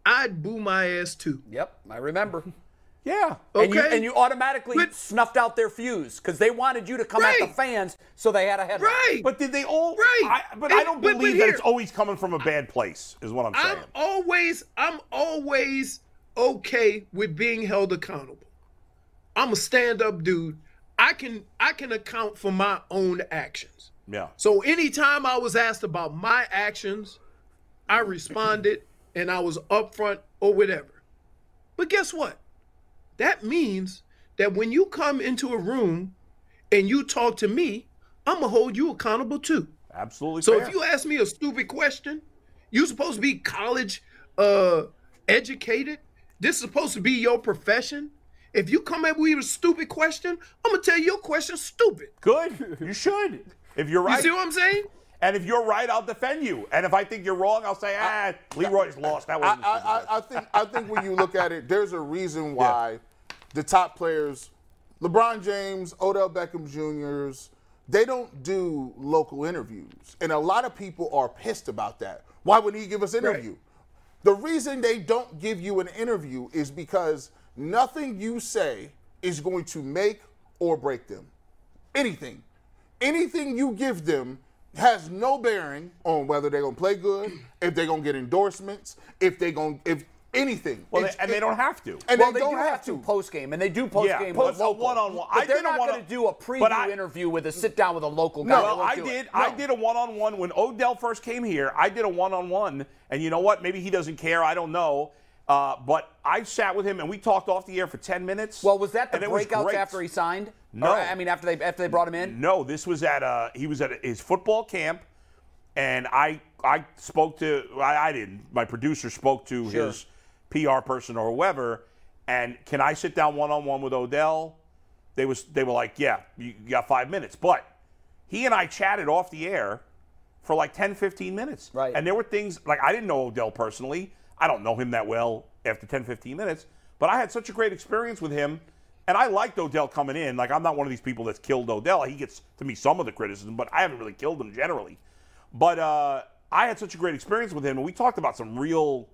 Speaker 6: I'd boo my ass too.
Speaker 1: Yep, I remember.
Speaker 2: <laughs> yeah.
Speaker 1: And, you,
Speaker 6: Okay.
Speaker 1: and you automatically
Speaker 6: But-
Speaker 1: snuffed out their fuse because they wanted you to come at the
Speaker 6: Right.
Speaker 1: fans, so they had a headline.
Speaker 6: Right.
Speaker 2: But did they all?
Speaker 6: Right.
Speaker 2: I, but I
Speaker 6: And-
Speaker 2: don't
Speaker 6: but-
Speaker 2: believe
Speaker 6: but
Speaker 2: that
Speaker 6: here-
Speaker 2: it's always coming from a bad place. Is what I'm saying.
Speaker 6: I'm always, I'm always okay with being held accountable. I'm a stand-up dude. I can I can account for my own actions.
Speaker 2: yeah.
Speaker 6: So anytime I was asked about my actions, I responded and I was upfront or whatever. But guess what? That means that when you come into a room and you talk to me, I'm gonna hold you accountable too.
Speaker 2: Absolutely.
Speaker 6: So
Speaker 2: fair.
Speaker 6: if you ask me a stupid question, you're supposed to be college uh, educated. This is supposed to be your profession. If you come at me with a stupid question, I'm gonna tell you your question's stupid.
Speaker 2: good, you should. If you're
Speaker 6: You
Speaker 2: right,
Speaker 6: see what I'm saying?
Speaker 2: and if you're right, I'll defend you. And if I think you're wrong, I'll say, ah, Leroy's lost. That wasn't. his
Speaker 5: I, I, I think I think when you look at it, there's a reason why the top players, LeBron James, Odell Beckham Jr.'s, they don't do local interviews. And a lot of people are pissed about that. Why wouldn't he give us an interview? The reason they don't give you an interview is because nothing you say is going to make or break them. Anything. Anything you give them has no bearing on whether they're gonna play good, if they're gonna get endorsements, if they're gonna if anything.
Speaker 2: Well,
Speaker 5: It's-
Speaker 2: they- and they don't have to.
Speaker 5: And
Speaker 1: well,
Speaker 5: they,
Speaker 1: they,
Speaker 5: don't
Speaker 1: do
Speaker 5: have, to.
Speaker 1: post game, and they do post game.
Speaker 2: post- well, one-on-one. I
Speaker 1: But they're
Speaker 2: did a
Speaker 1: not
Speaker 2: one-on-
Speaker 1: going to do a preview
Speaker 2: but I-
Speaker 1: interview with a sit down with a local guy.
Speaker 2: No,
Speaker 1: They
Speaker 2: well,
Speaker 1: won't
Speaker 2: I
Speaker 1: do it.
Speaker 2: did.
Speaker 1: No.
Speaker 2: I did a one-on-one when Odell first came here. I did a one-on-one, and you know what? Maybe he doesn't care. I don't know. Uh, but I sat with him, and we talked off the air for ten minutes.
Speaker 1: Well, was that the
Speaker 2: and it was
Speaker 1: breakouts
Speaker 2: great.
Speaker 1: after he signed?
Speaker 2: No.
Speaker 1: Or, I mean after they after they brought him in.
Speaker 2: No, this was at uh he was at his football camp, and I I spoke to I, I didn't my producer spoke to
Speaker 1: Sure.
Speaker 2: his PR person or whoever, and can I sit down one on one with Odell? They was they were like yeah you you got five minutes, but he and I chatted off the air for like 10, 15 minutes,
Speaker 1: Right.
Speaker 2: And there were things like I didn't know Odell personally. I don't know him that well after 10, 15 minutes, but I had such a great experience with him. And I liked Odell coming in. Like, I'm not one of these people that's killed Odell. He gets to me some of the criticism, but I haven't really killed him generally. But uh, I had such a great experience with him, and we talked about some real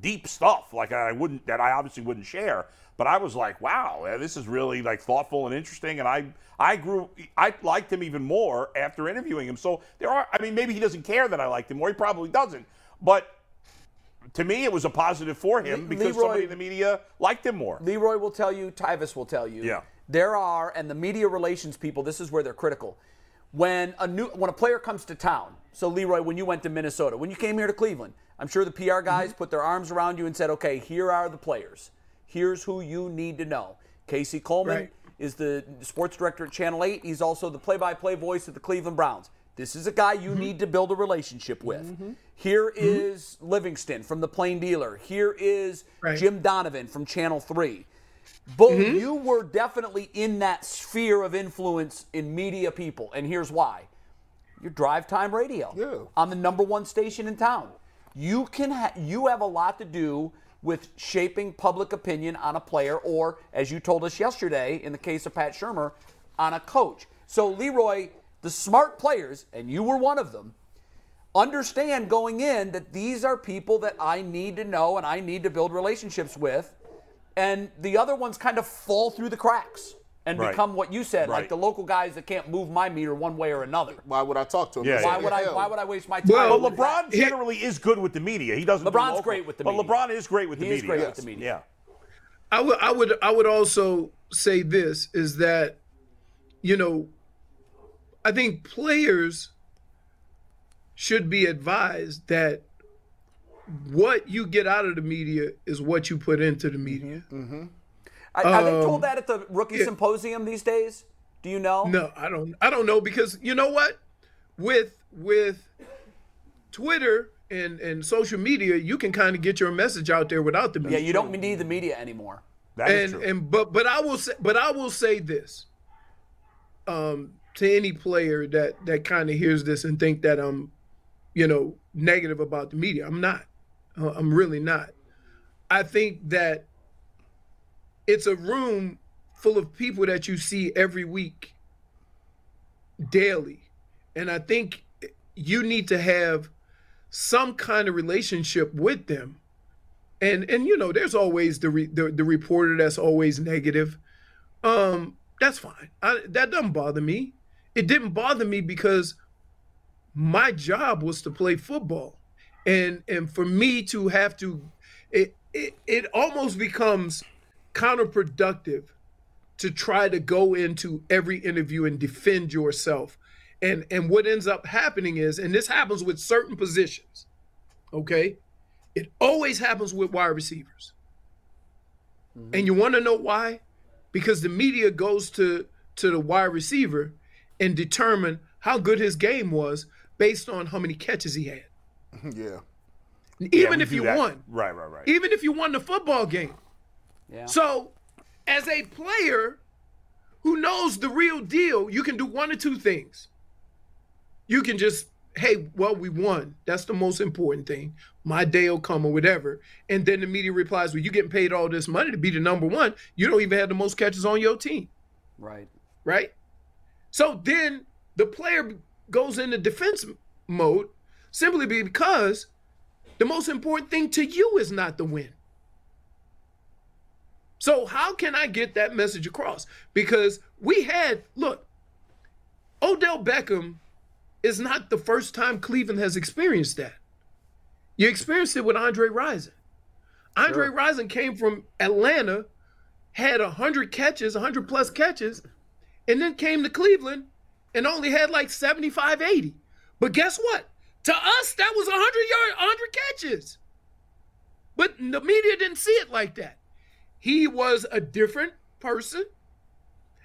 Speaker 2: deep stuff. Like, I wouldn't, that I obviously wouldn't share. But I was like, wow, yeah, this is really like thoughtful and interesting. And I, I grew, I liked him even more after interviewing him. So there are, I mean, maybe he doesn't care that I liked him, or he probably doesn't. But to me, it was a positive for him
Speaker 1: Le-
Speaker 2: because
Speaker 1: Leroy-
Speaker 2: somebody in the media liked him more.
Speaker 1: Leroy will tell you, Tyvis will tell you.
Speaker 2: Yeah.
Speaker 1: There are, and the media relations people, this is where they're critical. When a new when a player comes to town, so Leroy, when you went to Minnesota, when you came here to Cleveland, I'm sure the PR guys
Speaker 6: Mm-hmm.
Speaker 1: put their arms around you and said, okay, here are the players. Here's who you need to know. Casey Coleman
Speaker 6: Right.
Speaker 1: is the sports director at Channel 8. He's also the play by play voice of the Cleveland Browns. This is a guy
Speaker 6: Mm-hmm.
Speaker 1: you need to build a relationship with. Here is Livingston from the Plain Dealer. Here is
Speaker 6: Right.
Speaker 1: Jim Donovan from Channel 3. Bull, you were definitely in that sphere of influence in media people, and here's why. Your drive time radio.
Speaker 5: Yeah.
Speaker 1: I'm the number one station in town. You can ha- you have a lot to do with shaping public opinion on a player, or as you told us yesterday, in the case of Pat Shermer, on a coach. So Leroy, the smart players, and you were one of them, understand going in that these are people that I need to know and I need to build relationships with, and the other ones kind of fall through the cracks and
Speaker 2: Right.
Speaker 1: become what you said, like
Speaker 2: Right.
Speaker 1: the local guys that can't move my meter one way or another.
Speaker 5: Why would I talk to him?
Speaker 2: Yeah,
Speaker 5: It's
Speaker 2: yeah,
Speaker 1: Why
Speaker 5: like,
Speaker 1: would I?
Speaker 5: hell.
Speaker 1: Why would I waste my time?
Speaker 6: Well,
Speaker 1: with
Speaker 2: But LeBron
Speaker 1: that?
Speaker 2: generally is good with the media. He doesn't. do
Speaker 1: LeBron's
Speaker 2: local,
Speaker 1: great with the
Speaker 2: but
Speaker 1: media.
Speaker 2: LeBron is great with the
Speaker 1: He
Speaker 2: media.
Speaker 1: is great with the media.
Speaker 2: Yeah.
Speaker 6: I would I would I would also say this is that you know I think players should be advised that what you get out of the media is what you put into the media.
Speaker 1: I, are they told that at the rookie symposium these days? Do you know?
Speaker 6: um, No, I don't I don't know because you know what? With with Twitter and and social media, you can kind of get your message out there without the
Speaker 1: Yeah,
Speaker 6: media.
Speaker 1: you don't need the media anymore.
Speaker 2: That is
Speaker 6: and
Speaker 2: true.
Speaker 6: and but but I will say but I will say this um to any player that that kind of hears this and think that I'm you know negative about the media I'm not Uh, I'm really not I think that it's a room full of people that you see every week daily and I think you need to have some kind of relationship with them and and you know there's always the re, the, the reporter that's always negative um that's fine I, that doesn't bother me it didn't bother me because my job was to play football and and for me to have to it it, it almost becomes counterproductive to try to go into every interview and defend yourself and and what ends up happening is and this happens with certain positions okay it always happens with wide receivers. And you want to know why? Because the media goes to to the wide receiver and determine how good his game was based on how many catches he had.
Speaker 5: <laughs> Yeah.
Speaker 2: Yeah,
Speaker 6: Even
Speaker 2: we
Speaker 6: if
Speaker 2: do
Speaker 6: you
Speaker 2: that.
Speaker 6: won,
Speaker 2: Right, right, right.
Speaker 6: even if you won the football game.
Speaker 1: Yeah.
Speaker 6: So, as a player who knows the real deal, you can do one or two things. You can just, hey, well, we won. That's the most important thing. My day will come or whatever. And then the media replies, well, you're getting paid all this money to be the number one. You don't even have the most catches on your team
Speaker 1: Right.
Speaker 6: right? So then the player goes into defense mode simply because the most important thing to you is not the win. So how can I get that message across? Because we had look, Odell Beckham is not the first time Cleveland has experienced that. You experienced it with Andre Rison. Andre Rison came from Atlanta, had 100 catches, 100 plus catches, and then came to Cleveland and only had like 75, 80. But guess what? To us, that was 100 yard, 100 catches. But the media didn't see it like that. He was a different person.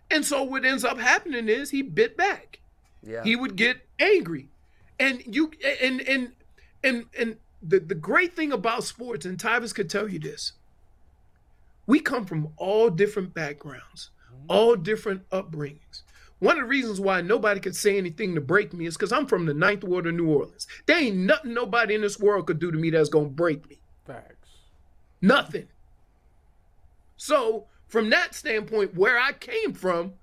Speaker 6: And so what ends up happening is he bit back.
Speaker 1: Yeah.
Speaker 6: He would get angry. And you and and and and the, the great thing about sports, and Tyvis could tell you this, we come from all different backgrounds, all different upbringings. One of the reasons why nobody could say anything to break me is because I'm from the ninth ward of New Orleans. There ain't nothing nobody in this world could do to me that's gonna break me.
Speaker 3: Facts.
Speaker 6: Nothing. So, from that standpoint, where I came from,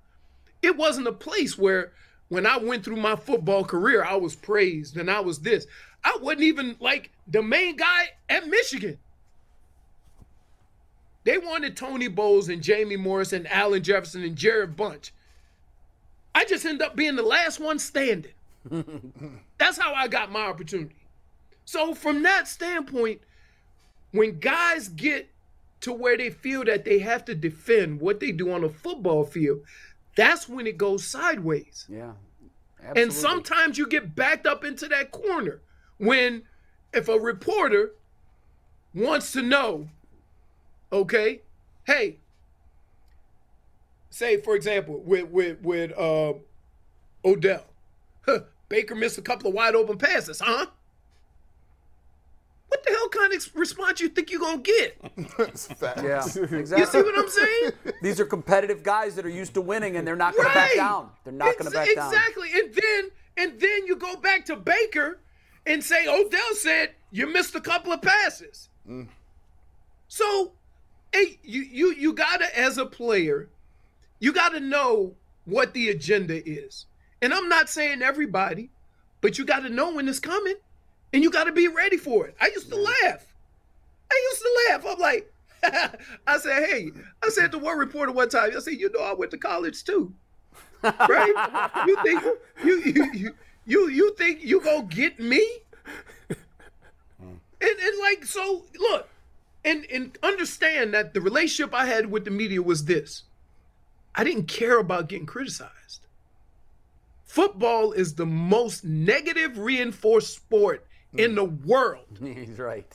Speaker 6: it wasn't a place where when I went through my football career, I was praised and I was this. I wasn't even like the main guy at Michigan. They wanted Tony Bowles and Jamie Morris and Allen Jefferson and Jared Bunch. I just ended up being the last one standing. That's how I got my opportunity. So, from that standpoint, when guys get to where they feel that they have to defend what they do on a football field, that's when it goes sideways.
Speaker 1: Yeah.
Speaker 6: And sometimes you get backed up into that corner when, if a reporter wants to know, okay, hey, say for example with with with uh, Odell, huh, Baker missed a couple of wide open passes, huh? What the hell kind of response you think you're gonna get?
Speaker 5: That's facts.
Speaker 1: Yeah,
Speaker 6: <laughs>
Speaker 5: <laughs>
Speaker 6: You see
Speaker 1: exactly.
Speaker 6: what I'm saying?
Speaker 1: These are competitive guys that are used to winning, and they're not going to back down. They're not going to
Speaker 6: Ex-
Speaker 1: back down.
Speaker 6: Exactly. And then and then you go back to Baker and say Odell said you missed a couple of passes.
Speaker 1: Mm.
Speaker 6: So, hey, you you you gotta as a player, you gotta know what the agenda is. And I'm not saying everybody, but you gotta know when it's coming, and you gotta be ready for it. I used to laugh. I used to laugh. I'm like. <laughs> I said, hey, I said to one reporter one time, I said, you know, I went to college too right? You think you you you you, you think you gonna get me? And and like so, look, and and understand that the relationship I had with the media was this: I didn't care about getting criticized. Football is the most negative reinforced sport in the world.
Speaker 1: <laughs> He's right.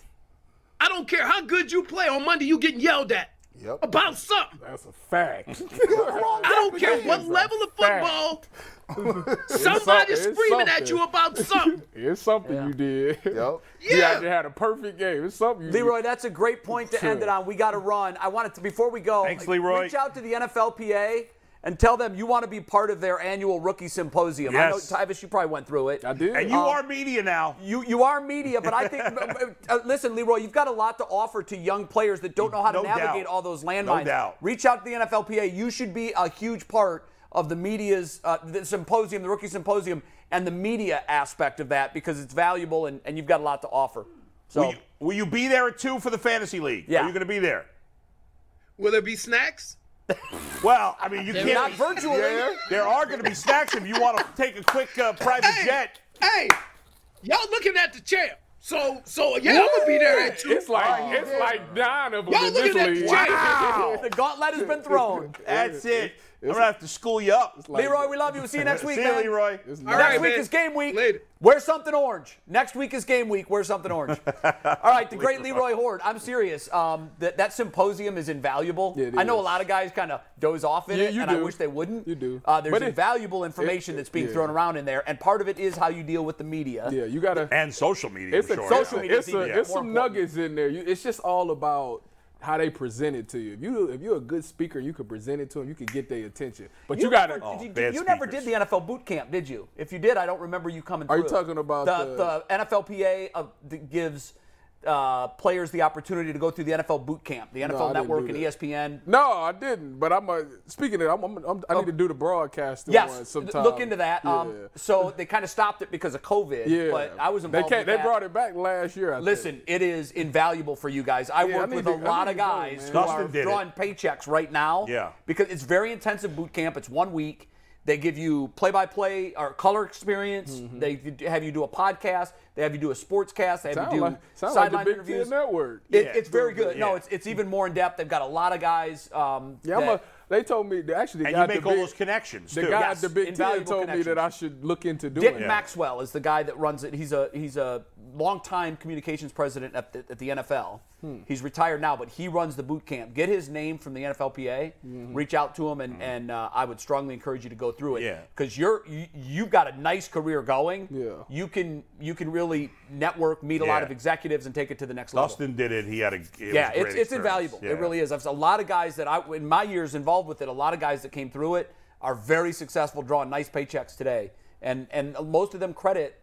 Speaker 6: I don't care how good you play on Monday, you getting yelled at
Speaker 5: Yep.
Speaker 6: about something.
Speaker 3: That's a
Speaker 6: <laughs>
Speaker 3: fact.
Speaker 6: I don't care what
Speaker 3: It's a
Speaker 6: level of
Speaker 3: fact.
Speaker 6: football. Somebody's
Speaker 3: it's
Speaker 6: screaming at
Speaker 3: something.
Speaker 6: you about something.
Speaker 3: it's something <laughs> you did.
Speaker 5: Yep.
Speaker 3: You
Speaker 6: Yeah.
Speaker 3: actually had a perfect game. It's something you
Speaker 1: Leroy, that's a great point to end it on. We got to run. I wanted to before we go.
Speaker 2: Thanks, Leroy.
Speaker 1: Reach out to the NFLPA and tell them you want to be part of their annual rookie symposium.
Speaker 2: Yes.
Speaker 1: I know, Tyvis, you probably went through it.
Speaker 3: I did.
Speaker 2: And
Speaker 1: Um,
Speaker 2: you are media now.
Speaker 1: You you are media, but I think <laughs> uh, listen, Leroy, you've got a lot to offer to young players that don't know how to
Speaker 2: No doubt.
Speaker 1: navigate all those landmines.
Speaker 2: doubt.
Speaker 1: Reach out to the NFLPA. You should be a huge part of the media's uh, the symposium, the rookie symposium, and the media aspect of that because it's valuable and, and you've got a lot to offer. So
Speaker 2: Will you, will you be there at two for the fantasy league?
Speaker 1: Yeah.
Speaker 2: Are you going to be there?
Speaker 6: Will there be snacks?
Speaker 2: Well, I mean, you
Speaker 4: They're
Speaker 2: can't.
Speaker 1: not
Speaker 2: be-
Speaker 1: virtually.
Speaker 5: Yeah.
Speaker 2: there are going to be snacks if you want
Speaker 1: <laughs>
Speaker 2: to take a quick uh, private
Speaker 6: Hey,
Speaker 2: jet.
Speaker 6: hey, y'all looking at the champ. So, so yeah, I'm gonna be there at two.
Speaker 3: It's like
Speaker 1: Oh,
Speaker 3: it's like nine of them
Speaker 6: Y'all
Speaker 3: in this
Speaker 6: looking at the
Speaker 3: league.
Speaker 6: champ.
Speaker 1: The gauntlet has been thrown.
Speaker 2: <laughs> That's it. I'm going to have to school you up.
Speaker 1: Leroy, we love you. We'll see you next week,
Speaker 2: See you,
Speaker 1: man.
Speaker 2: Leroy.
Speaker 6: All
Speaker 1: Next
Speaker 6: right,
Speaker 1: week
Speaker 6: man.
Speaker 1: is game week.
Speaker 6: Later.
Speaker 1: Wear something orange. Next week is game week. Wear something
Speaker 3: <laughs>
Speaker 1: orange. All right, the great Leroy Horde. I'm serious. Um, that that symposium is invaluable.
Speaker 3: It
Speaker 1: I know a
Speaker 3: is.
Speaker 1: lot of guys kind of doze off in
Speaker 3: Yeah,
Speaker 1: it,
Speaker 3: you
Speaker 1: and I
Speaker 3: do.
Speaker 1: wish they wouldn't.
Speaker 3: You do.
Speaker 1: Uh, there's
Speaker 3: But it-
Speaker 1: invaluable information
Speaker 3: it-
Speaker 1: that's being
Speaker 3: yeah.
Speaker 1: thrown around in there, and part of it is how you deal with the media.
Speaker 3: Yeah, you gotta.
Speaker 2: And social media.
Speaker 3: It's
Speaker 2: I'm
Speaker 3: a
Speaker 2: sure.
Speaker 3: social.
Speaker 1: media
Speaker 3: It's,
Speaker 1: is even
Speaker 3: a, it's
Speaker 1: more
Speaker 3: some
Speaker 1: important.
Speaker 3: nuggets in there. You, it's just all about how they present it to you. If you if you're a good speaker, you can present it to them. You can get their attention. But you, gotta.
Speaker 1: never, did, you
Speaker 2: Oh, bad
Speaker 1: you never did
Speaker 2: speakers.
Speaker 1: the NFL boot camp, did you? If you did, I don't remember you coming.
Speaker 3: Are you
Speaker 1: through.
Speaker 3: talking about
Speaker 1: the,
Speaker 3: the-
Speaker 1: the NFLPA of, uh, that gives uh, players the opportunity to go through the NFL boot camp, the NFL
Speaker 3: I didn't
Speaker 1: Network, and E
Speaker 3: do
Speaker 1: ESPN.
Speaker 3: No, I didn't. But I'm a, speaking of. I'm, I'm, I'm, I need to do the broadcast one
Speaker 1: Oh. Yes,
Speaker 3: sometime.
Speaker 1: look into that. Um,
Speaker 3: Yeah.
Speaker 1: So they kind of stopped it because of COVID. But I was involved.
Speaker 3: They, can't-
Speaker 1: with
Speaker 3: they
Speaker 1: that.
Speaker 3: brought it back last year. I think.
Speaker 1: Listen, it is invaluable for you guys. I
Speaker 3: Yeah, I
Speaker 1: work
Speaker 3: need
Speaker 1: with
Speaker 3: to-
Speaker 1: a
Speaker 3: I
Speaker 1: lot
Speaker 3: need
Speaker 1: of
Speaker 3: to go,
Speaker 1: guys
Speaker 3: man.
Speaker 1: who
Speaker 2: Dustin
Speaker 1: are
Speaker 2: did it.
Speaker 1: drawing paychecks right now.
Speaker 2: Yeah.
Speaker 1: Because it's very intensive boot camp. It's one week. They give you play-by-play or color experience.
Speaker 3: Mm-hmm.
Speaker 1: They d- have you do a podcast. They have you do a sports cast. They have
Speaker 3: sound
Speaker 1: you do
Speaker 3: like, sound like
Speaker 1: sideline
Speaker 3: the Big
Speaker 1: interviews.
Speaker 3: Ten Network.
Speaker 1: It-
Speaker 2: Yeah.
Speaker 1: it's very good.
Speaker 2: Yeah.
Speaker 1: No, it's it's even more in depth. They've got a lot of guys. Um,
Speaker 3: yeah, I'm
Speaker 1: that-
Speaker 3: a, they told me that actually. the
Speaker 2: And
Speaker 3: guy
Speaker 2: you
Speaker 3: at the
Speaker 2: make all
Speaker 3: Big-
Speaker 2: those connections,
Speaker 3: The
Speaker 2: too.
Speaker 3: guy
Speaker 1: Yes,
Speaker 3: at the Big Ten
Speaker 1: invaluable
Speaker 3: told me that
Speaker 1: connections.
Speaker 3: I should look into doing
Speaker 1: Dick
Speaker 3: it.
Speaker 1: Maxwell is the guy that runs it. He's a he's a longtime communications president at the, at the NFL. He's retired now, but he runs the boot camp. Get his name from the NFLPA. Reach out to him, and and uh, I would strongly encourage you to go through it.
Speaker 2: Yeah.
Speaker 1: because you're you, you've got a nice career going.
Speaker 3: Yeah.
Speaker 1: you can you can really network, meet a lot
Speaker 2: Yeah.
Speaker 1: of executives, and take it to the next level.
Speaker 2: Dustin did it. He had a. It
Speaker 1: yeah, it's, it's invaluable. It really is. I've a lot of guys that I in my years involved with it. A lot of guys that came through it are very successful, drawing nice paychecks today, and and most of them credit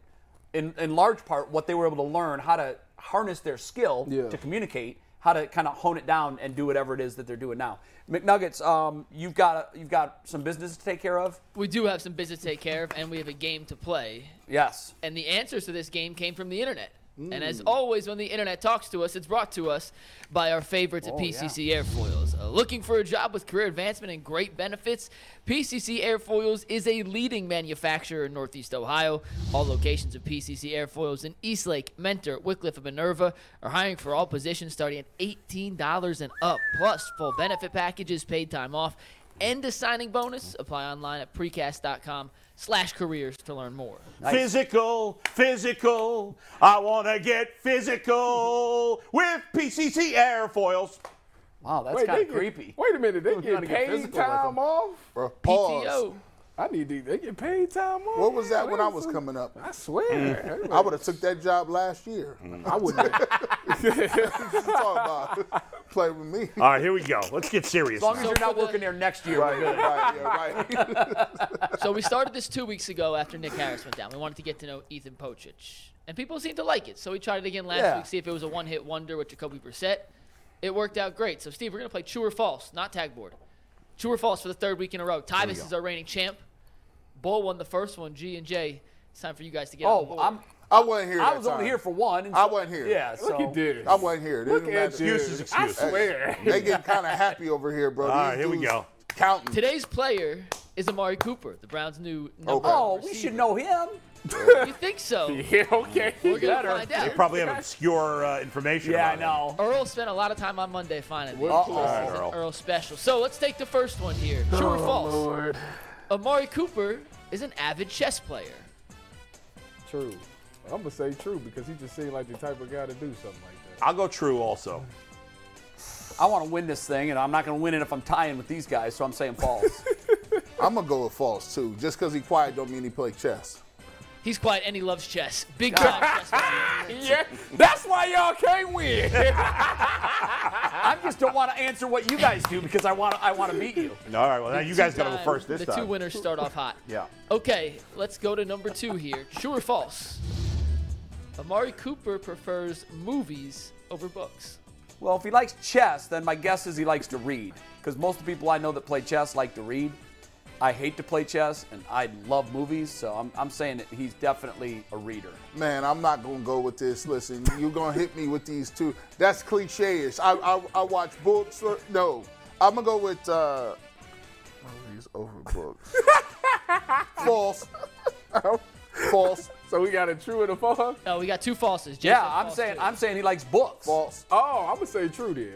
Speaker 1: in in large part what they were able to learn how to harness their skill
Speaker 3: Yeah.
Speaker 1: to communicate, how to kind of hone it down and do whatever it is that they're doing now. McNuggets, um, you've got you've got some business to take care of.
Speaker 4: We do have some business to take care of, and we have a game to play.
Speaker 1: Yes.
Speaker 4: And the answers to this game came from the internet. And as always, when the internet talks to us, it's brought to us by our favorites at PCC Airfoils. Uh, looking for a job with career advancement and great benefits? PCC Airfoils is a leading manufacturer in Northeast Ohio. All locations of PCC Airfoils in Eastlake, Mentor, Wickliffe, and Minerva are hiring for all positions starting at $18 and up, plus full benefit packages, paid time off, and a signing bonus. Apply online at precast.com slash careers to learn more.
Speaker 2: Physical, physical. I want to get
Speaker 1: <laughs>
Speaker 2: physical with PCC airfoils.
Speaker 1: Wow, that's
Speaker 3: Wait,
Speaker 1: kind
Speaker 3: they
Speaker 1: of
Speaker 3: get-
Speaker 1: creepy.
Speaker 3: Wait a minute, they
Speaker 1: gotta
Speaker 3: get
Speaker 1: get
Speaker 3: paid
Speaker 1: physical with
Speaker 3: time
Speaker 1: them.
Speaker 3: off.
Speaker 5: Or
Speaker 4: PTO.
Speaker 5: pause.
Speaker 3: I need to. They get paid time off.
Speaker 5: What was
Speaker 3: Yeah,
Speaker 5: that when I
Speaker 3: that's
Speaker 5: was
Speaker 3: a-
Speaker 5: coming up?
Speaker 3: I swear.
Speaker 5: I would have took that job last year.
Speaker 1: Mm.
Speaker 3: I wouldn't.
Speaker 5: <laughs> Talk about play with me.
Speaker 2: All right, here we go. Let's get serious.
Speaker 1: As long as
Speaker 2: now.
Speaker 1: you're not
Speaker 4: for the-
Speaker 1: working there next year, we're
Speaker 5: <laughs> Right,
Speaker 1: good.
Speaker 5: right, yeah, right. <laughs>
Speaker 4: So we started this two weeks ago after Nick Harris went down. We wanted to get to know Ethan Pocic, and people seemed to like it. So we tried it again last
Speaker 1: Yeah.
Speaker 4: week, see if it was a one-hit wonder with Jacoby Brissett. It worked out great. So Steve, we're gonna play true or false, not tag board. True or false for the third week in a row. Tyvus is our reigning champ. Bull won the first one. G and J. It's time for you guys to get on
Speaker 1: Oh,
Speaker 4: board.
Speaker 1: I'm,
Speaker 5: I wasn't here.
Speaker 1: I
Speaker 5: that
Speaker 1: was only
Speaker 5: time.
Speaker 1: here for one. And
Speaker 5: I
Speaker 1: so-
Speaker 5: wasn't here.
Speaker 1: Yeah, so
Speaker 3: Look at this.
Speaker 5: I wasn't here. It didn't
Speaker 3: Look
Speaker 5: matter.
Speaker 3: at you.
Speaker 2: Excuses, excuses.
Speaker 3: I swear.
Speaker 5: They getting kind of happy over here, bro.
Speaker 2: All right,
Speaker 5: These
Speaker 2: here we
Speaker 5: dudes
Speaker 2: go.
Speaker 5: Counting.
Speaker 4: Today's player is Amari Cooper, the Browns' new number
Speaker 5: Okay.
Speaker 4: one
Speaker 1: Oh, we should
Speaker 4: receiver.
Speaker 1: know him.
Speaker 4: You think so?
Speaker 3: yeah, okay.
Speaker 4: We're gonna find
Speaker 2: They
Speaker 4: out.
Speaker 2: probably have obscure uh, information.
Speaker 1: Yeah, I
Speaker 2: about him.
Speaker 1: know.
Speaker 4: Earl spent a lot of time on Monday finding these.
Speaker 3: Uh-oh.
Speaker 4: So this
Speaker 2: Alright,
Speaker 4: is an
Speaker 2: Earl.
Speaker 4: Earl. special. So let's take the first one here. True or false?
Speaker 3: Lord.
Speaker 4: Amari Cooper is an avid chess player.
Speaker 3: True. I'm gonna say true because he just seemed like the type of guy to do something like that.
Speaker 2: I'll go true also.
Speaker 1: I want to win this thing, and I'm not going to win it if I'm tying with these guys, so I'm saying false.
Speaker 5: I'm gonna go with false too. Just because he quiet don't mean he play chess.
Speaker 4: He's quiet and he loves chess. Big time chess player.
Speaker 3: Yeah, that's why y'all can't win.
Speaker 1: <laughs> I just don't want to answer what you guys do because I want to, I want to beat you.
Speaker 2: All right, well, now <laughs> you guys got to go
Speaker 4: Two-time-
Speaker 2: first this
Speaker 4: the
Speaker 2: time.
Speaker 4: two winners start off hot.
Speaker 2: <laughs> Yeah.
Speaker 4: Okay, let's go to number two here. True or false? Amari Cooper prefers movies over books.
Speaker 1: Well, if he likes chess, then my guess is he likes to read because most of the people I know that play chess like to read. I hate to play chess, and I love movies, so I'm, I'm saying that he's definitely a reader.
Speaker 5: Man, I'm not gonna go with this. Listen, you're gonna hit me with these two. That's cliche-ish. I I, I watch books. Or, no, I'm gonna go with uh, movies over books. false. false.
Speaker 3: so we got a true and a false.
Speaker 4: Oh, we got two falses. Jay
Speaker 1: Yeah,
Speaker 4: said
Speaker 1: I'm
Speaker 4: false,
Speaker 1: saying
Speaker 4: too.
Speaker 1: I'm saying he likes books.
Speaker 5: False.
Speaker 3: Oh, I'm gonna say true then.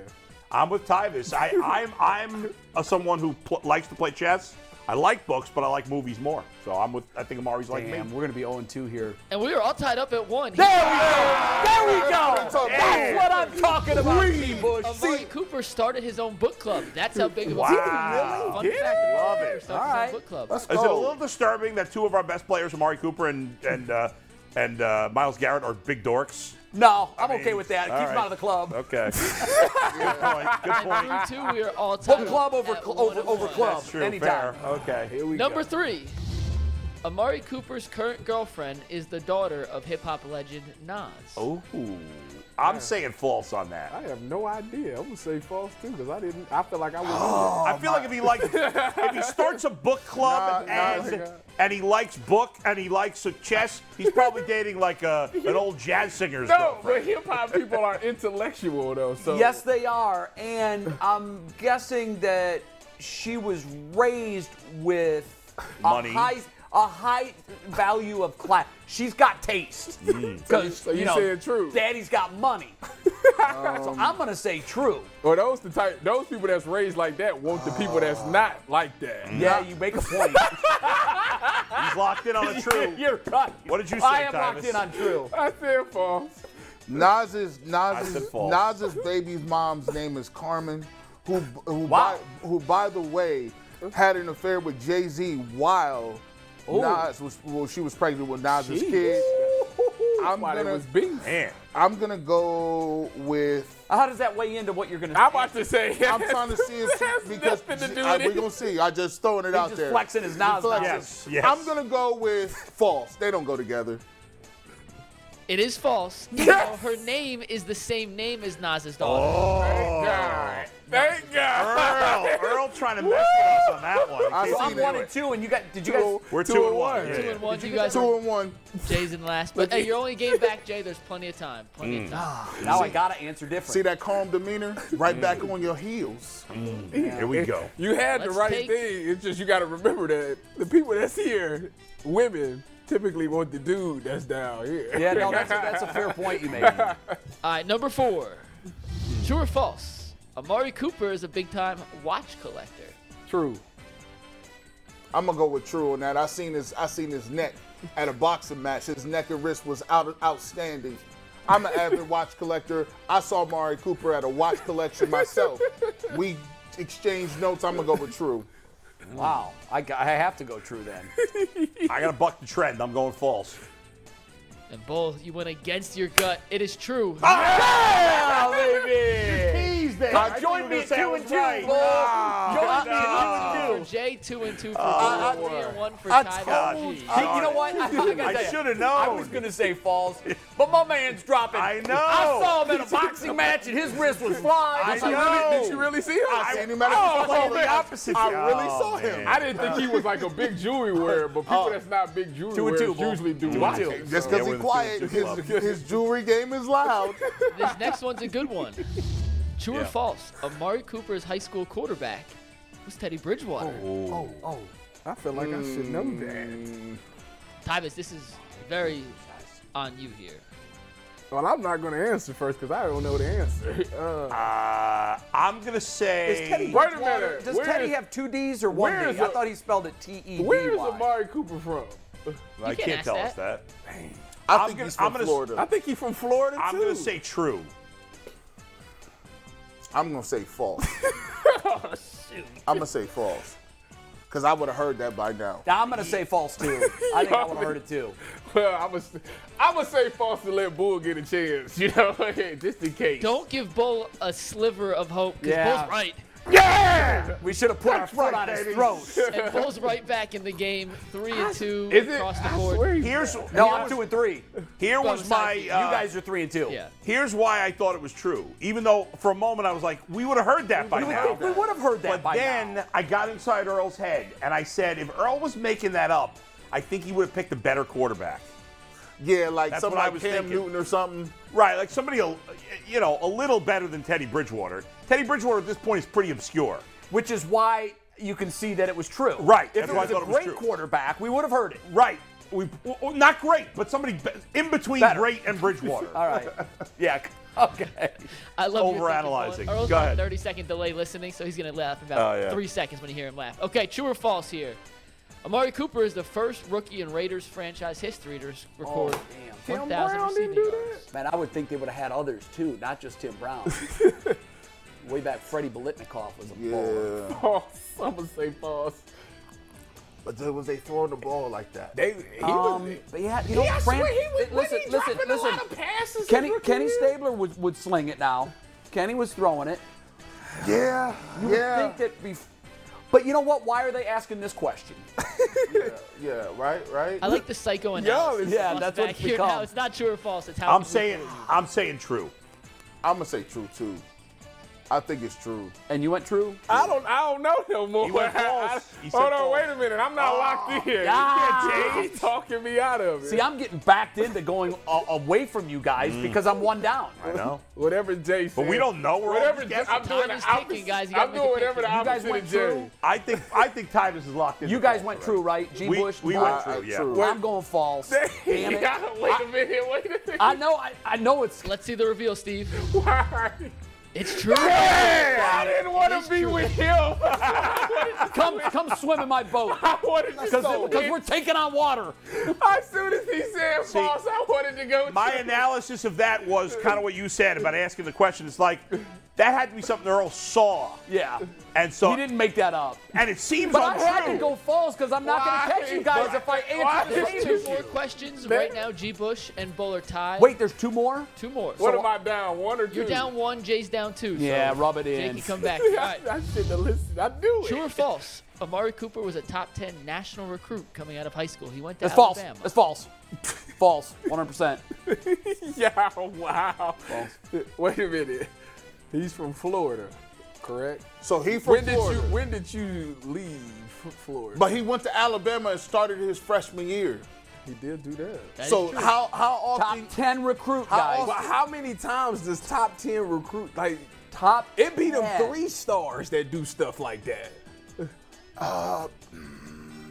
Speaker 2: I'm with Tyvis. I, I'm I'm a, someone who pl- likes to play chess. I like books, but I like movies more. So I'm with. I think Amari's like
Speaker 1: Damn,
Speaker 2: me.
Speaker 1: we're going to be 0-2 here.
Speaker 4: And we are all tied up at one.
Speaker 1: There we go. There we
Speaker 5: That's what
Speaker 1: go.
Speaker 5: I'm talking
Speaker 1: That's
Speaker 5: about.
Speaker 1: what I'm talking about, T. Bush.
Speaker 4: Amari Cooper started his own book club. That's how big of a
Speaker 2: Wow.
Speaker 4: Fun
Speaker 2: Did he?
Speaker 4: fact, Amari
Speaker 2: Love
Speaker 4: Cooper
Speaker 2: it.
Speaker 4: started
Speaker 1: All
Speaker 4: his own
Speaker 1: right.
Speaker 4: book club.
Speaker 5: Let's
Speaker 2: Is it a
Speaker 5: go.
Speaker 2: little disturbing that two of our best players, Amari Cooper and and uh, and uh, Miles Garrett, are big dorks?
Speaker 1: No, I'm
Speaker 2: mean,
Speaker 1: okay with that. Keep
Speaker 2: all
Speaker 1: him
Speaker 2: right.
Speaker 1: out of the club.
Speaker 2: Okay. <laughs> Good point. Good point.
Speaker 4: And through two, we are all tied
Speaker 1: Book
Speaker 4: up
Speaker 1: club over
Speaker 4: at
Speaker 1: cl-
Speaker 4: one
Speaker 1: over,
Speaker 4: and
Speaker 1: over
Speaker 4: one.
Speaker 1: club
Speaker 2: That's true.
Speaker 1: anytime.
Speaker 2: Fair. Okay.
Speaker 3: Here we
Speaker 4: Number
Speaker 3: go.
Speaker 4: three. Amari Cooper's current girlfriend is the daughter of hip hop legend Nas.
Speaker 1: Oh.
Speaker 2: Ooh. I'm saying false on that.
Speaker 3: I have no idea. I'm gonna say false too because I didn't. I feel like I was.
Speaker 5: <gasps>
Speaker 2: I feel like if he like if he starts a book club
Speaker 5: Nah,
Speaker 2: and,
Speaker 3: nah.
Speaker 2: as, and he likes book and he likes a chess, he's probably dating like a an old jazz singer's
Speaker 3: No,
Speaker 2: girlfriend.
Speaker 3: but hip hop people are intellectual though. So
Speaker 1: Yes, they are. And I'm guessing that she was raised with
Speaker 2: Money.
Speaker 1: a high a high value of class. She's got taste. Because
Speaker 3: So you
Speaker 1: know,
Speaker 3: saying true.
Speaker 1: Daddy's got money. so I'm gonna say true.
Speaker 3: Or those the type, those people that's raised like that want the people that's not like that.
Speaker 1: Yeah, you make a point.
Speaker 2: He's locked in on
Speaker 1: <laughs>
Speaker 2: a true.
Speaker 1: You're right.
Speaker 2: What did you
Speaker 1: I
Speaker 2: say,
Speaker 1: am
Speaker 2: Thomas?
Speaker 1: locked in on true.
Speaker 3: I said false.
Speaker 5: Nas's
Speaker 2: said
Speaker 5: Nas's
Speaker 2: false.
Speaker 5: Nas's baby's mom's name is Carmen, who who,
Speaker 1: Wow.
Speaker 5: by, who by the way had an affair with Jay Z while Nas was well she was pregnant with Nas's kid.
Speaker 3: I'm
Speaker 5: I'm
Speaker 3: Why they
Speaker 5: gonna-
Speaker 3: was beef.
Speaker 2: Man,
Speaker 5: I'm gonna go with.
Speaker 1: How does that weigh into what you're gonna
Speaker 3: I'm about to <laughs> say.
Speaker 5: I'm trying to see
Speaker 3: It has
Speaker 5: if because
Speaker 3: nothing to do
Speaker 5: I-
Speaker 3: with
Speaker 5: we're
Speaker 3: it.
Speaker 5: gonna see. I just throwing it out
Speaker 1: just
Speaker 5: there.
Speaker 1: flexing his Nas knowledge.
Speaker 2: Yes, yes.
Speaker 5: I'm gonna go with false. They don't go together.
Speaker 4: It is
Speaker 1: <laughs>
Speaker 4: false. even though Her name is the same name as Nas's daughter.
Speaker 1: Oh.
Speaker 3: God. Thank God.
Speaker 2: Earl, Earl trying to mess with us on that one.
Speaker 5: <laughs> I
Speaker 1: So
Speaker 5: see
Speaker 1: I'm
Speaker 5: that.
Speaker 1: one and two, and you got. Did you guys?
Speaker 2: We're two, and one. Yeah,
Speaker 4: Two
Speaker 2: yeah.
Speaker 4: and one. You guys
Speaker 5: Two
Speaker 4: are
Speaker 5: and one.
Speaker 4: Jay's in last. But hey, you're only game back, Jay. There's plenty of time. Plenty
Speaker 1: Mm.
Speaker 4: of time.
Speaker 1: Now I gotta answer different.
Speaker 5: See that calm demeanor? Right back on your heels.
Speaker 2: Here we go.
Speaker 3: You had the
Speaker 4: Let's
Speaker 3: right
Speaker 4: take-
Speaker 3: thing. It's just you got to remember that the people that's here, women, typically want the dude that's down here.
Speaker 1: Yeah, no, that's a, that's a fair point you
Speaker 3: <laughs>
Speaker 1: made.
Speaker 4: All right, number four. True or false? Amari Cooper is a big-time watch collector.
Speaker 3: <laughs> True.
Speaker 5: I'm gonna go with true on that. I seen his I seen his neck at a boxing match. His neck and wrist was out outstanding. I'm an avid watch collector. I saw Mari Cooper at a watch collection myself. We exchanged notes. I'm gonna go with true.
Speaker 1: Wow, I, got- I have to go true then.
Speaker 2: I gotta buck the trend. I'm going false.
Speaker 4: And Bull, you went against your gut. It is true.
Speaker 2: <laughs>
Speaker 1: Ah!
Speaker 2: I
Speaker 1: Uh, Join me at two and two,
Speaker 2: Right.
Speaker 1: Bull. Join me at two
Speaker 4: For
Speaker 1: and two.
Speaker 4: Jay, two and two for
Speaker 1: I-
Speaker 4: Bull, three and one for
Speaker 1: I
Speaker 4: Tyler
Speaker 1: told
Speaker 4: G.
Speaker 1: you. Hey, Uh, you know what? I,
Speaker 2: I shoulda
Speaker 1: I was
Speaker 2: known.
Speaker 1: gonna say false, but my man's dropping.
Speaker 2: I know.
Speaker 1: I saw him in a boxing match, and his wrist was flying.
Speaker 2: I
Speaker 1: It's like,
Speaker 2: know.
Speaker 3: Did you really see him?
Speaker 5: I,
Speaker 3: I,
Speaker 5: and no matter
Speaker 2: Oh,
Speaker 5: oh,
Speaker 2: man.
Speaker 5: the opposite. I really
Speaker 2: Oh,
Speaker 5: saw him.
Speaker 2: man.
Speaker 3: I didn't think he was like a big
Speaker 1: <laughs>
Speaker 3: jewelry wearer, but people that's not big jewelry
Speaker 1: Oh. Two and
Speaker 3: wearers
Speaker 1: two, Bull.
Speaker 3: usually do
Speaker 1: Two and
Speaker 3: watch
Speaker 1: two.
Speaker 3: it.
Speaker 5: Just
Speaker 2: Yeah,
Speaker 5: because
Speaker 2: we're
Speaker 5: he's
Speaker 2: the
Speaker 5: quiet,
Speaker 2: two
Speaker 5: his,
Speaker 2: club.
Speaker 5: his jewelry game is loud.
Speaker 4: This next one's a good one. True or
Speaker 2: Yeah.
Speaker 4: false? Amari Cooper's high school quarterback was Teddy Bridgewater.
Speaker 3: I feel like I should know that.
Speaker 4: Tyvis, this is very on you here.
Speaker 3: Well, I'm not gonna answer first because I don't know the answer. Uh,
Speaker 2: Uh, I'm gonna say.
Speaker 1: Is Teddy
Speaker 3: Wait a
Speaker 1: Bridgewater-
Speaker 3: minute.
Speaker 1: Does
Speaker 3: Where
Speaker 1: Teddy
Speaker 3: is-
Speaker 1: have two D's or one D?
Speaker 3: where
Speaker 1: I
Speaker 3: is a-
Speaker 1: thought he spelled it T E D Y.
Speaker 3: where's Amari Cooper from?
Speaker 2: I
Speaker 4: You can't
Speaker 2: can't
Speaker 4: ask
Speaker 2: tell
Speaker 4: that.
Speaker 2: us that.
Speaker 5: I
Speaker 2: I'm
Speaker 5: think
Speaker 2: gonna-
Speaker 5: he's from
Speaker 2: I'm gonna-
Speaker 5: Florida.
Speaker 3: I think he's from Florida
Speaker 2: I'm
Speaker 3: too.
Speaker 2: gonna say true.
Speaker 5: I'm gonna
Speaker 3: <laughs>
Speaker 5: say false.
Speaker 3: Oh,
Speaker 5: I'm gonna say false, cause I would have heard that by now.
Speaker 1: Now I'm gonna say false too. I think I would have heard it too.
Speaker 3: Well, I was, I would say false to let Bull get a chance, <laughs> you know, <laughs> just in case.
Speaker 4: Don't give Bull a sliver of hope because
Speaker 1: Yeah.
Speaker 4: Bull's right.
Speaker 3: Yeah!
Speaker 1: We should have put our foot on his
Speaker 3: <laughs>
Speaker 1: throat.
Speaker 4: And Bull's right back in the game, three and two
Speaker 3: Is it?
Speaker 4: across the
Speaker 3: I
Speaker 4: board.
Speaker 3: swear he-
Speaker 2: Here's
Speaker 1: No,
Speaker 2: here
Speaker 1: I'm
Speaker 2: was-
Speaker 1: two and three.
Speaker 2: Here
Speaker 4: Well,
Speaker 2: was
Speaker 4: it's
Speaker 2: my.
Speaker 4: not-
Speaker 2: Uh,
Speaker 4: you
Speaker 1: you guys are three and two.
Speaker 4: Yeah.
Speaker 2: Here's why I thought it was true, even though for a moment I was like, we would have heard that by
Speaker 1: We would
Speaker 2: now.
Speaker 1: think we would have heard that
Speaker 2: But
Speaker 1: by
Speaker 2: then
Speaker 1: now.
Speaker 2: I got inside Earl's head and I said, if Earl was making that up, I think he would have picked a better quarterback.
Speaker 5: Yeah, like
Speaker 2: That's
Speaker 5: something
Speaker 2: what I
Speaker 5: like
Speaker 2: was
Speaker 5: Cam
Speaker 2: thinking.
Speaker 5: Newton or something.
Speaker 2: Right, like somebody, a- you know, a little better than Teddy Bridgewater. Teddy Bridgewater at this point is pretty obscure.
Speaker 1: Which is why you can see that it was true.
Speaker 2: Right,
Speaker 1: If
Speaker 2: that's
Speaker 1: it
Speaker 2: why I
Speaker 1: was a
Speaker 2: thought it was
Speaker 1: great
Speaker 2: true.
Speaker 1: quarterback, we would have heard it.
Speaker 2: Right. We, w- w- not great, but somebody be- in between
Speaker 1: Better.
Speaker 2: great and Bridgewater.
Speaker 1: <laughs> All
Speaker 3: <laughs>
Speaker 1: right.
Speaker 2: <laughs> Yeah.
Speaker 1: Okay.
Speaker 4: I love your thinking,
Speaker 2: Overanalyzing.
Speaker 4: Colin. Earl's
Speaker 2: Go
Speaker 4: on a
Speaker 2: ahead.
Speaker 4: 30 second delay listening, so he's going to laugh in about
Speaker 2: Oh, yeah.
Speaker 4: three seconds when you hear him laugh. Okay, true or false here. Amari Cooper is the first rookie in Raiders franchise history to s- record
Speaker 3: Tim
Speaker 4: 1,000
Speaker 3: Brown didn't
Speaker 4: receiving
Speaker 3: do
Speaker 4: yards.
Speaker 1: Oh, Man, I would think they would have had others too, not just Tim Brown.
Speaker 3: <laughs>
Speaker 1: Way back, Freddie Belitnikoff was a baller.
Speaker 5: Yeah,
Speaker 3: False. <laughs> I'm gonna say false.
Speaker 5: but they, was they throwing the ball like that?
Speaker 3: They, he
Speaker 1: Um,
Speaker 3: was.
Speaker 1: but yeah, you know,
Speaker 3: Yeah, I
Speaker 1: Fran-
Speaker 3: swear he was- wasn't
Speaker 1: listen,
Speaker 3: he
Speaker 1: listen,
Speaker 3: dropping a
Speaker 1: listen.
Speaker 3: lot of passes his
Speaker 1: Kenny,
Speaker 3: rookie
Speaker 1: Kenny
Speaker 3: year?
Speaker 1: Stabler would, would sling it now. Kenny was throwing it.
Speaker 5: Yeah,
Speaker 1: You
Speaker 3: <sighs>
Speaker 5: yeah.
Speaker 1: would think that bef- But you know what? Why are they asking this question?
Speaker 5: Yeah, right, right.
Speaker 4: I like the
Speaker 1: <laughs>
Speaker 4: psychoanalysis.
Speaker 1: Yeah,
Speaker 4: Us
Speaker 1: that's what
Speaker 4: back
Speaker 1: it's
Speaker 4: here now.
Speaker 1: become.
Speaker 4: It's not true or false. It's how
Speaker 2: I'm
Speaker 4: people
Speaker 2: saying, I'm saying true.
Speaker 5: I'm gonna say true too. I think it's true.
Speaker 1: And you went true?
Speaker 3: I don't. I don't know no more.
Speaker 2: You
Speaker 3: <laughs>
Speaker 2: went false. You said
Speaker 3: Hold on.
Speaker 2: false. Ah.
Speaker 3: Wait a minute. I'm not locked in.
Speaker 1: yeah.
Speaker 4: Ah!
Speaker 3: You can't change. Talking me out of it.
Speaker 1: See, I'm getting backed into going a- away from you guys because I'm one down.
Speaker 2: I know.
Speaker 3: whatever Jay said.
Speaker 2: But we don't know. We're all
Speaker 3: Whatever.
Speaker 2: just guessing.
Speaker 3: I'm doing
Speaker 4: Time is
Speaker 3: the
Speaker 4: ticking,
Speaker 3: opposite.
Speaker 4: guys. You gotta
Speaker 3: I'm
Speaker 4: make
Speaker 3: doing
Speaker 4: a
Speaker 3: whatever the
Speaker 4: picture.
Speaker 1: You guys
Speaker 3: opposite
Speaker 1: went
Speaker 3: of Jay.
Speaker 1: true.
Speaker 2: I think, I think Titus is locked in.
Speaker 1: You guys went true, right? G.
Speaker 2: We-
Speaker 1: Bush.
Speaker 2: we
Speaker 1: Bush.
Speaker 2: went true, yeah.
Speaker 1: I'm going false. Damn it.
Speaker 3: Yeah, <laughs> wait a minute. Wait a minute.
Speaker 1: I know. I, I know it's.
Speaker 4: Let's see the reveal, Steve.
Speaker 3: Why?
Speaker 4: It's true.
Speaker 3: Hey, I didn't want
Speaker 4: It is
Speaker 3: to be
Speaker 4: true.
Speaker 3: with him.
Speaker 1: Come, come swim in my boat.
Speaker 3: I wanted to go.
Speaker 1: Because we're taking on water.
Speaker 3: As soon as he said
Speaker 2: See,
Speaker 3: false, I wanted to go.
Speaker 2: My
Speaker 3: to-
Speaker 2: analysis of that was kind of what you said about asking the question. It's like that had to be something Earl saw,
Speaker 1: Yeah.
Speaker 2: and so
Speaker 1: He didn't make that up.
Speaker 2: and it seems
Speaker 1: But I
Speaker 2: untrue.
Speaker 1: had to go false because I'm not going
Speaker 3: Why?
Speaker 1: to catch you guys
Speaker 3: Why?
Speaker 1: if I
Speaker 3: Why?
Speaker 1: answer the
Speaker 4: There's
Speaker 1: same
Speaker 4: two
Speaker 1: as
Speaker 4: more
Speaker 1: you.
Speaker 4: questions right now. G. Bush and Bull are tied.
Speaker 1: Wait, there's two more?
Speaker 4: two more.
Speaker 3: What
Speaker 4: So
Speaker 3: am I down? One or 2
Speaker 4: you're
Speaker 3: <laughs>
Speaker 4: down one. Jay's down two. so
Speaker 1: Yeah, rub it
Speaker 4: Jay
Speaker 1: in.
Speaker 4: can
Speaker 1: <laughs>
Speaker 4: come back. All right.
Speaker 3: I should have listened. I knew
Speaker 4: True
Speaker 3: it.
Speaker 4: or false? Amari Cooper was a top 10 national recruit coming out of high school. He went to
Speaker 1: That's false.
Speaker 4: Alabama.
Speaker 1: That's false. False. 100%.
Speaker 3: <laughs> Yeah, wow. <laughs> Wait a minute. He's from Florida, correct?
Speaker 5: So he from
Speaker 3: When did you
Speaker 5: Florida,
Speaker 3: when did you leave F- Florida?
Speaker 5: but he went to Alabama and started his freshman year.
Speaker 3: he did do that.
Speaker 4: That is
Speaker 5: so
Speaker 4: true.
Speaker 5: how how
Speaker 1: Top
Speaker 5: often?
Speaker 1: 10 recruit,
Speaker 5: How
Speaker 1: guys.
Speaker 3: But how many times does top ten recruit like
Speaker 1: Top.
Speaker 3: it be them
Speaker 1: 10.
Speaker 3: three stars that do stuff like that?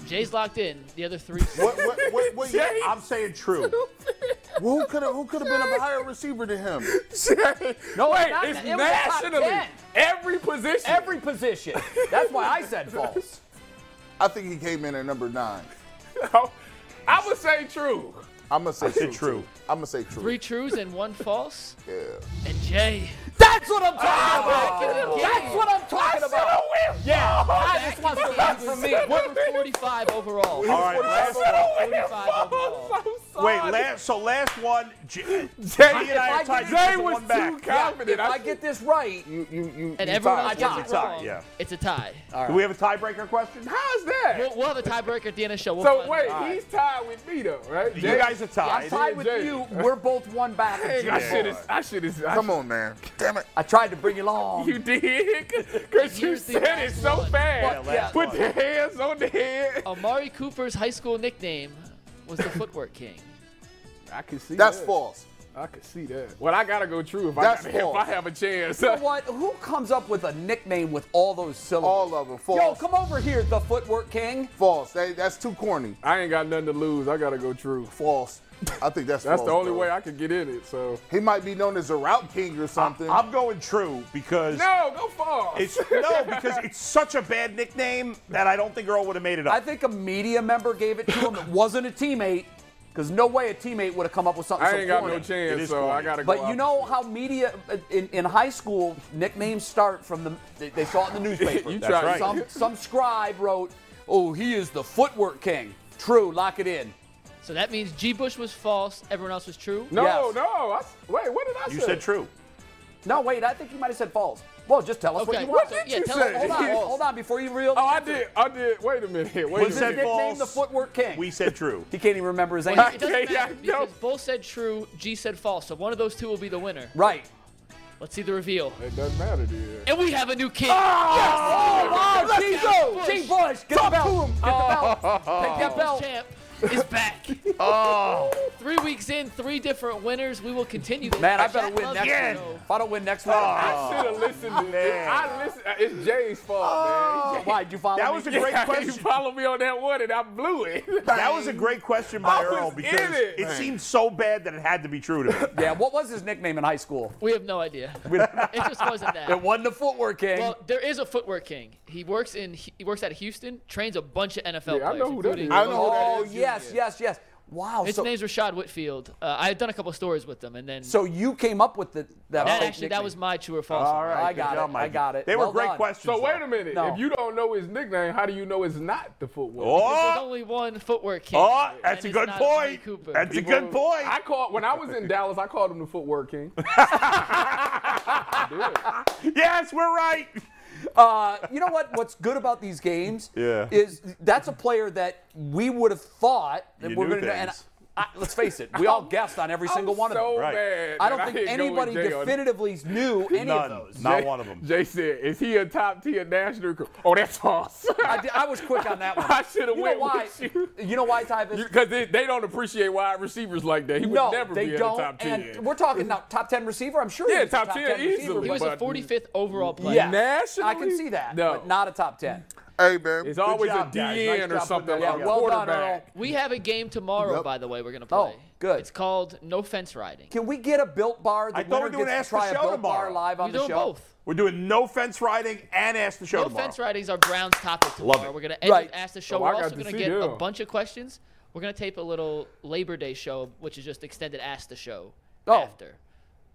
Speaker 4: Jay's locked in. The
Speaker 1: <laughs>
Speaker 4: other three.
Speaker 5: <laughs> What, what,
Speaker 3: <laughs>
Speaker 5: what, what year-
Speaker 2: I'm saying true.
Speaker 5: who could have who could have been a higher receiver than him?
Speaker 1: No,
Speaker 3: Wait,
Speaker 1: it's not-
Speaker 3: it's
Speaker 1: it was top
Speaker 3: nationally.
Speaker 1: 10.
Speaker 3: Every position.
Speaker 1: Every position. That's why I <laughs> said false.
Speaker 5: I think he came in at number nine.
Speaker 3: I would say true.
Speaker 5: I'm gonna say
Speaker 2: said
Speaker 5: true.
Speaker 2: true.
Speaker 5: I'm gonna say true.
Speaker 4: Three trues and one false.
Speaker 5: Yeah.
Speaker 4: And Jay.
Speaker 1: That's what I'm talking
Speaker 4: back in
Speaker 1: about.
Speaker 4: the
Speaker 1: That's
Speaker 4: game.
Speaker 1: what I'm talking about. Yeah, I just want to
Speaker 4: Back
Speaker 1: back
Speaker 4: in the
Speaker 1: from me.
Speaker 4: game, he was number 45 overall.
Speaker 2: All right, last one.
Speaker 4: 45 overall.
Speaker 1: <laughs>
Speaker 2: Wait, last, so last one. J-
Speaker 3: Jay,
Speaker 2: He and I are
Speaker 1: if
Speaker 2: tied
Speaker 1: I get-
Speaker 2: just
Speaker 1: Jay
Speaker 2: the
Speaker 3: was
Speaker 2: one
Speaker 3: too
Speaker 2: back.
Speaker 1: Yeah, if
Speaker 3: confident. I
Speaker 1: I get this right,
Speaker 5: You you you.
Speaker 4: And
Speaker 5: you
Speaker 4: everyone
Speaker 5: tied.
Speaker 4: else
Speaker 1: It's
Speaker 4: gets it
Speaker 1: a
Speaker 2: tie,
Speaker 4: wrong.
Speaker 2: yeah.
Speaker 4: It's a tie.
Speaker 2: Do we have a tiebreaker question?
Speaker 3: How's that?
Speaker 4: We'll, we'll have a tiebreaker at the end of the show. We'll
Speaker 3: so
Speaker 4: find
Speaker 3: wait,
Speaker 4: out.
Speaker 3: he's tied with me though, right?
Speaker 2: You guys are
Speaker 1: I'm
Speaker 2: tied.
Speaker 1: tied with
Speaker 3: Jay.
Speaker 1: you. We're both one back.
Speaker 3: Dang, I should have. I should have.
Speaker 5: Come on, man. Damn it.
Speaker 1: I tried to bring you along.
Speaker 3: You did, because you
Speaker 4: Here's the
Speaker 3: said it Oh.
Speaker 4: last
Speaker 3: so
Speaker 4: one.
Speaker 3: fast.
Speaker 2: Yeah, last
Speaker 3: Put
Speaker 2: one.
Speaker 3: the hands on the head.
Speaker 4: Amari Cooper's high school nickname
Speaker 1: <laughs>
Speaker 4: was the Footwork King.
Speaker 3: I can see
Speaker 5: That's false.
Speaker 3: I can see that. Well, I gotta go true if I,
Speaker 5: That's
Speaker 3: gotta, if
Speaker 5: false.
Speaker 3: I have a chance. <laughs>
Speaker 1: know what? Who comes up with a nickname with all those syllables?
Speaker 5: All of them
Speaker 1: Yo,
Speaker 5: false.
Speaker 1: come over here, the footwork king.
Speaker 5: false. They, that's too corny.
Speaker 3: I ain't got nothing to lose. I gotta go true.
Speaker 5: False. I think that's
Speaker 3: That's
Speaker 5: false,
Speaker 3: the only
Speaker 5: bro.
Speaker 3: way I could get in it. So
Speaker 5: He might be known as a route king or something.
Speaker 2: I'm going true because
Speaker 3: no, go false.
Speaker 2: it's no because it's such a bad nickname that I don't think Earl would have made it up.
Speaker 1: I think a media member gave it to him that wasn't a teammate, because no way a teammate would have come up with something
Speaker 3: I
Speaker 1: so
Speaker 3: ain't got
Speaker 1: corny.
Speaker 3: no
Speaker 2: It
Speaker 3: chance.
Speaker 2: is
Speaker 3: So I
Speaker 2: corny.
Speaker 3: gotta go.
Speaker 1: But you know how media uh, in, in high school nicknames start from the they, they
Speaker 2: <laughs>
Speaker 1: saw it in the newspaper.
Speaker 3: You That's tried. right.
Speaker 1: Some some scribe wrote, "Oh, he is the footwork king." True, lock it in.
Speaker 4: So that means G. Bush was false. Everyone else was true.
Speaker 3: No,
Speaker 1: Yes.
Speaker 3: no. I s wait, what did I say?
Speaker 2: you said true.
Speaker 1: No, wait, I think you might have said false. Well, just tell us what
Speaker 4: Okay.
Speaker 1: you want.
Speaker 4: So, yeah,
Speaker 3: you
Speaker 4: tell
Speaker 3: say?
Speaker 4: us.
Speaker 1: Hold on, hold on, before you real.
Speaker 3: Oh, I did. I did. Wait a minute. <laughs> Wait
Speaker 2: We
Speaker 3: a
Speaker 1: He
Speaker 2: said
Speaker 3: minute.
Speaker 2: false.
Speaker 1: nicknamed the footwork king.
Speaker 2: We said true.
Speaker 1: he can't even remember his name.
Speaker 4: It doesn't
Speaker 3: Okay,
Speaker 4: matter
Speaker 3: yeah,
Speaker 4: because
Speaker 3: no.
Speaker 4: both said true, G said false. So one of those two will be the winner.
Speaker 1: right.
Speaker 4: Let's see the reveal.
Speaker 3: It doesn't matter, dude.
Speaker 4: And we have a new king.
Speaker 1: Oh, wow,
Speaker 4: Let's
Speaker 1: G.
Speaker 4: go,
Speaker 1: Bush.
Speaker 4: Bush.
Speaker 1: G. Bush, get the belt. Get the belt. Take that belt.
Speaker 4: Champ is back. oh. Three weeks in, three different winners. We will continue this.
Speaker 1: Man, I
Speaker 4: Chat
Speaker 1: better win
Speaker 4: loves
Speaker 1: next
Speaker 4: to
Speaker 1: week.
Speaker 4: know.
Speaker 1: If I don't win next
Speaker 2: Oh.
Speaker 1: week,
Speaker 3: I should have listened to this. I listen. uh, It's Jay's fault, man.
Speaker 1: why? Did you follow
Speaker 2: That
Speaker 1: me?
Speaker 2: was a
Speaker 1: <laughs>
Speaker 2: great
Speaker 3: You
Speaker 2: question.
Speaker 3: followed me on that one, and I blew it.
Speaker 2: That was a great question by
Speaker 3: I was
Speaker 2: Earl
Speaker 3: in
Speaker 2: because
Speaker 3: it.
Speaker 2: it seemed so bad that it had to be true to me.
Speaker 1: Yeah, what was his nickname in high school?
Speaker 4: We have no idea. it just wasn't that.
Speaker 1: It wasn't the footwork king.
Speaker 4: Well, there is a footwork king. He works in he works out of Houston, trains a bunch of NFL
Speaker 3: Yeah, <laughs> I
Speaker 4: players.
Speaker 3: know who that
Speaker 4: including-
Speaker 3: is.
Speaker 5: I know who that
Speaker 1: oh
Speaker 5: is.
Speaker 1: yes, yes, yes. Wow.
Speaker 4: His
Speaker 1: So,
Speaker 4: name's Rashad Whitfield. Uh, I had done a couple stories with him, and then
Speaker 1: so you came up with the that,
Speaker 4: that
Speaker 1: fake
Speaker 4: actually that
Speaker 1: nickname.
Speaker 4: was my true or false.
Speaker 2: All right,
Speaker 1: I
Speaker 2: good
Speaker 1: got
Speaker 2: job,
Speaker 1: it,
Speaker 2: Mikey.
Speaker 1: I got it.
Speaker 2: They
Speaker 1: Well
Speaker 2: were great
Speaker 1: done.
Speaker 2: questions.
Speaker 3: So
Speaker 2: though.
Speaker 3: wait a minute.
Speaker 1: No.
Speaker 3: If you don't know his nickname, how do you know it's not the footwork?
Speaker 4: There's
Speaker 2: Oh,
Speaker 4: only one footwork king.
Speaker 2: oh,
Speaker 4: and
Speaker 2: that's a
Speaker 4: it's
Speaker 2: good
Speaker 4: not Amari
Speaker 2: point.
Speaker 4: Cooper.
Speaker 2: That's a good point.
Speaker 3: I called when I was in Dallas. I called
Speaker 1: <laughs>
Speaker 3: him the footwork king.
Speaker 2: Yes, we're right.
Speaker 1: Uh, you know what? What's good about these games
Speaker 2: <laughs> Yeah.
Speaker 1: is that's a player that we would have thought that
Speaker 2: You
Speaker 1: we're
Speaker 2: knew
Speaker 1: going to. And
Speaker 2: things.
Speaker 1: I, let's face it, we all guessed on every single one
Speaker 3: so
Speaker 1: of them.
Speaker 2: Right.
Speaker 3: Mad
Speaker 1: I
Speaker 3: that
Speaker 1: don't think
Speaker 3: didn't go
Speaker 1: anybody
Speaker 3: with Jay on-
Speaker 1: definitively
Speaker 3: <laughs>
Speaker 1: knew any of
Speaker 2: None.
Speaker 1: those.
Speaker 2: Not one of them.
Speaker 3: Jay said, "Is he a top tier national recruit?" Oh, that's false.
Speaker 1: I, did- I was quick on
Speaker 3: <laughs>
Speaker 1: that one.
Speaker 3: I shoulda
Speaker 1: You know
Speaker 3: went
Speaker 1: why?
Speaker 3: with you.
Speaker 1: <laughs> You know why, Tyvus?
Speaker 3: Because they, they don't appreciate wide receivers like that. He would
Speaker 1: no,
Speaker 3: never
Speaker 1: they
Speaker 3: be
Speaker 1: don't.
Speaker 3: in the top ten.
Speaker 1: And we're talking now top ten receiver. I'm sure.
Speaker 3: Yeah,
Speaker 1: he was a
Speaker 3: top 10
Speaker 1: receiver,
Speaker 3: easily.
Speaker 4: He
Speaker 1: but-
Speaker 4: was a
Speaker 3: But-
Speaker 4: 45th overall player.
Speaker 1: yeah, I
Speaker 3: Nationally?
Speaker 1: can see that,
Speaker 3: No.
Speaker 1: but not a top ten.
Speaker 5: Hey, man.
Speaker 3: it's always
Speaker 5: good job.
Speaker 3: a
Speaker 2: guys.
Speaker 3: DN
Speaker 2: Nice
Speaker 3: or
Speaker 2: job
Speaker 3: something
Speaker 2: putting
Speaker 3: like
Speaker 2: that
Speaker 3: a
Speaker 2: out.
Speaker 1: Well done,
Speaker 3: quarterback.
Speaker 4: We have a game tomorrow,
Speaker 5: Yep.
Speaker 4: by the way, we're going to
Speaker 1: Oh,
Speaker 4: play.
Speaker 1: good.
Speaker 4: It's called No Fence Riding.
Speaker 1: Can we get a built bar? The
Speaker 2: I thought we were
Speaker 1: winner
Speaker 2: doing
Speaker 1: gets
Speaker 2: Ask
Speaker 1: to
Speaker 2: the
Speaker 1: try a
Speaker 2: Show
Speaker 1: built bar
Speaker 2: tomorrow.
Speaker 1: live on
Speaker 4: We're
Speaker 1: the
Speaker 4: doing
Speaker 1: show.
Speaker 4: both.
Speaker 2: We're doing no fence riding and ask the show
Speaker 4: No
Speaker 2: tomorrow.
Speaker 4: Fence Riding is our Brown's topic tomorrow.
Speaker 2: it.
Speaker 4: We're going to end
Speaker 1: Right.
Speaker 4: with Ask the Show.
Speaker 3: I
Speaker 4: we're
Speaker 3: got
Speaker 4: also
Speaker 3: to
Speaker 4: going to
Speaker 3: see
Speaker 4: get a
Speaker 3: them.
Speaker 4: bunch of questions. We're going to tape a little Labor Day show, which is just extended Ask the Show
Speaker 1: Oh.
Speaker 4: after.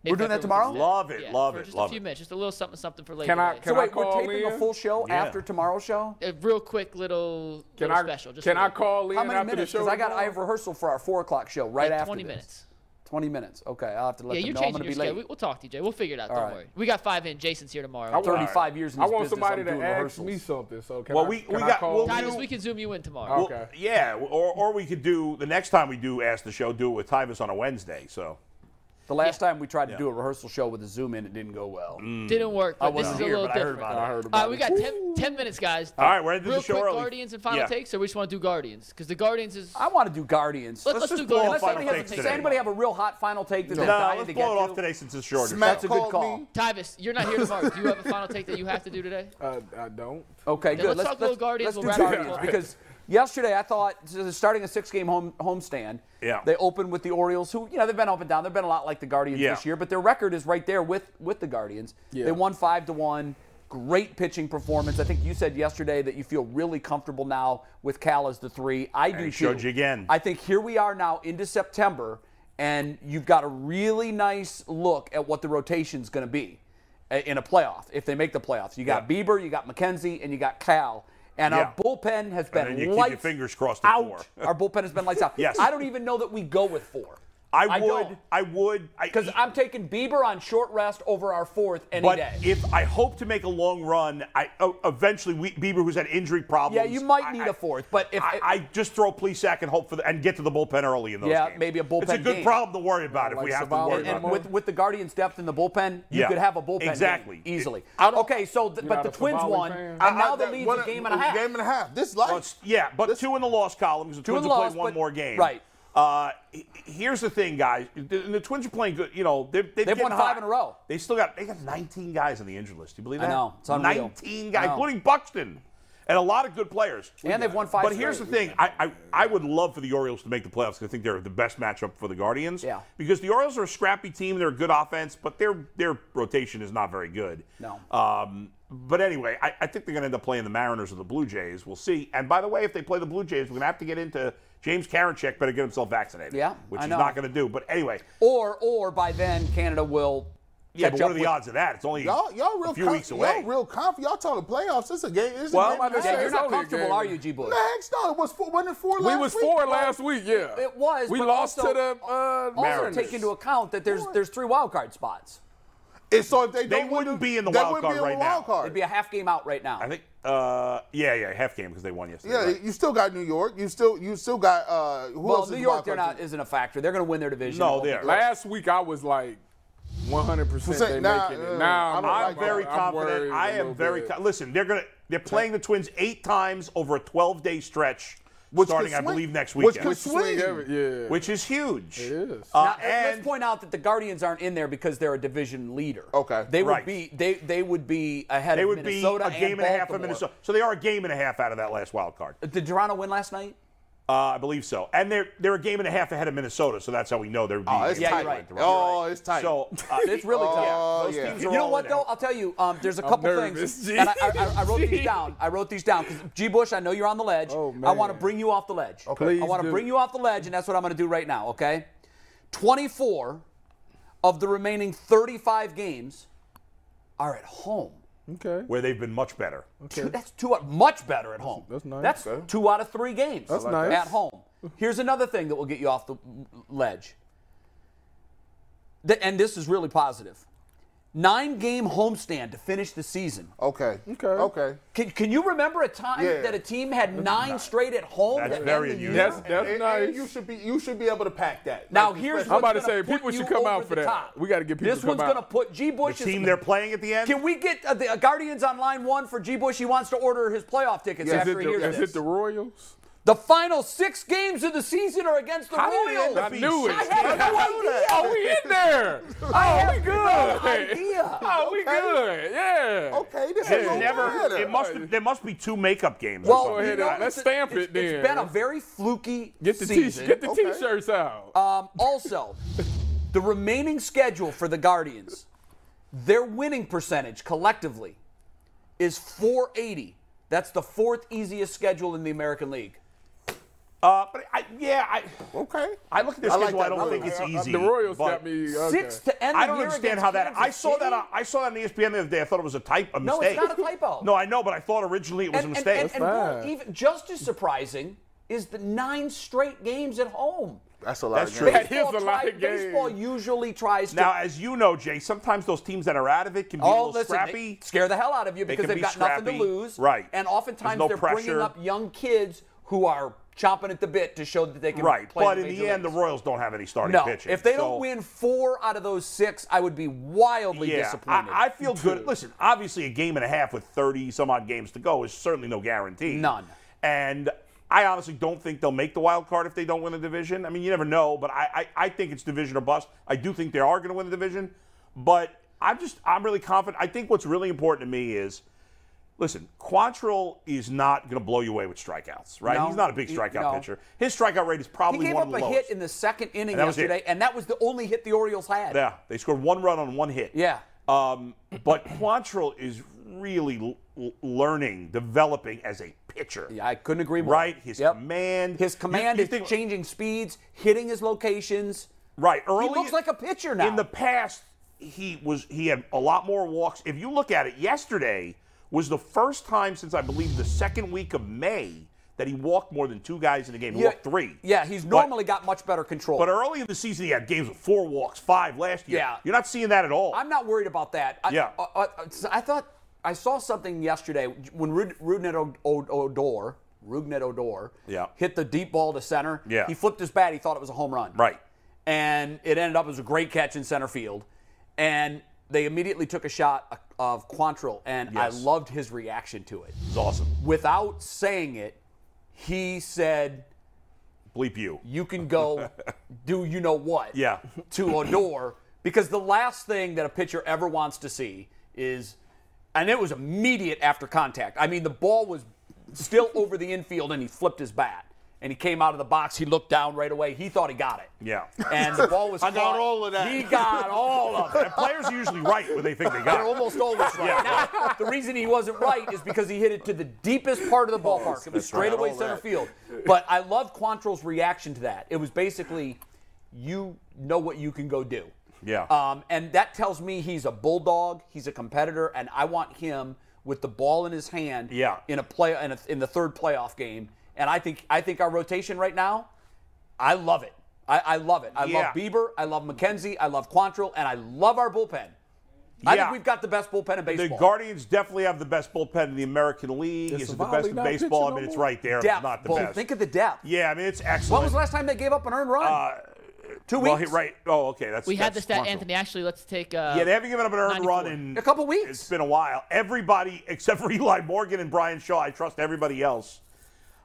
Speaker 4: We're
Speaker 1: doing that tomorrow?
Speaker 2: Love it, love
Speaker 4: for
Speaker 2: it,
Speaker 4: Just
Speaker 2: love
Speaker 4: a few
Speaker 2: it.
Speaker 4: minutes, just a little something, something for Labor
Speaker 3: Can I-
Speaker 4: Day.
Speaker 3: can
Speaker 1: So wait,
Speaker 3: I
Speaker 1: we're
Speaker 3: call
Speaker 1: taping a
Speaker 3: in?
Speaker 1: full show
Speaker 2: Yeah.
Speaker 1: after tomorrow's show.
Speaker 4: a real quick little,
Speaker 3: Can
Speaker 4: little
Speaker 3: I
Speaker 4: special. Just
Speaker 3: can
Speaker 4: a
Speaker 3: I
Speaker 4: little-
Speaker 3: call in
Speaker 1: How many
Speaker 3: after
Speaker 1: minutes?
Speaker 3: the show?
Speaker 1: Because I got I
Speaker 3: tomorrow?
Speaker 1: have rehearsal for our four o'clock show right
Speaker 4: like
Speaker 1: after
Speaker 4: 20
Speaker 1: this.
Speaker 4: minutes.
Speaker 1: Twenty minutes. Okay, I'll have to let
Speaker 4: Yeah,
Speaker 1: them
Speaker 4: you're
Speaker 1: know I'm
Speaker 4: changing
Speaker 1: going to
Speaker 4: your
Speaker 1: be
Speaker 4: schedule.
Speaker 1: late.
Speaker 4: We, will talk, DJ. We'll figure it out. don't
Speaker 1: right.
Speaker 4: worry. We got five in. Jason's here tomorrow.
Speaker 3: I want-
Speaker 1: Thirty-five years in
Speaker 3: I
Speaker 1: this
Speaker 3: want
Speaker 1: business,
Speaker 3: somebody
Speaker 1: I'm
Speaker 3: to
Speaker 1: doing
Speaker 3: ask
Speaker 1: rehearsals.
Speaker 3: me something. So can
Speaker 2: Well,
Speaker 3: I,
Speaker 2: we-
Speaker 3: can
Speaker 2: we
Speaker 3: I
Speaker 2: got-
Speaker 3: call
Speaker 2: we'll
Speaker 3: in?
Speaker 2: do-
Speaker 4: Titus, we can zoom you in tomorrow.
Speaker 3: Okay.
Speaker 2: Yeah, or, or we could do the next time we do ask the show, do it with Tyvus on a Wednesday. So
Speaker 1: The last time we tried to do a rehearsal show with a Zoom in, it didn't go well.
Speaker 2: Mm.
Speaker 4: Didn't work, but this
Speaker 1: wasn't
Speaker 4: is
Speaker 1: here,
Speaker 4: a little
Speaker 1: but I heard
Speaker 4: different.
Speaker 1: about it.
Speaker 3: I heard
Speaker 4: All
Speaker 3: about
Speaker 4: right, we
Speaker 3: it.
Speaker 4: got 10, 10 minutes, guys.
Speaker 2: all right, we're ending
Speaker 4: Real
Speaker 2: the show
Speaker 4: quick,
Speaker 2: early.
Speaker 4: Guardians and final
Speaker 2: Yeah.
Speaker 4: takes, or we just want to do Guardians? Because the Guardians is.
Speaker 1: I want to do Guardians.
Speaker 4: let's,
Speaker 2: let's
Speaker 4: let's do
Speaker 2: just blow
Speaker 4: Guardians.
Speaker 2: off
Speaker 1: Unless
Speaker 2: final
Speaker 1: somebody, has,
Speaker 2: takes
Speaker 1: does
Speaker 2: today.
Speaker 1: anybody have a real hot final take that
Speaker 2: No,
Speaker 1: they're dying
Speaker 2: let's
Speaker 1: to
Speaker 2: blow
Speaker 1: get
Speaker 2: it off
Speaker 1: to?
Speaker 2: today since it's shorter.
Speaker 5: Smack
Speaker 1: That's a good
Speaker 5: called
Speaker 1: call.
Speaker 5: me.
Speaker 4: Tavis, you're not here tomorrow. do you have a final take that you have to
Speaker 1: <laughs>
Speaker 4: do today?
Speaker 3: Uh, I don't.
Speaker 1: Okay,
Speaker 4: Yeah,
Speaker 1: good.
Speaker 4: let's talk a little Guardians,
Speaker 1: Let's
Speaker 4: we'll
Speaker 1: do
Speaker 4: wrap it up.
Speaker 1: Guardians because yesterday I thought so they're starting a six-game home homestand.
Speaker 2: Yeah.
Speaker 1: They opened with the Orioles, who you know they've been up and down. They've been a lot like the Guardians
Speaker 2: Yeah.
Speaker 1: this year, but their record is right there with with the Guardians.
Speaker 3: Yeah.
Speaker 1: They won five to one. Great pitching performance. I think you said yesterday that you feel really comfortable now with Cal as the three. I do
Speaker 2: it
Speaker 1: too.
Speaker 2: showed you again.
Speaker 1: I think here we are now into September, and you've got a really nice look at what the rotation's going to be a- in a playoff if they make the playoffs. You got
Speaker 2: Yeah.
Speaker 1: Bieber, you got McKenzie, and you got Cal. And our
Speaker 2: Yeah.
Speaker 1: bullpen has been
Speaker 2: then you keep your
Speaker 1: lights
Speaker 2: fingers crossed at four.
Speaker 1: out. our bullpen has been lights out.
Speaker 2: <laughs> Yes.
Speaker 1: I don't even know that we go with four.
Speaker 2: I would, I, would,
Speaker 1: because I'm taking Bieber on short rest over our fourth any
Speaker 2: But
Speaker 1: day.
Speaker 2: if I hope to make a long run, I uh, eventually we, Bieber, who's had injury
Speaker 1: yeah,
Speaker 2: problems.
Speaker 1: you might need
Speaker 2: a
Speaker 1: a fourth, but if
Speaker 2: I, I just throw Plesac and hope for the, and get to the bullpen early in those
Speaker 1: Yeah,
Speaker 2: games.
Speaker 1: maybe a
Speaker 2: It's a
Speaker 1: bullpen
Speaker 2: good
Speaker 1: game. Oh,
Speaker 2: problem to worry about if we
Speaker 3: like
Speaker 2: have
Speaker 3: Savali
Speaker 2: to worry
Speaker 3: and
Speaker 2: about.
Speaker 1: and
Speaker 3: Mom.
Speaker 1: with, with the Guardians' depth in the bullpen, you
Speaker 2: Yeah.
Speaker 1: could have a bullpen game
Speaker 2: Exactly.
Speaker 1: easily.
Speaker 5: I don't-
Speaker 1: okay, so th-
Speaker 3: You're
Speaker 1: but
Speaker 3: not
Speaker 1: the
Speaker 3: a
Speaker 1: Twins
Speaker 3: Savali
Speaker 1: won,
Speaker 3: fan?
Speaker 1: and
Speaker 5: I- I-
Speaker 1: now the
Speaker 5: that-
Speaker 1: lead's
Speaker 5: what
Speaker 1: a game and a half.
Speaker 5: Game and a half. This life.
Speaker 2: Well, it's- yeah, but two in the loss column because the
Speaker 1: Two in
Speaker 2: Twins
Speaker 1: the
Speaker 2: will
Speaker 1: loss,
Speaker 2: play one
Speaker 1: but-
Speaker 2: more game.
Speaker 1: right.
Speaker 2: Uh, he- here's the thing, guys. The, the Twins are playing good. You know, they're, they've
Speaker 1: They've
Speaker 2: getting
Speaker 1: won five
Speaker 2: hot.
Speaker 1: in a row.
Speaker 2: They still got they got 19 guys on the injury list. Do you believe
Speaker 1: I
Speaker 2: that?
Speaker 1: know. It's unreal.
Speaker 2: 19 guys,
Speaker 1: I know.
Speaker 2: including Buxton, and a lot of good players.
Speaker 1: And they've won five
Speaker 2: But here's the
Speaker 1: straight.
Speaker 2: thing: I, I I would love for the Orioles to make the playoffs. 'cause I think they're the best matchup for the Guardians.
Speaker 1: Yeah.
Speaker 2: Because the Orioles are a scrappy team. They're a good offense, but their their rotation is not very good.
Speaker 1: No.
Speaker 2: Um, but anyway, I, I think they're going to end up playing the Mariners or the Blue Jays. We'll see. And by the way, if they play the Blue Jays, we're going to have to get into James Karinchak better get himself vaccinated.
Speaker 1: Yeah,
Speaker 2: which
Speaker 1: I
Speaker 2: he's
Speaker 1: know.
Speaker 2: not going to do. But anyway,
Speaker 1: Or or by then Canada will.
Speaker 2: yeah.
Speaker 1: catch
Speaker 2: But
Speaker 1: up
Speaker 2: what are the
Speaker 1: with-
Speaker 2: odds of that? It's only
Speaker 5: y'all, y'all real
Speaker 2: a few
Speaker 5: conf-
Speaker 2: weeks away.
Speaker 5: Y'all real confident. Y'all talking playoffs. It's a game. It's
Speaker 2: Well,
Speaker 5: a game. and a
Speaker 2: I'm
Speaker 5: half.
Speaker 1: Yeah, you're
Speaker 3: It's
Speaker 1: not
Speaker 3: only a
Speaker 1: comfortable,
Speaker 3: game.
Speaker 1: are you, G. Bush?
Speaker 5: The heck's no. It was four, wasn't it four
Speaker 3: We
Speaker 5: last
Speaker 3: was
Speaker 5: week?
Speaker 3: four last week. Yeah,
Speaker 1: It was.
Speaker 3: We
Speaker 1: but
Speaker 3: lost
Speaker 1: also-
Speaker 3: to the uh,
Speaker 1: Also
Speaker 2: Mariners.
Speaker 1: take into account that there's there's three wild card spots.
Speaker 5: And so if they,
Speaker 2: They
Speaker 5: don't win
Speaker 2: wouldn't be in the
Speaker 5: they
Speaker 2: wild
Speaker 5: wouldn't
Speaker 2: card
Speaker 5: be in the
Speaker 2: right
Speaker 5: wild
Speaker 2: now.
Speaker 5: card.
Speaker 1: It'd be a half game out right now.
Speaker 2: I think. Uh, yeah, yeah, half game because they won yesterday.
Speaker 5: yeah,
Speaker 2: right?
Speaker 5: you still got New York. You still you still got uh, who
Speaker 1: well,
Speaker 5: else? is
Speaker 1: New
Speaker 5: the
Speaker 1: York,
Speaker 5: wild
Speaker 1: they're
Speaker 5: card
Speaker 1: not
Speaker 5: team?
Speaker 1: isn't a factor. They're going to win their division.
Speaker 2: No,
Speaker 1: It won't be
Speaker 2: they're-
Speaker 1: close.
Speaker 3: Last week I was like 100% they
Speaker 5: Nah,
Speaker 3: making
Speaker 5: uh,
Speaker 3: it. Now I'm,
Speaker 5: I'm
Speaker 2: I'm
Speaker 5: Right,
Speaker 2: very
Speaker 5: bro.
Speaker 3: I'm worried
Speaker 2: confident.
Speaker 3: a
Speaker 2: I am
Speaker 3: little
Speaker 2: very.
Speaker 3: bit.
Speaker 2: Co- Listen, they're gonna. They're playing the Twins eight times over a 12-day stretch,
Speaker 5: Which could
Speaker 2: starting, I
Speaker 5: swing-
Speaker 2: believe, next
Speaker 5: which
Speaker 2: weekend,
Speaker 5: could
Speaker 2: which,
Speaker 5: swing.
Speaker 3: Swing every- yeah.
Speaker 2: is huge. It
Speaker 3: is.
Speaker 2: Uh,
Speaker 1: Now, and
Speaker 2: and
Speaker 1: let's point out that the Guardians aren't in there because they're a division leader.
Speaker 5: Okay.
Speaker 1: They would
Speaker 2: Right.
Speaker 1: be they they would be ahead
Speaker 2: they
Speaker 1: of
Speaker 2: would be
Speaker 1: Minnesota
Speaker 2: a game and, a half
Speaker 1: Baltimore.
Speaker 2: of Minnesota. So they are a game and a half out of that last wild card,
Speaker 1: Did Toronto win last night?
Speaker 2: uh, I believe so. And they're they're a game and a half ahead of Minnesota, so that's how we know they're.
Speaker 5: Oh, it's
Speaker 1: Yeah, you're
Speaker 5: tight.
Speaker 1: right. You're
Speaker 5: Oh, it's tight. <laughs>
Speaker 2: So uh,
Speaker 1: It's really tough.
Speaker 5: Oh,
Speaker 2: those
Speaker 5: yeah.
Speaker 2: teams are
Speaker 1: You know
Speaker 2: all
Speaker 1: what
Speaker 2: in there.
Speaker 1: though? I'll tell you. Um, there's a couple
Speaker 3: nervous,
Speaker 1: things,
Speaker 3: G.
Speaker 1: and I, I, I wrote
Speaker 3: <laughs>
Speaker 1: these down. I wrote these down because G. Bush, I know you're on the ledge.
Speaker 3: Oh,
Speaker 1: I want to
Speaker 3: man.
Speaker 1: bring you off the ledge. Okay.
Speaker 3: Please
Speaker 1: I want to
Speaker 3: do.
Speaker 1: bring you off the ledge, and that's what I'm going to do right now. Okay. 24 of the remaining 35 games are at home.
Speaker 3: Okay.
Speaker 2: where they've been much better.
Speaker 1: Two, that's two out, much better at home.
Speaker 3: that's nice.
Speaker 1: That's
Speaker 5: Okay.
Speaker 1: two out of three games.
Speaker 3: That's I like that. nice.
Speaker 1: at home. Here's another thing that will get you off the ledge. Th- and this is really positive. nine game homestand to finish the season.
Speaker 5: Okay.
Speaker 3: Okay.
Speaker 5: Okay.
Speaker 1: Can, can you remember a time
Speaker 5: Oh. Yeah.
Speaker 1: that a team had nine straight at home?
Speaker 2: That's
Speaker 1: to
Speaker 2: very
Speaker 1: end the year?
Speaker 2: unusual.
Speaker 3: That's that's
Speaker 5: And-
Speaker 3: nice.
Speaker 5: and you should be you should be able to pack that.
Speaker 1: Now
Speaker 5: Like,
Speaker 1: here's
Speaker 5: especially-
Speaker 1: what's
Speaker 3: I'm about to
Speaker 1: gonna
Speaker 3: say,
Speaker 1: put
Speaker 3: people
Speaker 1: you
Speaker 3: should come
Speaker 1: over
Speaker 3: out for
Speaker 1: the
Speaker 3: that.
Speaker 1: top.
Speaker 3: We gotta get people
Speaker 1: This
Speaker 3: to
Speaker 1: one's
Speaker 3: come
Speaker 1: gonna
Speaker 3: out.
Speaker 1: put G. Bush.
Speaker 2: The
Speaker 1: is-
Speaker 2: team they're playing at the end.
Speaker 1: Can we get uh, the uh, Guardians on line one for G. Bush? He wants to order his playoff tickets
Speaker 3: Is,
Speaker 1: after he
Speaker 3: it the,
Speaker 1: hears
Speaker 3: is
Speaker 1: this.
Speaker 3: it the Royals?
Speaker 1: The final six games of the season are against the
Speaker 2: How did they
Speaker 1: Royals.
Speaker 2: end up
Speaker 3: I knew it.
Speaker 1: I had no idea.
Speaker 3: <laughs> Oh, we in there.
Speaker 1: I
Speaker 3: Oh, we
Speaker 1: had
Speaker 3: good.
Speaker 1: no idea.
Speaker 2: <laughs>
Speaker 3: Oh, we
Speaker 5: Okay.
Speaker 3: good. Yeah.
Speaker 5: Okay, this
Speaker 2: It
Speaker 5: is no
Speaker 2: never.
Speaker 5: matter.
Speaker 2: It must. Have, there must be two makeup games. or
Speaker 1: Well,
Speaker 2: something.
Speaker 3: Go ahead
Speaker 1: you know,
Speaker 3: and- let's
Speaker 1: it's-
Speaker 3: stamp
Speaker 1: it's-
Speaker 3: it then.
Speaker 1: It's been a very fluky
Speaker 3: Get the
Speaker 1: season.
Speaker 3: t get the
Speaker 5: Okay.
Speaker 3: t-shirts out.
Speaker 1: Um, also, the remaining schedule for the Guardians, their winning percentage collectively is 480. That's the fourth easiest schedule in the American League.
Speaker 2: uh, but I, yeah, I,
Speaker 5: Okay.
Speaker 2: I look at this
Speaker 5: I like
Speaker 2: schedule. I
Speaker 5: that.
Speaker 2: don't
Speaker 5: I
Speaker 2: think
Speaker 5: like
Speaker 2: it's uh,
Speaker 5: that.
Speaker 2: easy.
Speaker 3: the Royals
Speaker 2: but
Speaker 3: got me. Okay.
Speaker 1: Six to end.
Speaker 2: I
Speaker 1: the
Speaker 2: don't
Speaker 1: year
Speaker 2: understand
Speaker 1: against
Speaker 2: how that.
Speaker 1: Kansas
Speaker 2: I saw that.
Speaker 1: City.
Speaker 2: On, I saw that on E ESPN the other day. I thought it was a type a
Speaker 1: No, it's
Speaker 2: mistake.
Speaker 1: not a typo.
Speaker 2: No, I know, but I thought originally it was
Speaker 1: and,
Speaker 2: a
Speaker 1: and-
Speaker 2: mistake.
Speaker 1: And, and, more,
Speaker 3: bad.
Speaker 1: even just as surprising is the nine straight games at home.
Speaker 5: That's a lot.
Speaker 2: That's
Speaker 5: of
Speaker 2: true.
Speaker 5: games.
Speaker 3: That is a lot of games.
Speaker 1: Baseball usually tries to.
Speaker 2: now, as you know, Jay, sometimes those teams that are out of it can be a
Speaker 1: Oh,
Speaker 2: little
Speaker 1: listen,
Speaker 2: scrappy.
Speaker 1: they scare the hell out of you because
Speaker 2: can
Speaker 1: they've
Speaker 2: be
Speaker 1: got nothing
Speaker 2: scrappy.
Speaker 1: to lose.
Speaker 2: Right.
Speaker 1: And
Speaker 2: There's
Speaker 1: oftentimes
Speaker 2: no
Speaker 1: they're bringing
Speaker 2: pressure.
Speaker 1: up young kids who are chomping at the bit to show that they can
Speaker 2: right,
Speaker 1: play.
Speaker 2: but in
Speaker 1: the
Speaker 2: the
Speaker 1: major
Speaker 2: end, the
Speaker 1: leagues.
Speaker 2: Royals don't have any starting
Speaker 1: no,
Speaker 2: pitching.
Speaker 1: if they
Speaker 2: so-
Speaker 1: don't win four out of those six, I would be wildly
Speaker 2: yeah,
Speaker 1: disappointed.
Speaker 2: I, I feel good. Listen, obviously, a game and a half with 30 some odd games to go is certainly no guarantee.
Speaker 1: None.
Speaker 2: And I honestly don't think they'll make the wild card if they don't win the division. I mean, you never know, but I, I, I think it's division or bust. I do think they are going to win the division, but I'm just, I'm really confident. I think what's really important to me is. Listen, Quantrill is not going to blow you away with strikeouts, right?
Speaker 1: No,
Speaker 2: He's not a big
Speaker 1: he-
Speaker 2: strikeout
Speaker 1: no.
Speaker 2: pitcher. His strikeout rate is
Speaker 1: he
Speaker 2: probably
Speaker 1: gave
Speaker 2: one
Speaker 1: up
Speaker 2: of
Speaker 1: a
Speaker 2: the lowest.
Speaker 1: hit in the second inning
Speaker 2: And that was it.
Speaker 1: yesterday, and that was the only hit the Orioles had.
Speaker 2: Yeah, they scored one run on one hit.
Speaker 1: Yeah.
Speaker 2: Um, but Quantrill is really l- l- learning, developing as a pitcher.
Speaker 1: I couldn't agree more.
Speaker 2: Right, his
Speaker 1: Yep.
Speaker 2: command.
Speaker 1: His
Speaker 2: You-
Speaker 1: command
Speaker 2: you
Speaker 1: is
Speaker 2: think-
Speaker 1: changing speeds, hitting his locations.
Speaker 2: Right. Early
Speaker 1: He looks like a pitcher now.
Speaker 2: In the past, he was he had a lot more walks. If you look at it, yesterday was the first time since I believe the second week of May that he walked more than two guys in a game. He
Speaker 1: Yeah,
Speaker 2: walked three.
Speaker 1: Yeah, he's
Speaker 2: But-
Speaker 1: normally got much better control.
Speaker 2: But early in the season, he had games with four walks, five last year.
Speaker 1: Yeah.
Speaker 2: You're not seeing that at all.
Speaker 1: I'm not worried about that. I,
Speaker 2: Yeah.
Speaker 1: I, I, I thought I saw something yesterday when Rud- Rudnet O- O- Odor, Rudnet Odor,
Speaker 2: Yeah.
Speaker 1: hit the deep ball to center.
Speaker 2: Yeah.
Speaker 1: He flipped his bat. He thought it was a home run.
Speaker 2: Right.
Speaker 1: And it ended up as a great catch in center field, and they immediately took a shot of Quantrill, and I
Speaker 2: Yes.
Speaker 1: loved his reaction to it.
Speaker 2: It's awesome.
Speaker 1: Without saying it, he said,
Speaker 2: Bleep
Speaker 1: <laughs>
Speaker 2: you.
Speaker 1: "You can
Speaker 5: <laughs>
Speaker 1: go, do you know what?"
Speaker 2: Yeah.
Speaker 1: to Odor because the last thing that a pitcher ever wants to see is, and it was immediate after contact. I mean, the ball was still over the infield and he flipped his bat. And he came out of the box. He looked down right away. He thought he got it.
Speaker 2: Yeah.
Speaker 1: And the ball was.
Speaker 5: <laughs> I got
Speaker 1: caught.
Speaker 5: all of that.
Speaker 1: He got all of it.
Speaker 2: And players are usually right when they think they got
Speaker 1: They're
Speaker 2: it.
Speaker 1: almost always right. Now, the reason he wasn't right is because he hit it to the deepest part of the ballpark. It was straight away
Speaker 5: All
Speaker 1: center
Speaker 5: that.
Speaker 1: field. But I love Quantrill's reaction to that. It was basically, you know what you can go do.
Speaker 2: Yeah.
Speaker 3: Uh,
Speaker 1: Um, and that tells me he's a bulldog. He's a competitor, and I want him with the ball in his hand.
Speaker 2: Yeah.
Speaker 1: In a play in, a, in the third playoff game, and I think I think our rotation right now, I love it. I, I love it. I
Speaker 2: Yeah.
Speaker 1: love Bieber. I love McKenzie. I love Quantrill, and I love our bullpen. I think
Speaker 2: Yeah.
Speaker 1: we've got the best bullpen in
Speaker 2: The
Speaker 1: baseball.
Speaker 2: Guardians definitely have the best bullpen in the American League.
Speaker 3: Is
Speaker 2: Is it the
Speaker 3: Savali
Speaker 2: best in
Speaker 3: not
Speaker 2: baseball? I
Speaker 3: pitching
Speaker 2: mean,
Speaker 3: no
Speaker 2: it's
Speaker 3: more?
Speaker 2: right there. if
Speaker 1: depth.
Speaker 2: It's not the
Speaker 1: Bull.
Speaker 2: best.
Speaker 1: Think of the depth.
Speaker 2: yeah, I mean, it's excellent.
Speaker 1: When was the last time they gave up an earned run? Two
Speaker 2: well,
Speaker 1: weeks.
Speaker 2: he- right. Oh, okay. That's
Speaker 4: We had the
Speaker 2: that's
Speaker 4: stat,
Speaker 2: Quantrill.
Speaker 4: Anthony. Actually, let's take. Uh,
Speaker 2: Yeah, they haven't given up an earned
Speaker 4: 94.
Speaker 2: run in
Speaker 1: A couple weeks.
Speaker 2: It's been a while. Everybody <laughs> except for Eli Morgan and Brian Shaw. I trust everybody else.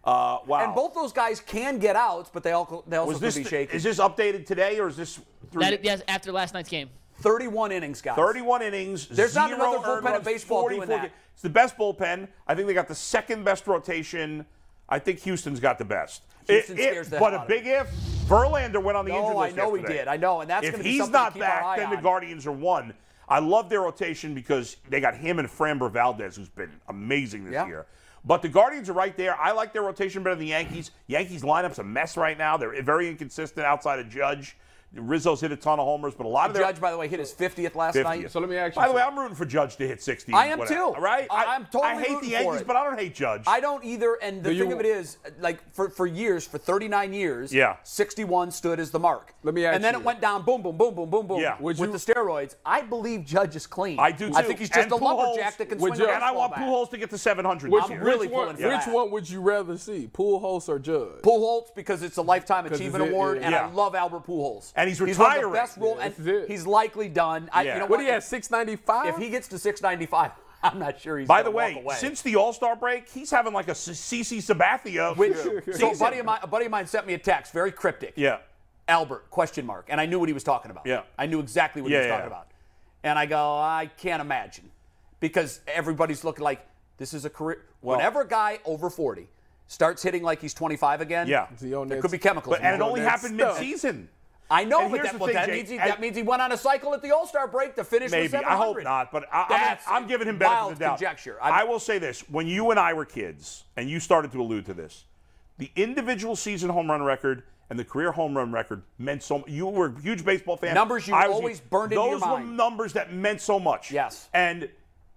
Speaker 2: Uh, wow.
Speaker 1: And both those guys can get outs, but they all they also
Speaker 2: was
Speaker 1: could
Speaker 2: this
Speaker 1: be shaky.
Speaker 2: is this updated today or is this through
Speaker 4: That, yes, after last night's game.
Speaker 1: 31 innings, guys.
Speaker 2: 31 innings.
Speaker 1: There's not
Speaker 2: zero
Speaker 1: another
Speaker 2: earned
Speaker 1: bullpen in
Speaker 2: runs,
Speaker 1: baseball doing
Speaker 2: 44
Speaker 1: that.
Speaker 2: ga- It's the best bullpen. I think they got the second best rotation. I think Houston's got the best.
Speaker 1: Houston scares the
Speaker 2: but
Speaker 1: hell
Speaker 2: a
Speaker 1: out of
Speaker 2: big if. Verlander went on the
Speaker 1: No,
Speaker 2: injury
Speaker 1: I
Speaker 2: list
Speaker 1: know he
Speaker 2: yesterday.
Speaker 1: did. I know, and that's
Speaker 2: if
Speaker 1: gonna be
Speaker 2: he's
Speaker 1: something to
Speaker 2: not
Speaker 1: keep our
Speaker 2: back,
Speaker 1: eye
Speaker 2: then
Speaker 1: on.
Speaker 2: the Guardians are one. I love their rotation because they got him and Framber Valdez, who's been amazing this
Speaker 1: Yeah.
Speaker 2: year. But the Guardians are right there. I like their rotation better than the Yankees. Yankees lineup's a mess right now. They're very inconsistent outside of Judge. Rizzo's hit a ton of homers, but a lot of their
Speaker 1: Judge, by the way, hit his 50th last
Speaker 2: 50th.
Speaker 1: night.
Speaker 3: So let me ask you
Speaker 2: By the way,
Speaker 3: something.
Speaker 2: I'm rooting for Judge to hit 60.
Speaker 1: I am
Speaker 2: whatever,
Speaker 1: too.
Speaker 2: Right?
Speaker 1: I- I'm totally
Speaker 2: I hate
Speaker 1: rooting
Speaker 2: the
Speaker 1: for
Speaker 2: Yankees,
Speaker 1: it.
Speaker 2: but I don't hate Judge.
Speaker 1: I don't either. And the
Speaker 3: Do you-
Speaker 1: thing of it is, like for, for years, for 39 years,
Speaker 2: Yeah.
Speaker 1: 61 stood as the mark.
Speaker 3: Let me ask
Speaker 1: And then it
Speaker 3: you.
Speaker 1: went down, boom, boom, boom, boom, boom, boom.
Speaker 2: Yeah.
Speaker 1: With
Speaker 3: Would you-
Speaker 1: the steroids, I believe Judge is clean.
Speaker 2: I do too.
Speaker 1: I think he's just
Speaker 2: And
Speaker 1: a
Speaker 2: Pujols-
Speaker 1: lumberjack that can
Speaker 3: Would
Speaker 1: swing
Speaker 3: you-
Speaker 1: a
Speaker 2: and I want
Speaker 1: baseball
Speaker 2: Pujols
Speaker 1: bat.
Speaker 2: to get to 700
Speaker 3: Which-
Speaker 2: this
Speaker 1: I'm
Speaker 2: year.
Speaker 1: really
Speaker 3: which one,
Speaker 1: pulling for
Speaker 3: which
Speaker 1: that.
Speaker 3: one would you rather see, Pujols or Judge?
Speaker 1: Pujols because it's a lifetime
Speaker 3: 'Cause
Speaker 1: achievement
Speaker 3: it's it,
Speaker 1: award,
Speaker 3: yeah.
Speaker 1: and I
Speaker 2: Yeah.
Speaker 1: love Albert Pujols.
Speaker 2: And he's
Speaker 1: He's one of
Speaker 2: retiring.
Speaker 1: the best rule,
Speaker 3: Yeah,
Speaker 1: and
Speaker 3: this is it.
Speaker 1: he's likely done. I,
Speaker 2: Yeah.
Speaker 1: you know
Speaker 3: What do you have, 695?
Speaker 1: If he gets to 695, <laughs> I'm not sure he's.
Speaker 2: By
Speaker 1: gonna
Speaker 2: the way,
Speaker 1: walk away.
Speaker 2: since the All Star break, he's having like a CC Sabathia. <laughs>
Speaker 1: Which, so a
Speaker 2: season.
Speaker 1: buddy of mine, a buddy of mine sent me a text, very cryptic.
Speaker 2: Yeah.
Speaker 1: Albert question mark, and I knew what he was talking about.
Speaker 2: Yeah.
Speaker 1: I knew exactly what
Speaker 2: Yeah,
Speaker 1: he was
Speaker 2: yeah,
Speaker 1: talking
Speaker 2: yeah.
Speaker 1: about, and I go, I can't imagine, because everybody's looking like this is a career. Whenever a guy over 40 starts hitting like he's 25 again,
Speaker 2: Yeah. Is
Speaker 3: he on
Speaker 1: there
Speaker 3: that-
Speaker 1: could be chemicals.
Speaker 2: But, and it
Speaker 1: involved.
Speaker 2: only
Speaker 3: that
Speaker 2: happened mid
Speaker 3: stuff.
Speaker 2: season.
Speaker 1: I know,
Speaker 2: and
Speaker 1: but
Speaker 2: here's
Speaker 1: that,
Speaker 2: the
Speaker 1: well,
Speaker 2: thing,
Speaker 1: that,
Speaker 2: Jake,
Speaker 1: means he,
Speaker 2: I-
Speaker 1: that means he went on a cycle at the All Star break to finish with
Speaker 2: Maybe. I
Speaker 1: 700.
Speaker 2: hope not, but I, I,
Speaker 1: That's
Speaker 2: I'm giving him benefit
Speaker 1: wild
Speaker 2: of the doubt.
Speaker 1: conjecture. I'm-
Speaker 2: I will say this. When you and I were kids, and you started to allude to this, the individual season home run record and the career home run record meant so much. You were a huge baseball fan.
Speaker 1: Numbers you always burned into
Speaker 2: Those
Speaker 1: your
Speaker 2: were
Speaker 1: mind.
Speaker 2: numbers that meant so much.
Speaker 1: Yes.
Speaker 2: And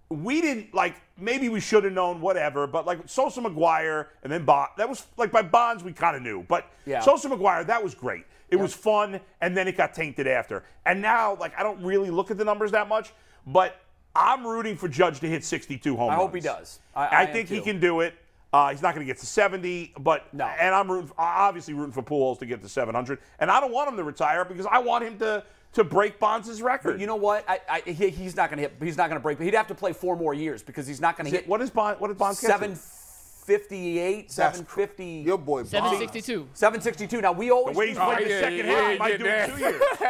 Speaker 2: we didn't, like, maybe we should have known, whatever, but like Sosa McGuire and then Bond, that was, like, by Bonds, we kind of knew. But
Speaker 1: Yeah.
Speaker 2: Sosa McGuire, that was great. It was fun, and then it got tainted after. And now, like, I don't really look at the numbers that much, but I'm rooting for Judge to hit 62 home
Speaker 1: I
Speaker 2: runs.
Speaker 1: hope he does.
Speaker 2: I,
Speaker 1: I- I am
Speaker 2: think he
Speaker 1: too.
Speaker 2: can do it. Uh, he's not going to get to 70, but
Speaker 1: No.
Speaker 2: and I'm rooting, for, obviously rooting for Pujols to get to 700, and I don't want him to retire because I want him to to break Bonds' record.
Speaker 1: You know what? I, I, he, he's not going to hit. He's not going to break. But he'd have to play four more years because he's not going to hit.
Speaker 2: what is Bond? What did Bonds get to?
Speaker 1: 758,
Speaker 5: That's cr-
Speaker 1: 750.
Speaker 5: Your boy Bonds.
Speaker 4: 762.
Speaker 1: 762. Now we always
Speaker 2: The way he's
Speaker 1: use that-
Speaker 2: played the
Speaker 3: Oh, yeah,
Speaker 2: second
Speaker 3: yeah,
Speaker 2: half,
Speaker 3: yeah,
Speaker 2: he might do it
Speaker 3: yeah.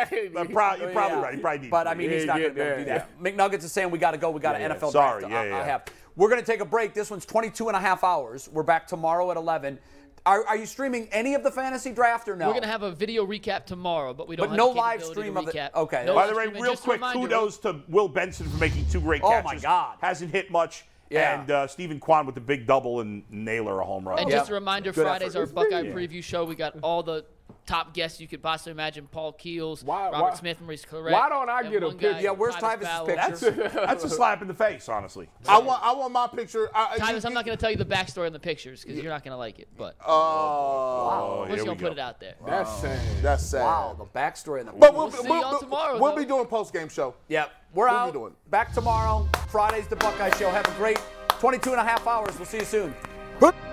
Speaker 2: two
Speaker 3: <laughs>
Speaker 2: years. But prob- you're probably right. He probably needs
Speaker 1: But
Speaker 2: to.
Speaker 1: I mean, he's
Speaker 3: Yeah,
Speaker 1: not
Speaker 3: yeah,
Speaker 1: going to be able to do
Speaker 3: yeah,
Speaker 1: that. McNuggets is saying we got to go. We got
Speaker 2: Yeah,
Speaker 1: an
Speaker 2: yeah.
Speaker 1: NFL
Speaker 2: Sorry,
Speaker 1: draft.
Speaker 2: yeah,
Speaker 1: I, I
Speaker 2: yeah.
Speaker 1: have. We're going to take a break. This one's 22 and a half hours. We're back tomorrow at 11. Are, are you streaming any of the fantasy draft or no?
Speaker 4: We're gonna have a video recap tomorrow, but we don't.
Speaker 1: But
Speaker 4: have
Speaker 1: no
Speaker 4: the
Speaker 1: live
Speaker 4: capability
Speaker 1: stream
Speaker 4: to
Speaker 1: of it.
Speaker 4: recap.
Speaker 1: Okay.
Speaker 4: No
Speaker 1: By
Speaker 2: By
Speaker 4: live
Speaker 2: the way,
Speaker 4: stream, and
Speaker 2: real
Speaker 4: just a
Speaker 2: quick,
Speaker 4: reminder,
Speaker 2: kudos to Will Benson for making two great
Speaker 1: Oh, my
Speaker 2: catches.
Speaker 1: God.
Speaker 2: Hasn't hit much.
Speaker 1: Yeah.
Speaker 2: And uh, Stephen Kwan with the big double and Naylor a home run.
Speaker 4: And
Speaker 1: Yeah.
Speaker 4: just a reminder,
Speaker 1: Good
Speaker 4: Friday's
Speaker 1: effort.
Speaker 4: our Buckeye preview show. We got all the top guests you could possibly imagine: Paul Keels,
Speaker 3: Why-
Speaker 4: Robert
Speaker 3: why-
Speaker 4: Smith, Maurice Correa.
Speaker 3: why don't I
Speaker 4: and
Speaker 3: get a
Speaker 4: one guy,
Speaker 3: picture? Yeah,
Speaker 1: where's Tyvus'
Speaker 4: Fowler.
Speaker 1: picture?
Speaker 2: That's, that's a slap in the face, honestly.
Speaker 5: I want I want my picture. I,
Speaker 4: Tyvus, I'm not gonna tell you the backstory on the pictures because you're not gonna like it, but
Speaker 5: Oh,
Speaker 2: Oh,
Speaker 5: wow.
Speaker 4: we're just gonna put it out there.
Speaker 3: That's sad.
Speaker 5: Oh, That's sad.
Speaker 1: Wow, the backstory in the.
Speaker 5: But we'll,
Speaker 4: We'll see
Speaker 5: we'll,
Speaker 4: y'all
Speaker 5: we'll-
Speaker 4: tomorrow,
Speaker 5: we'll
Speaker 4: though.
Speaker 5: be doing post game show.
Speaker 1: Yep, we're
Speaker 5: What we
Speaker 1: out.
Speaker 5: doing?
Speaker 1: Back tomorrow. Friday's the Buckeye Show. Have a great 22 and a half hours. We'll see you soon.
Speaker 5: Good.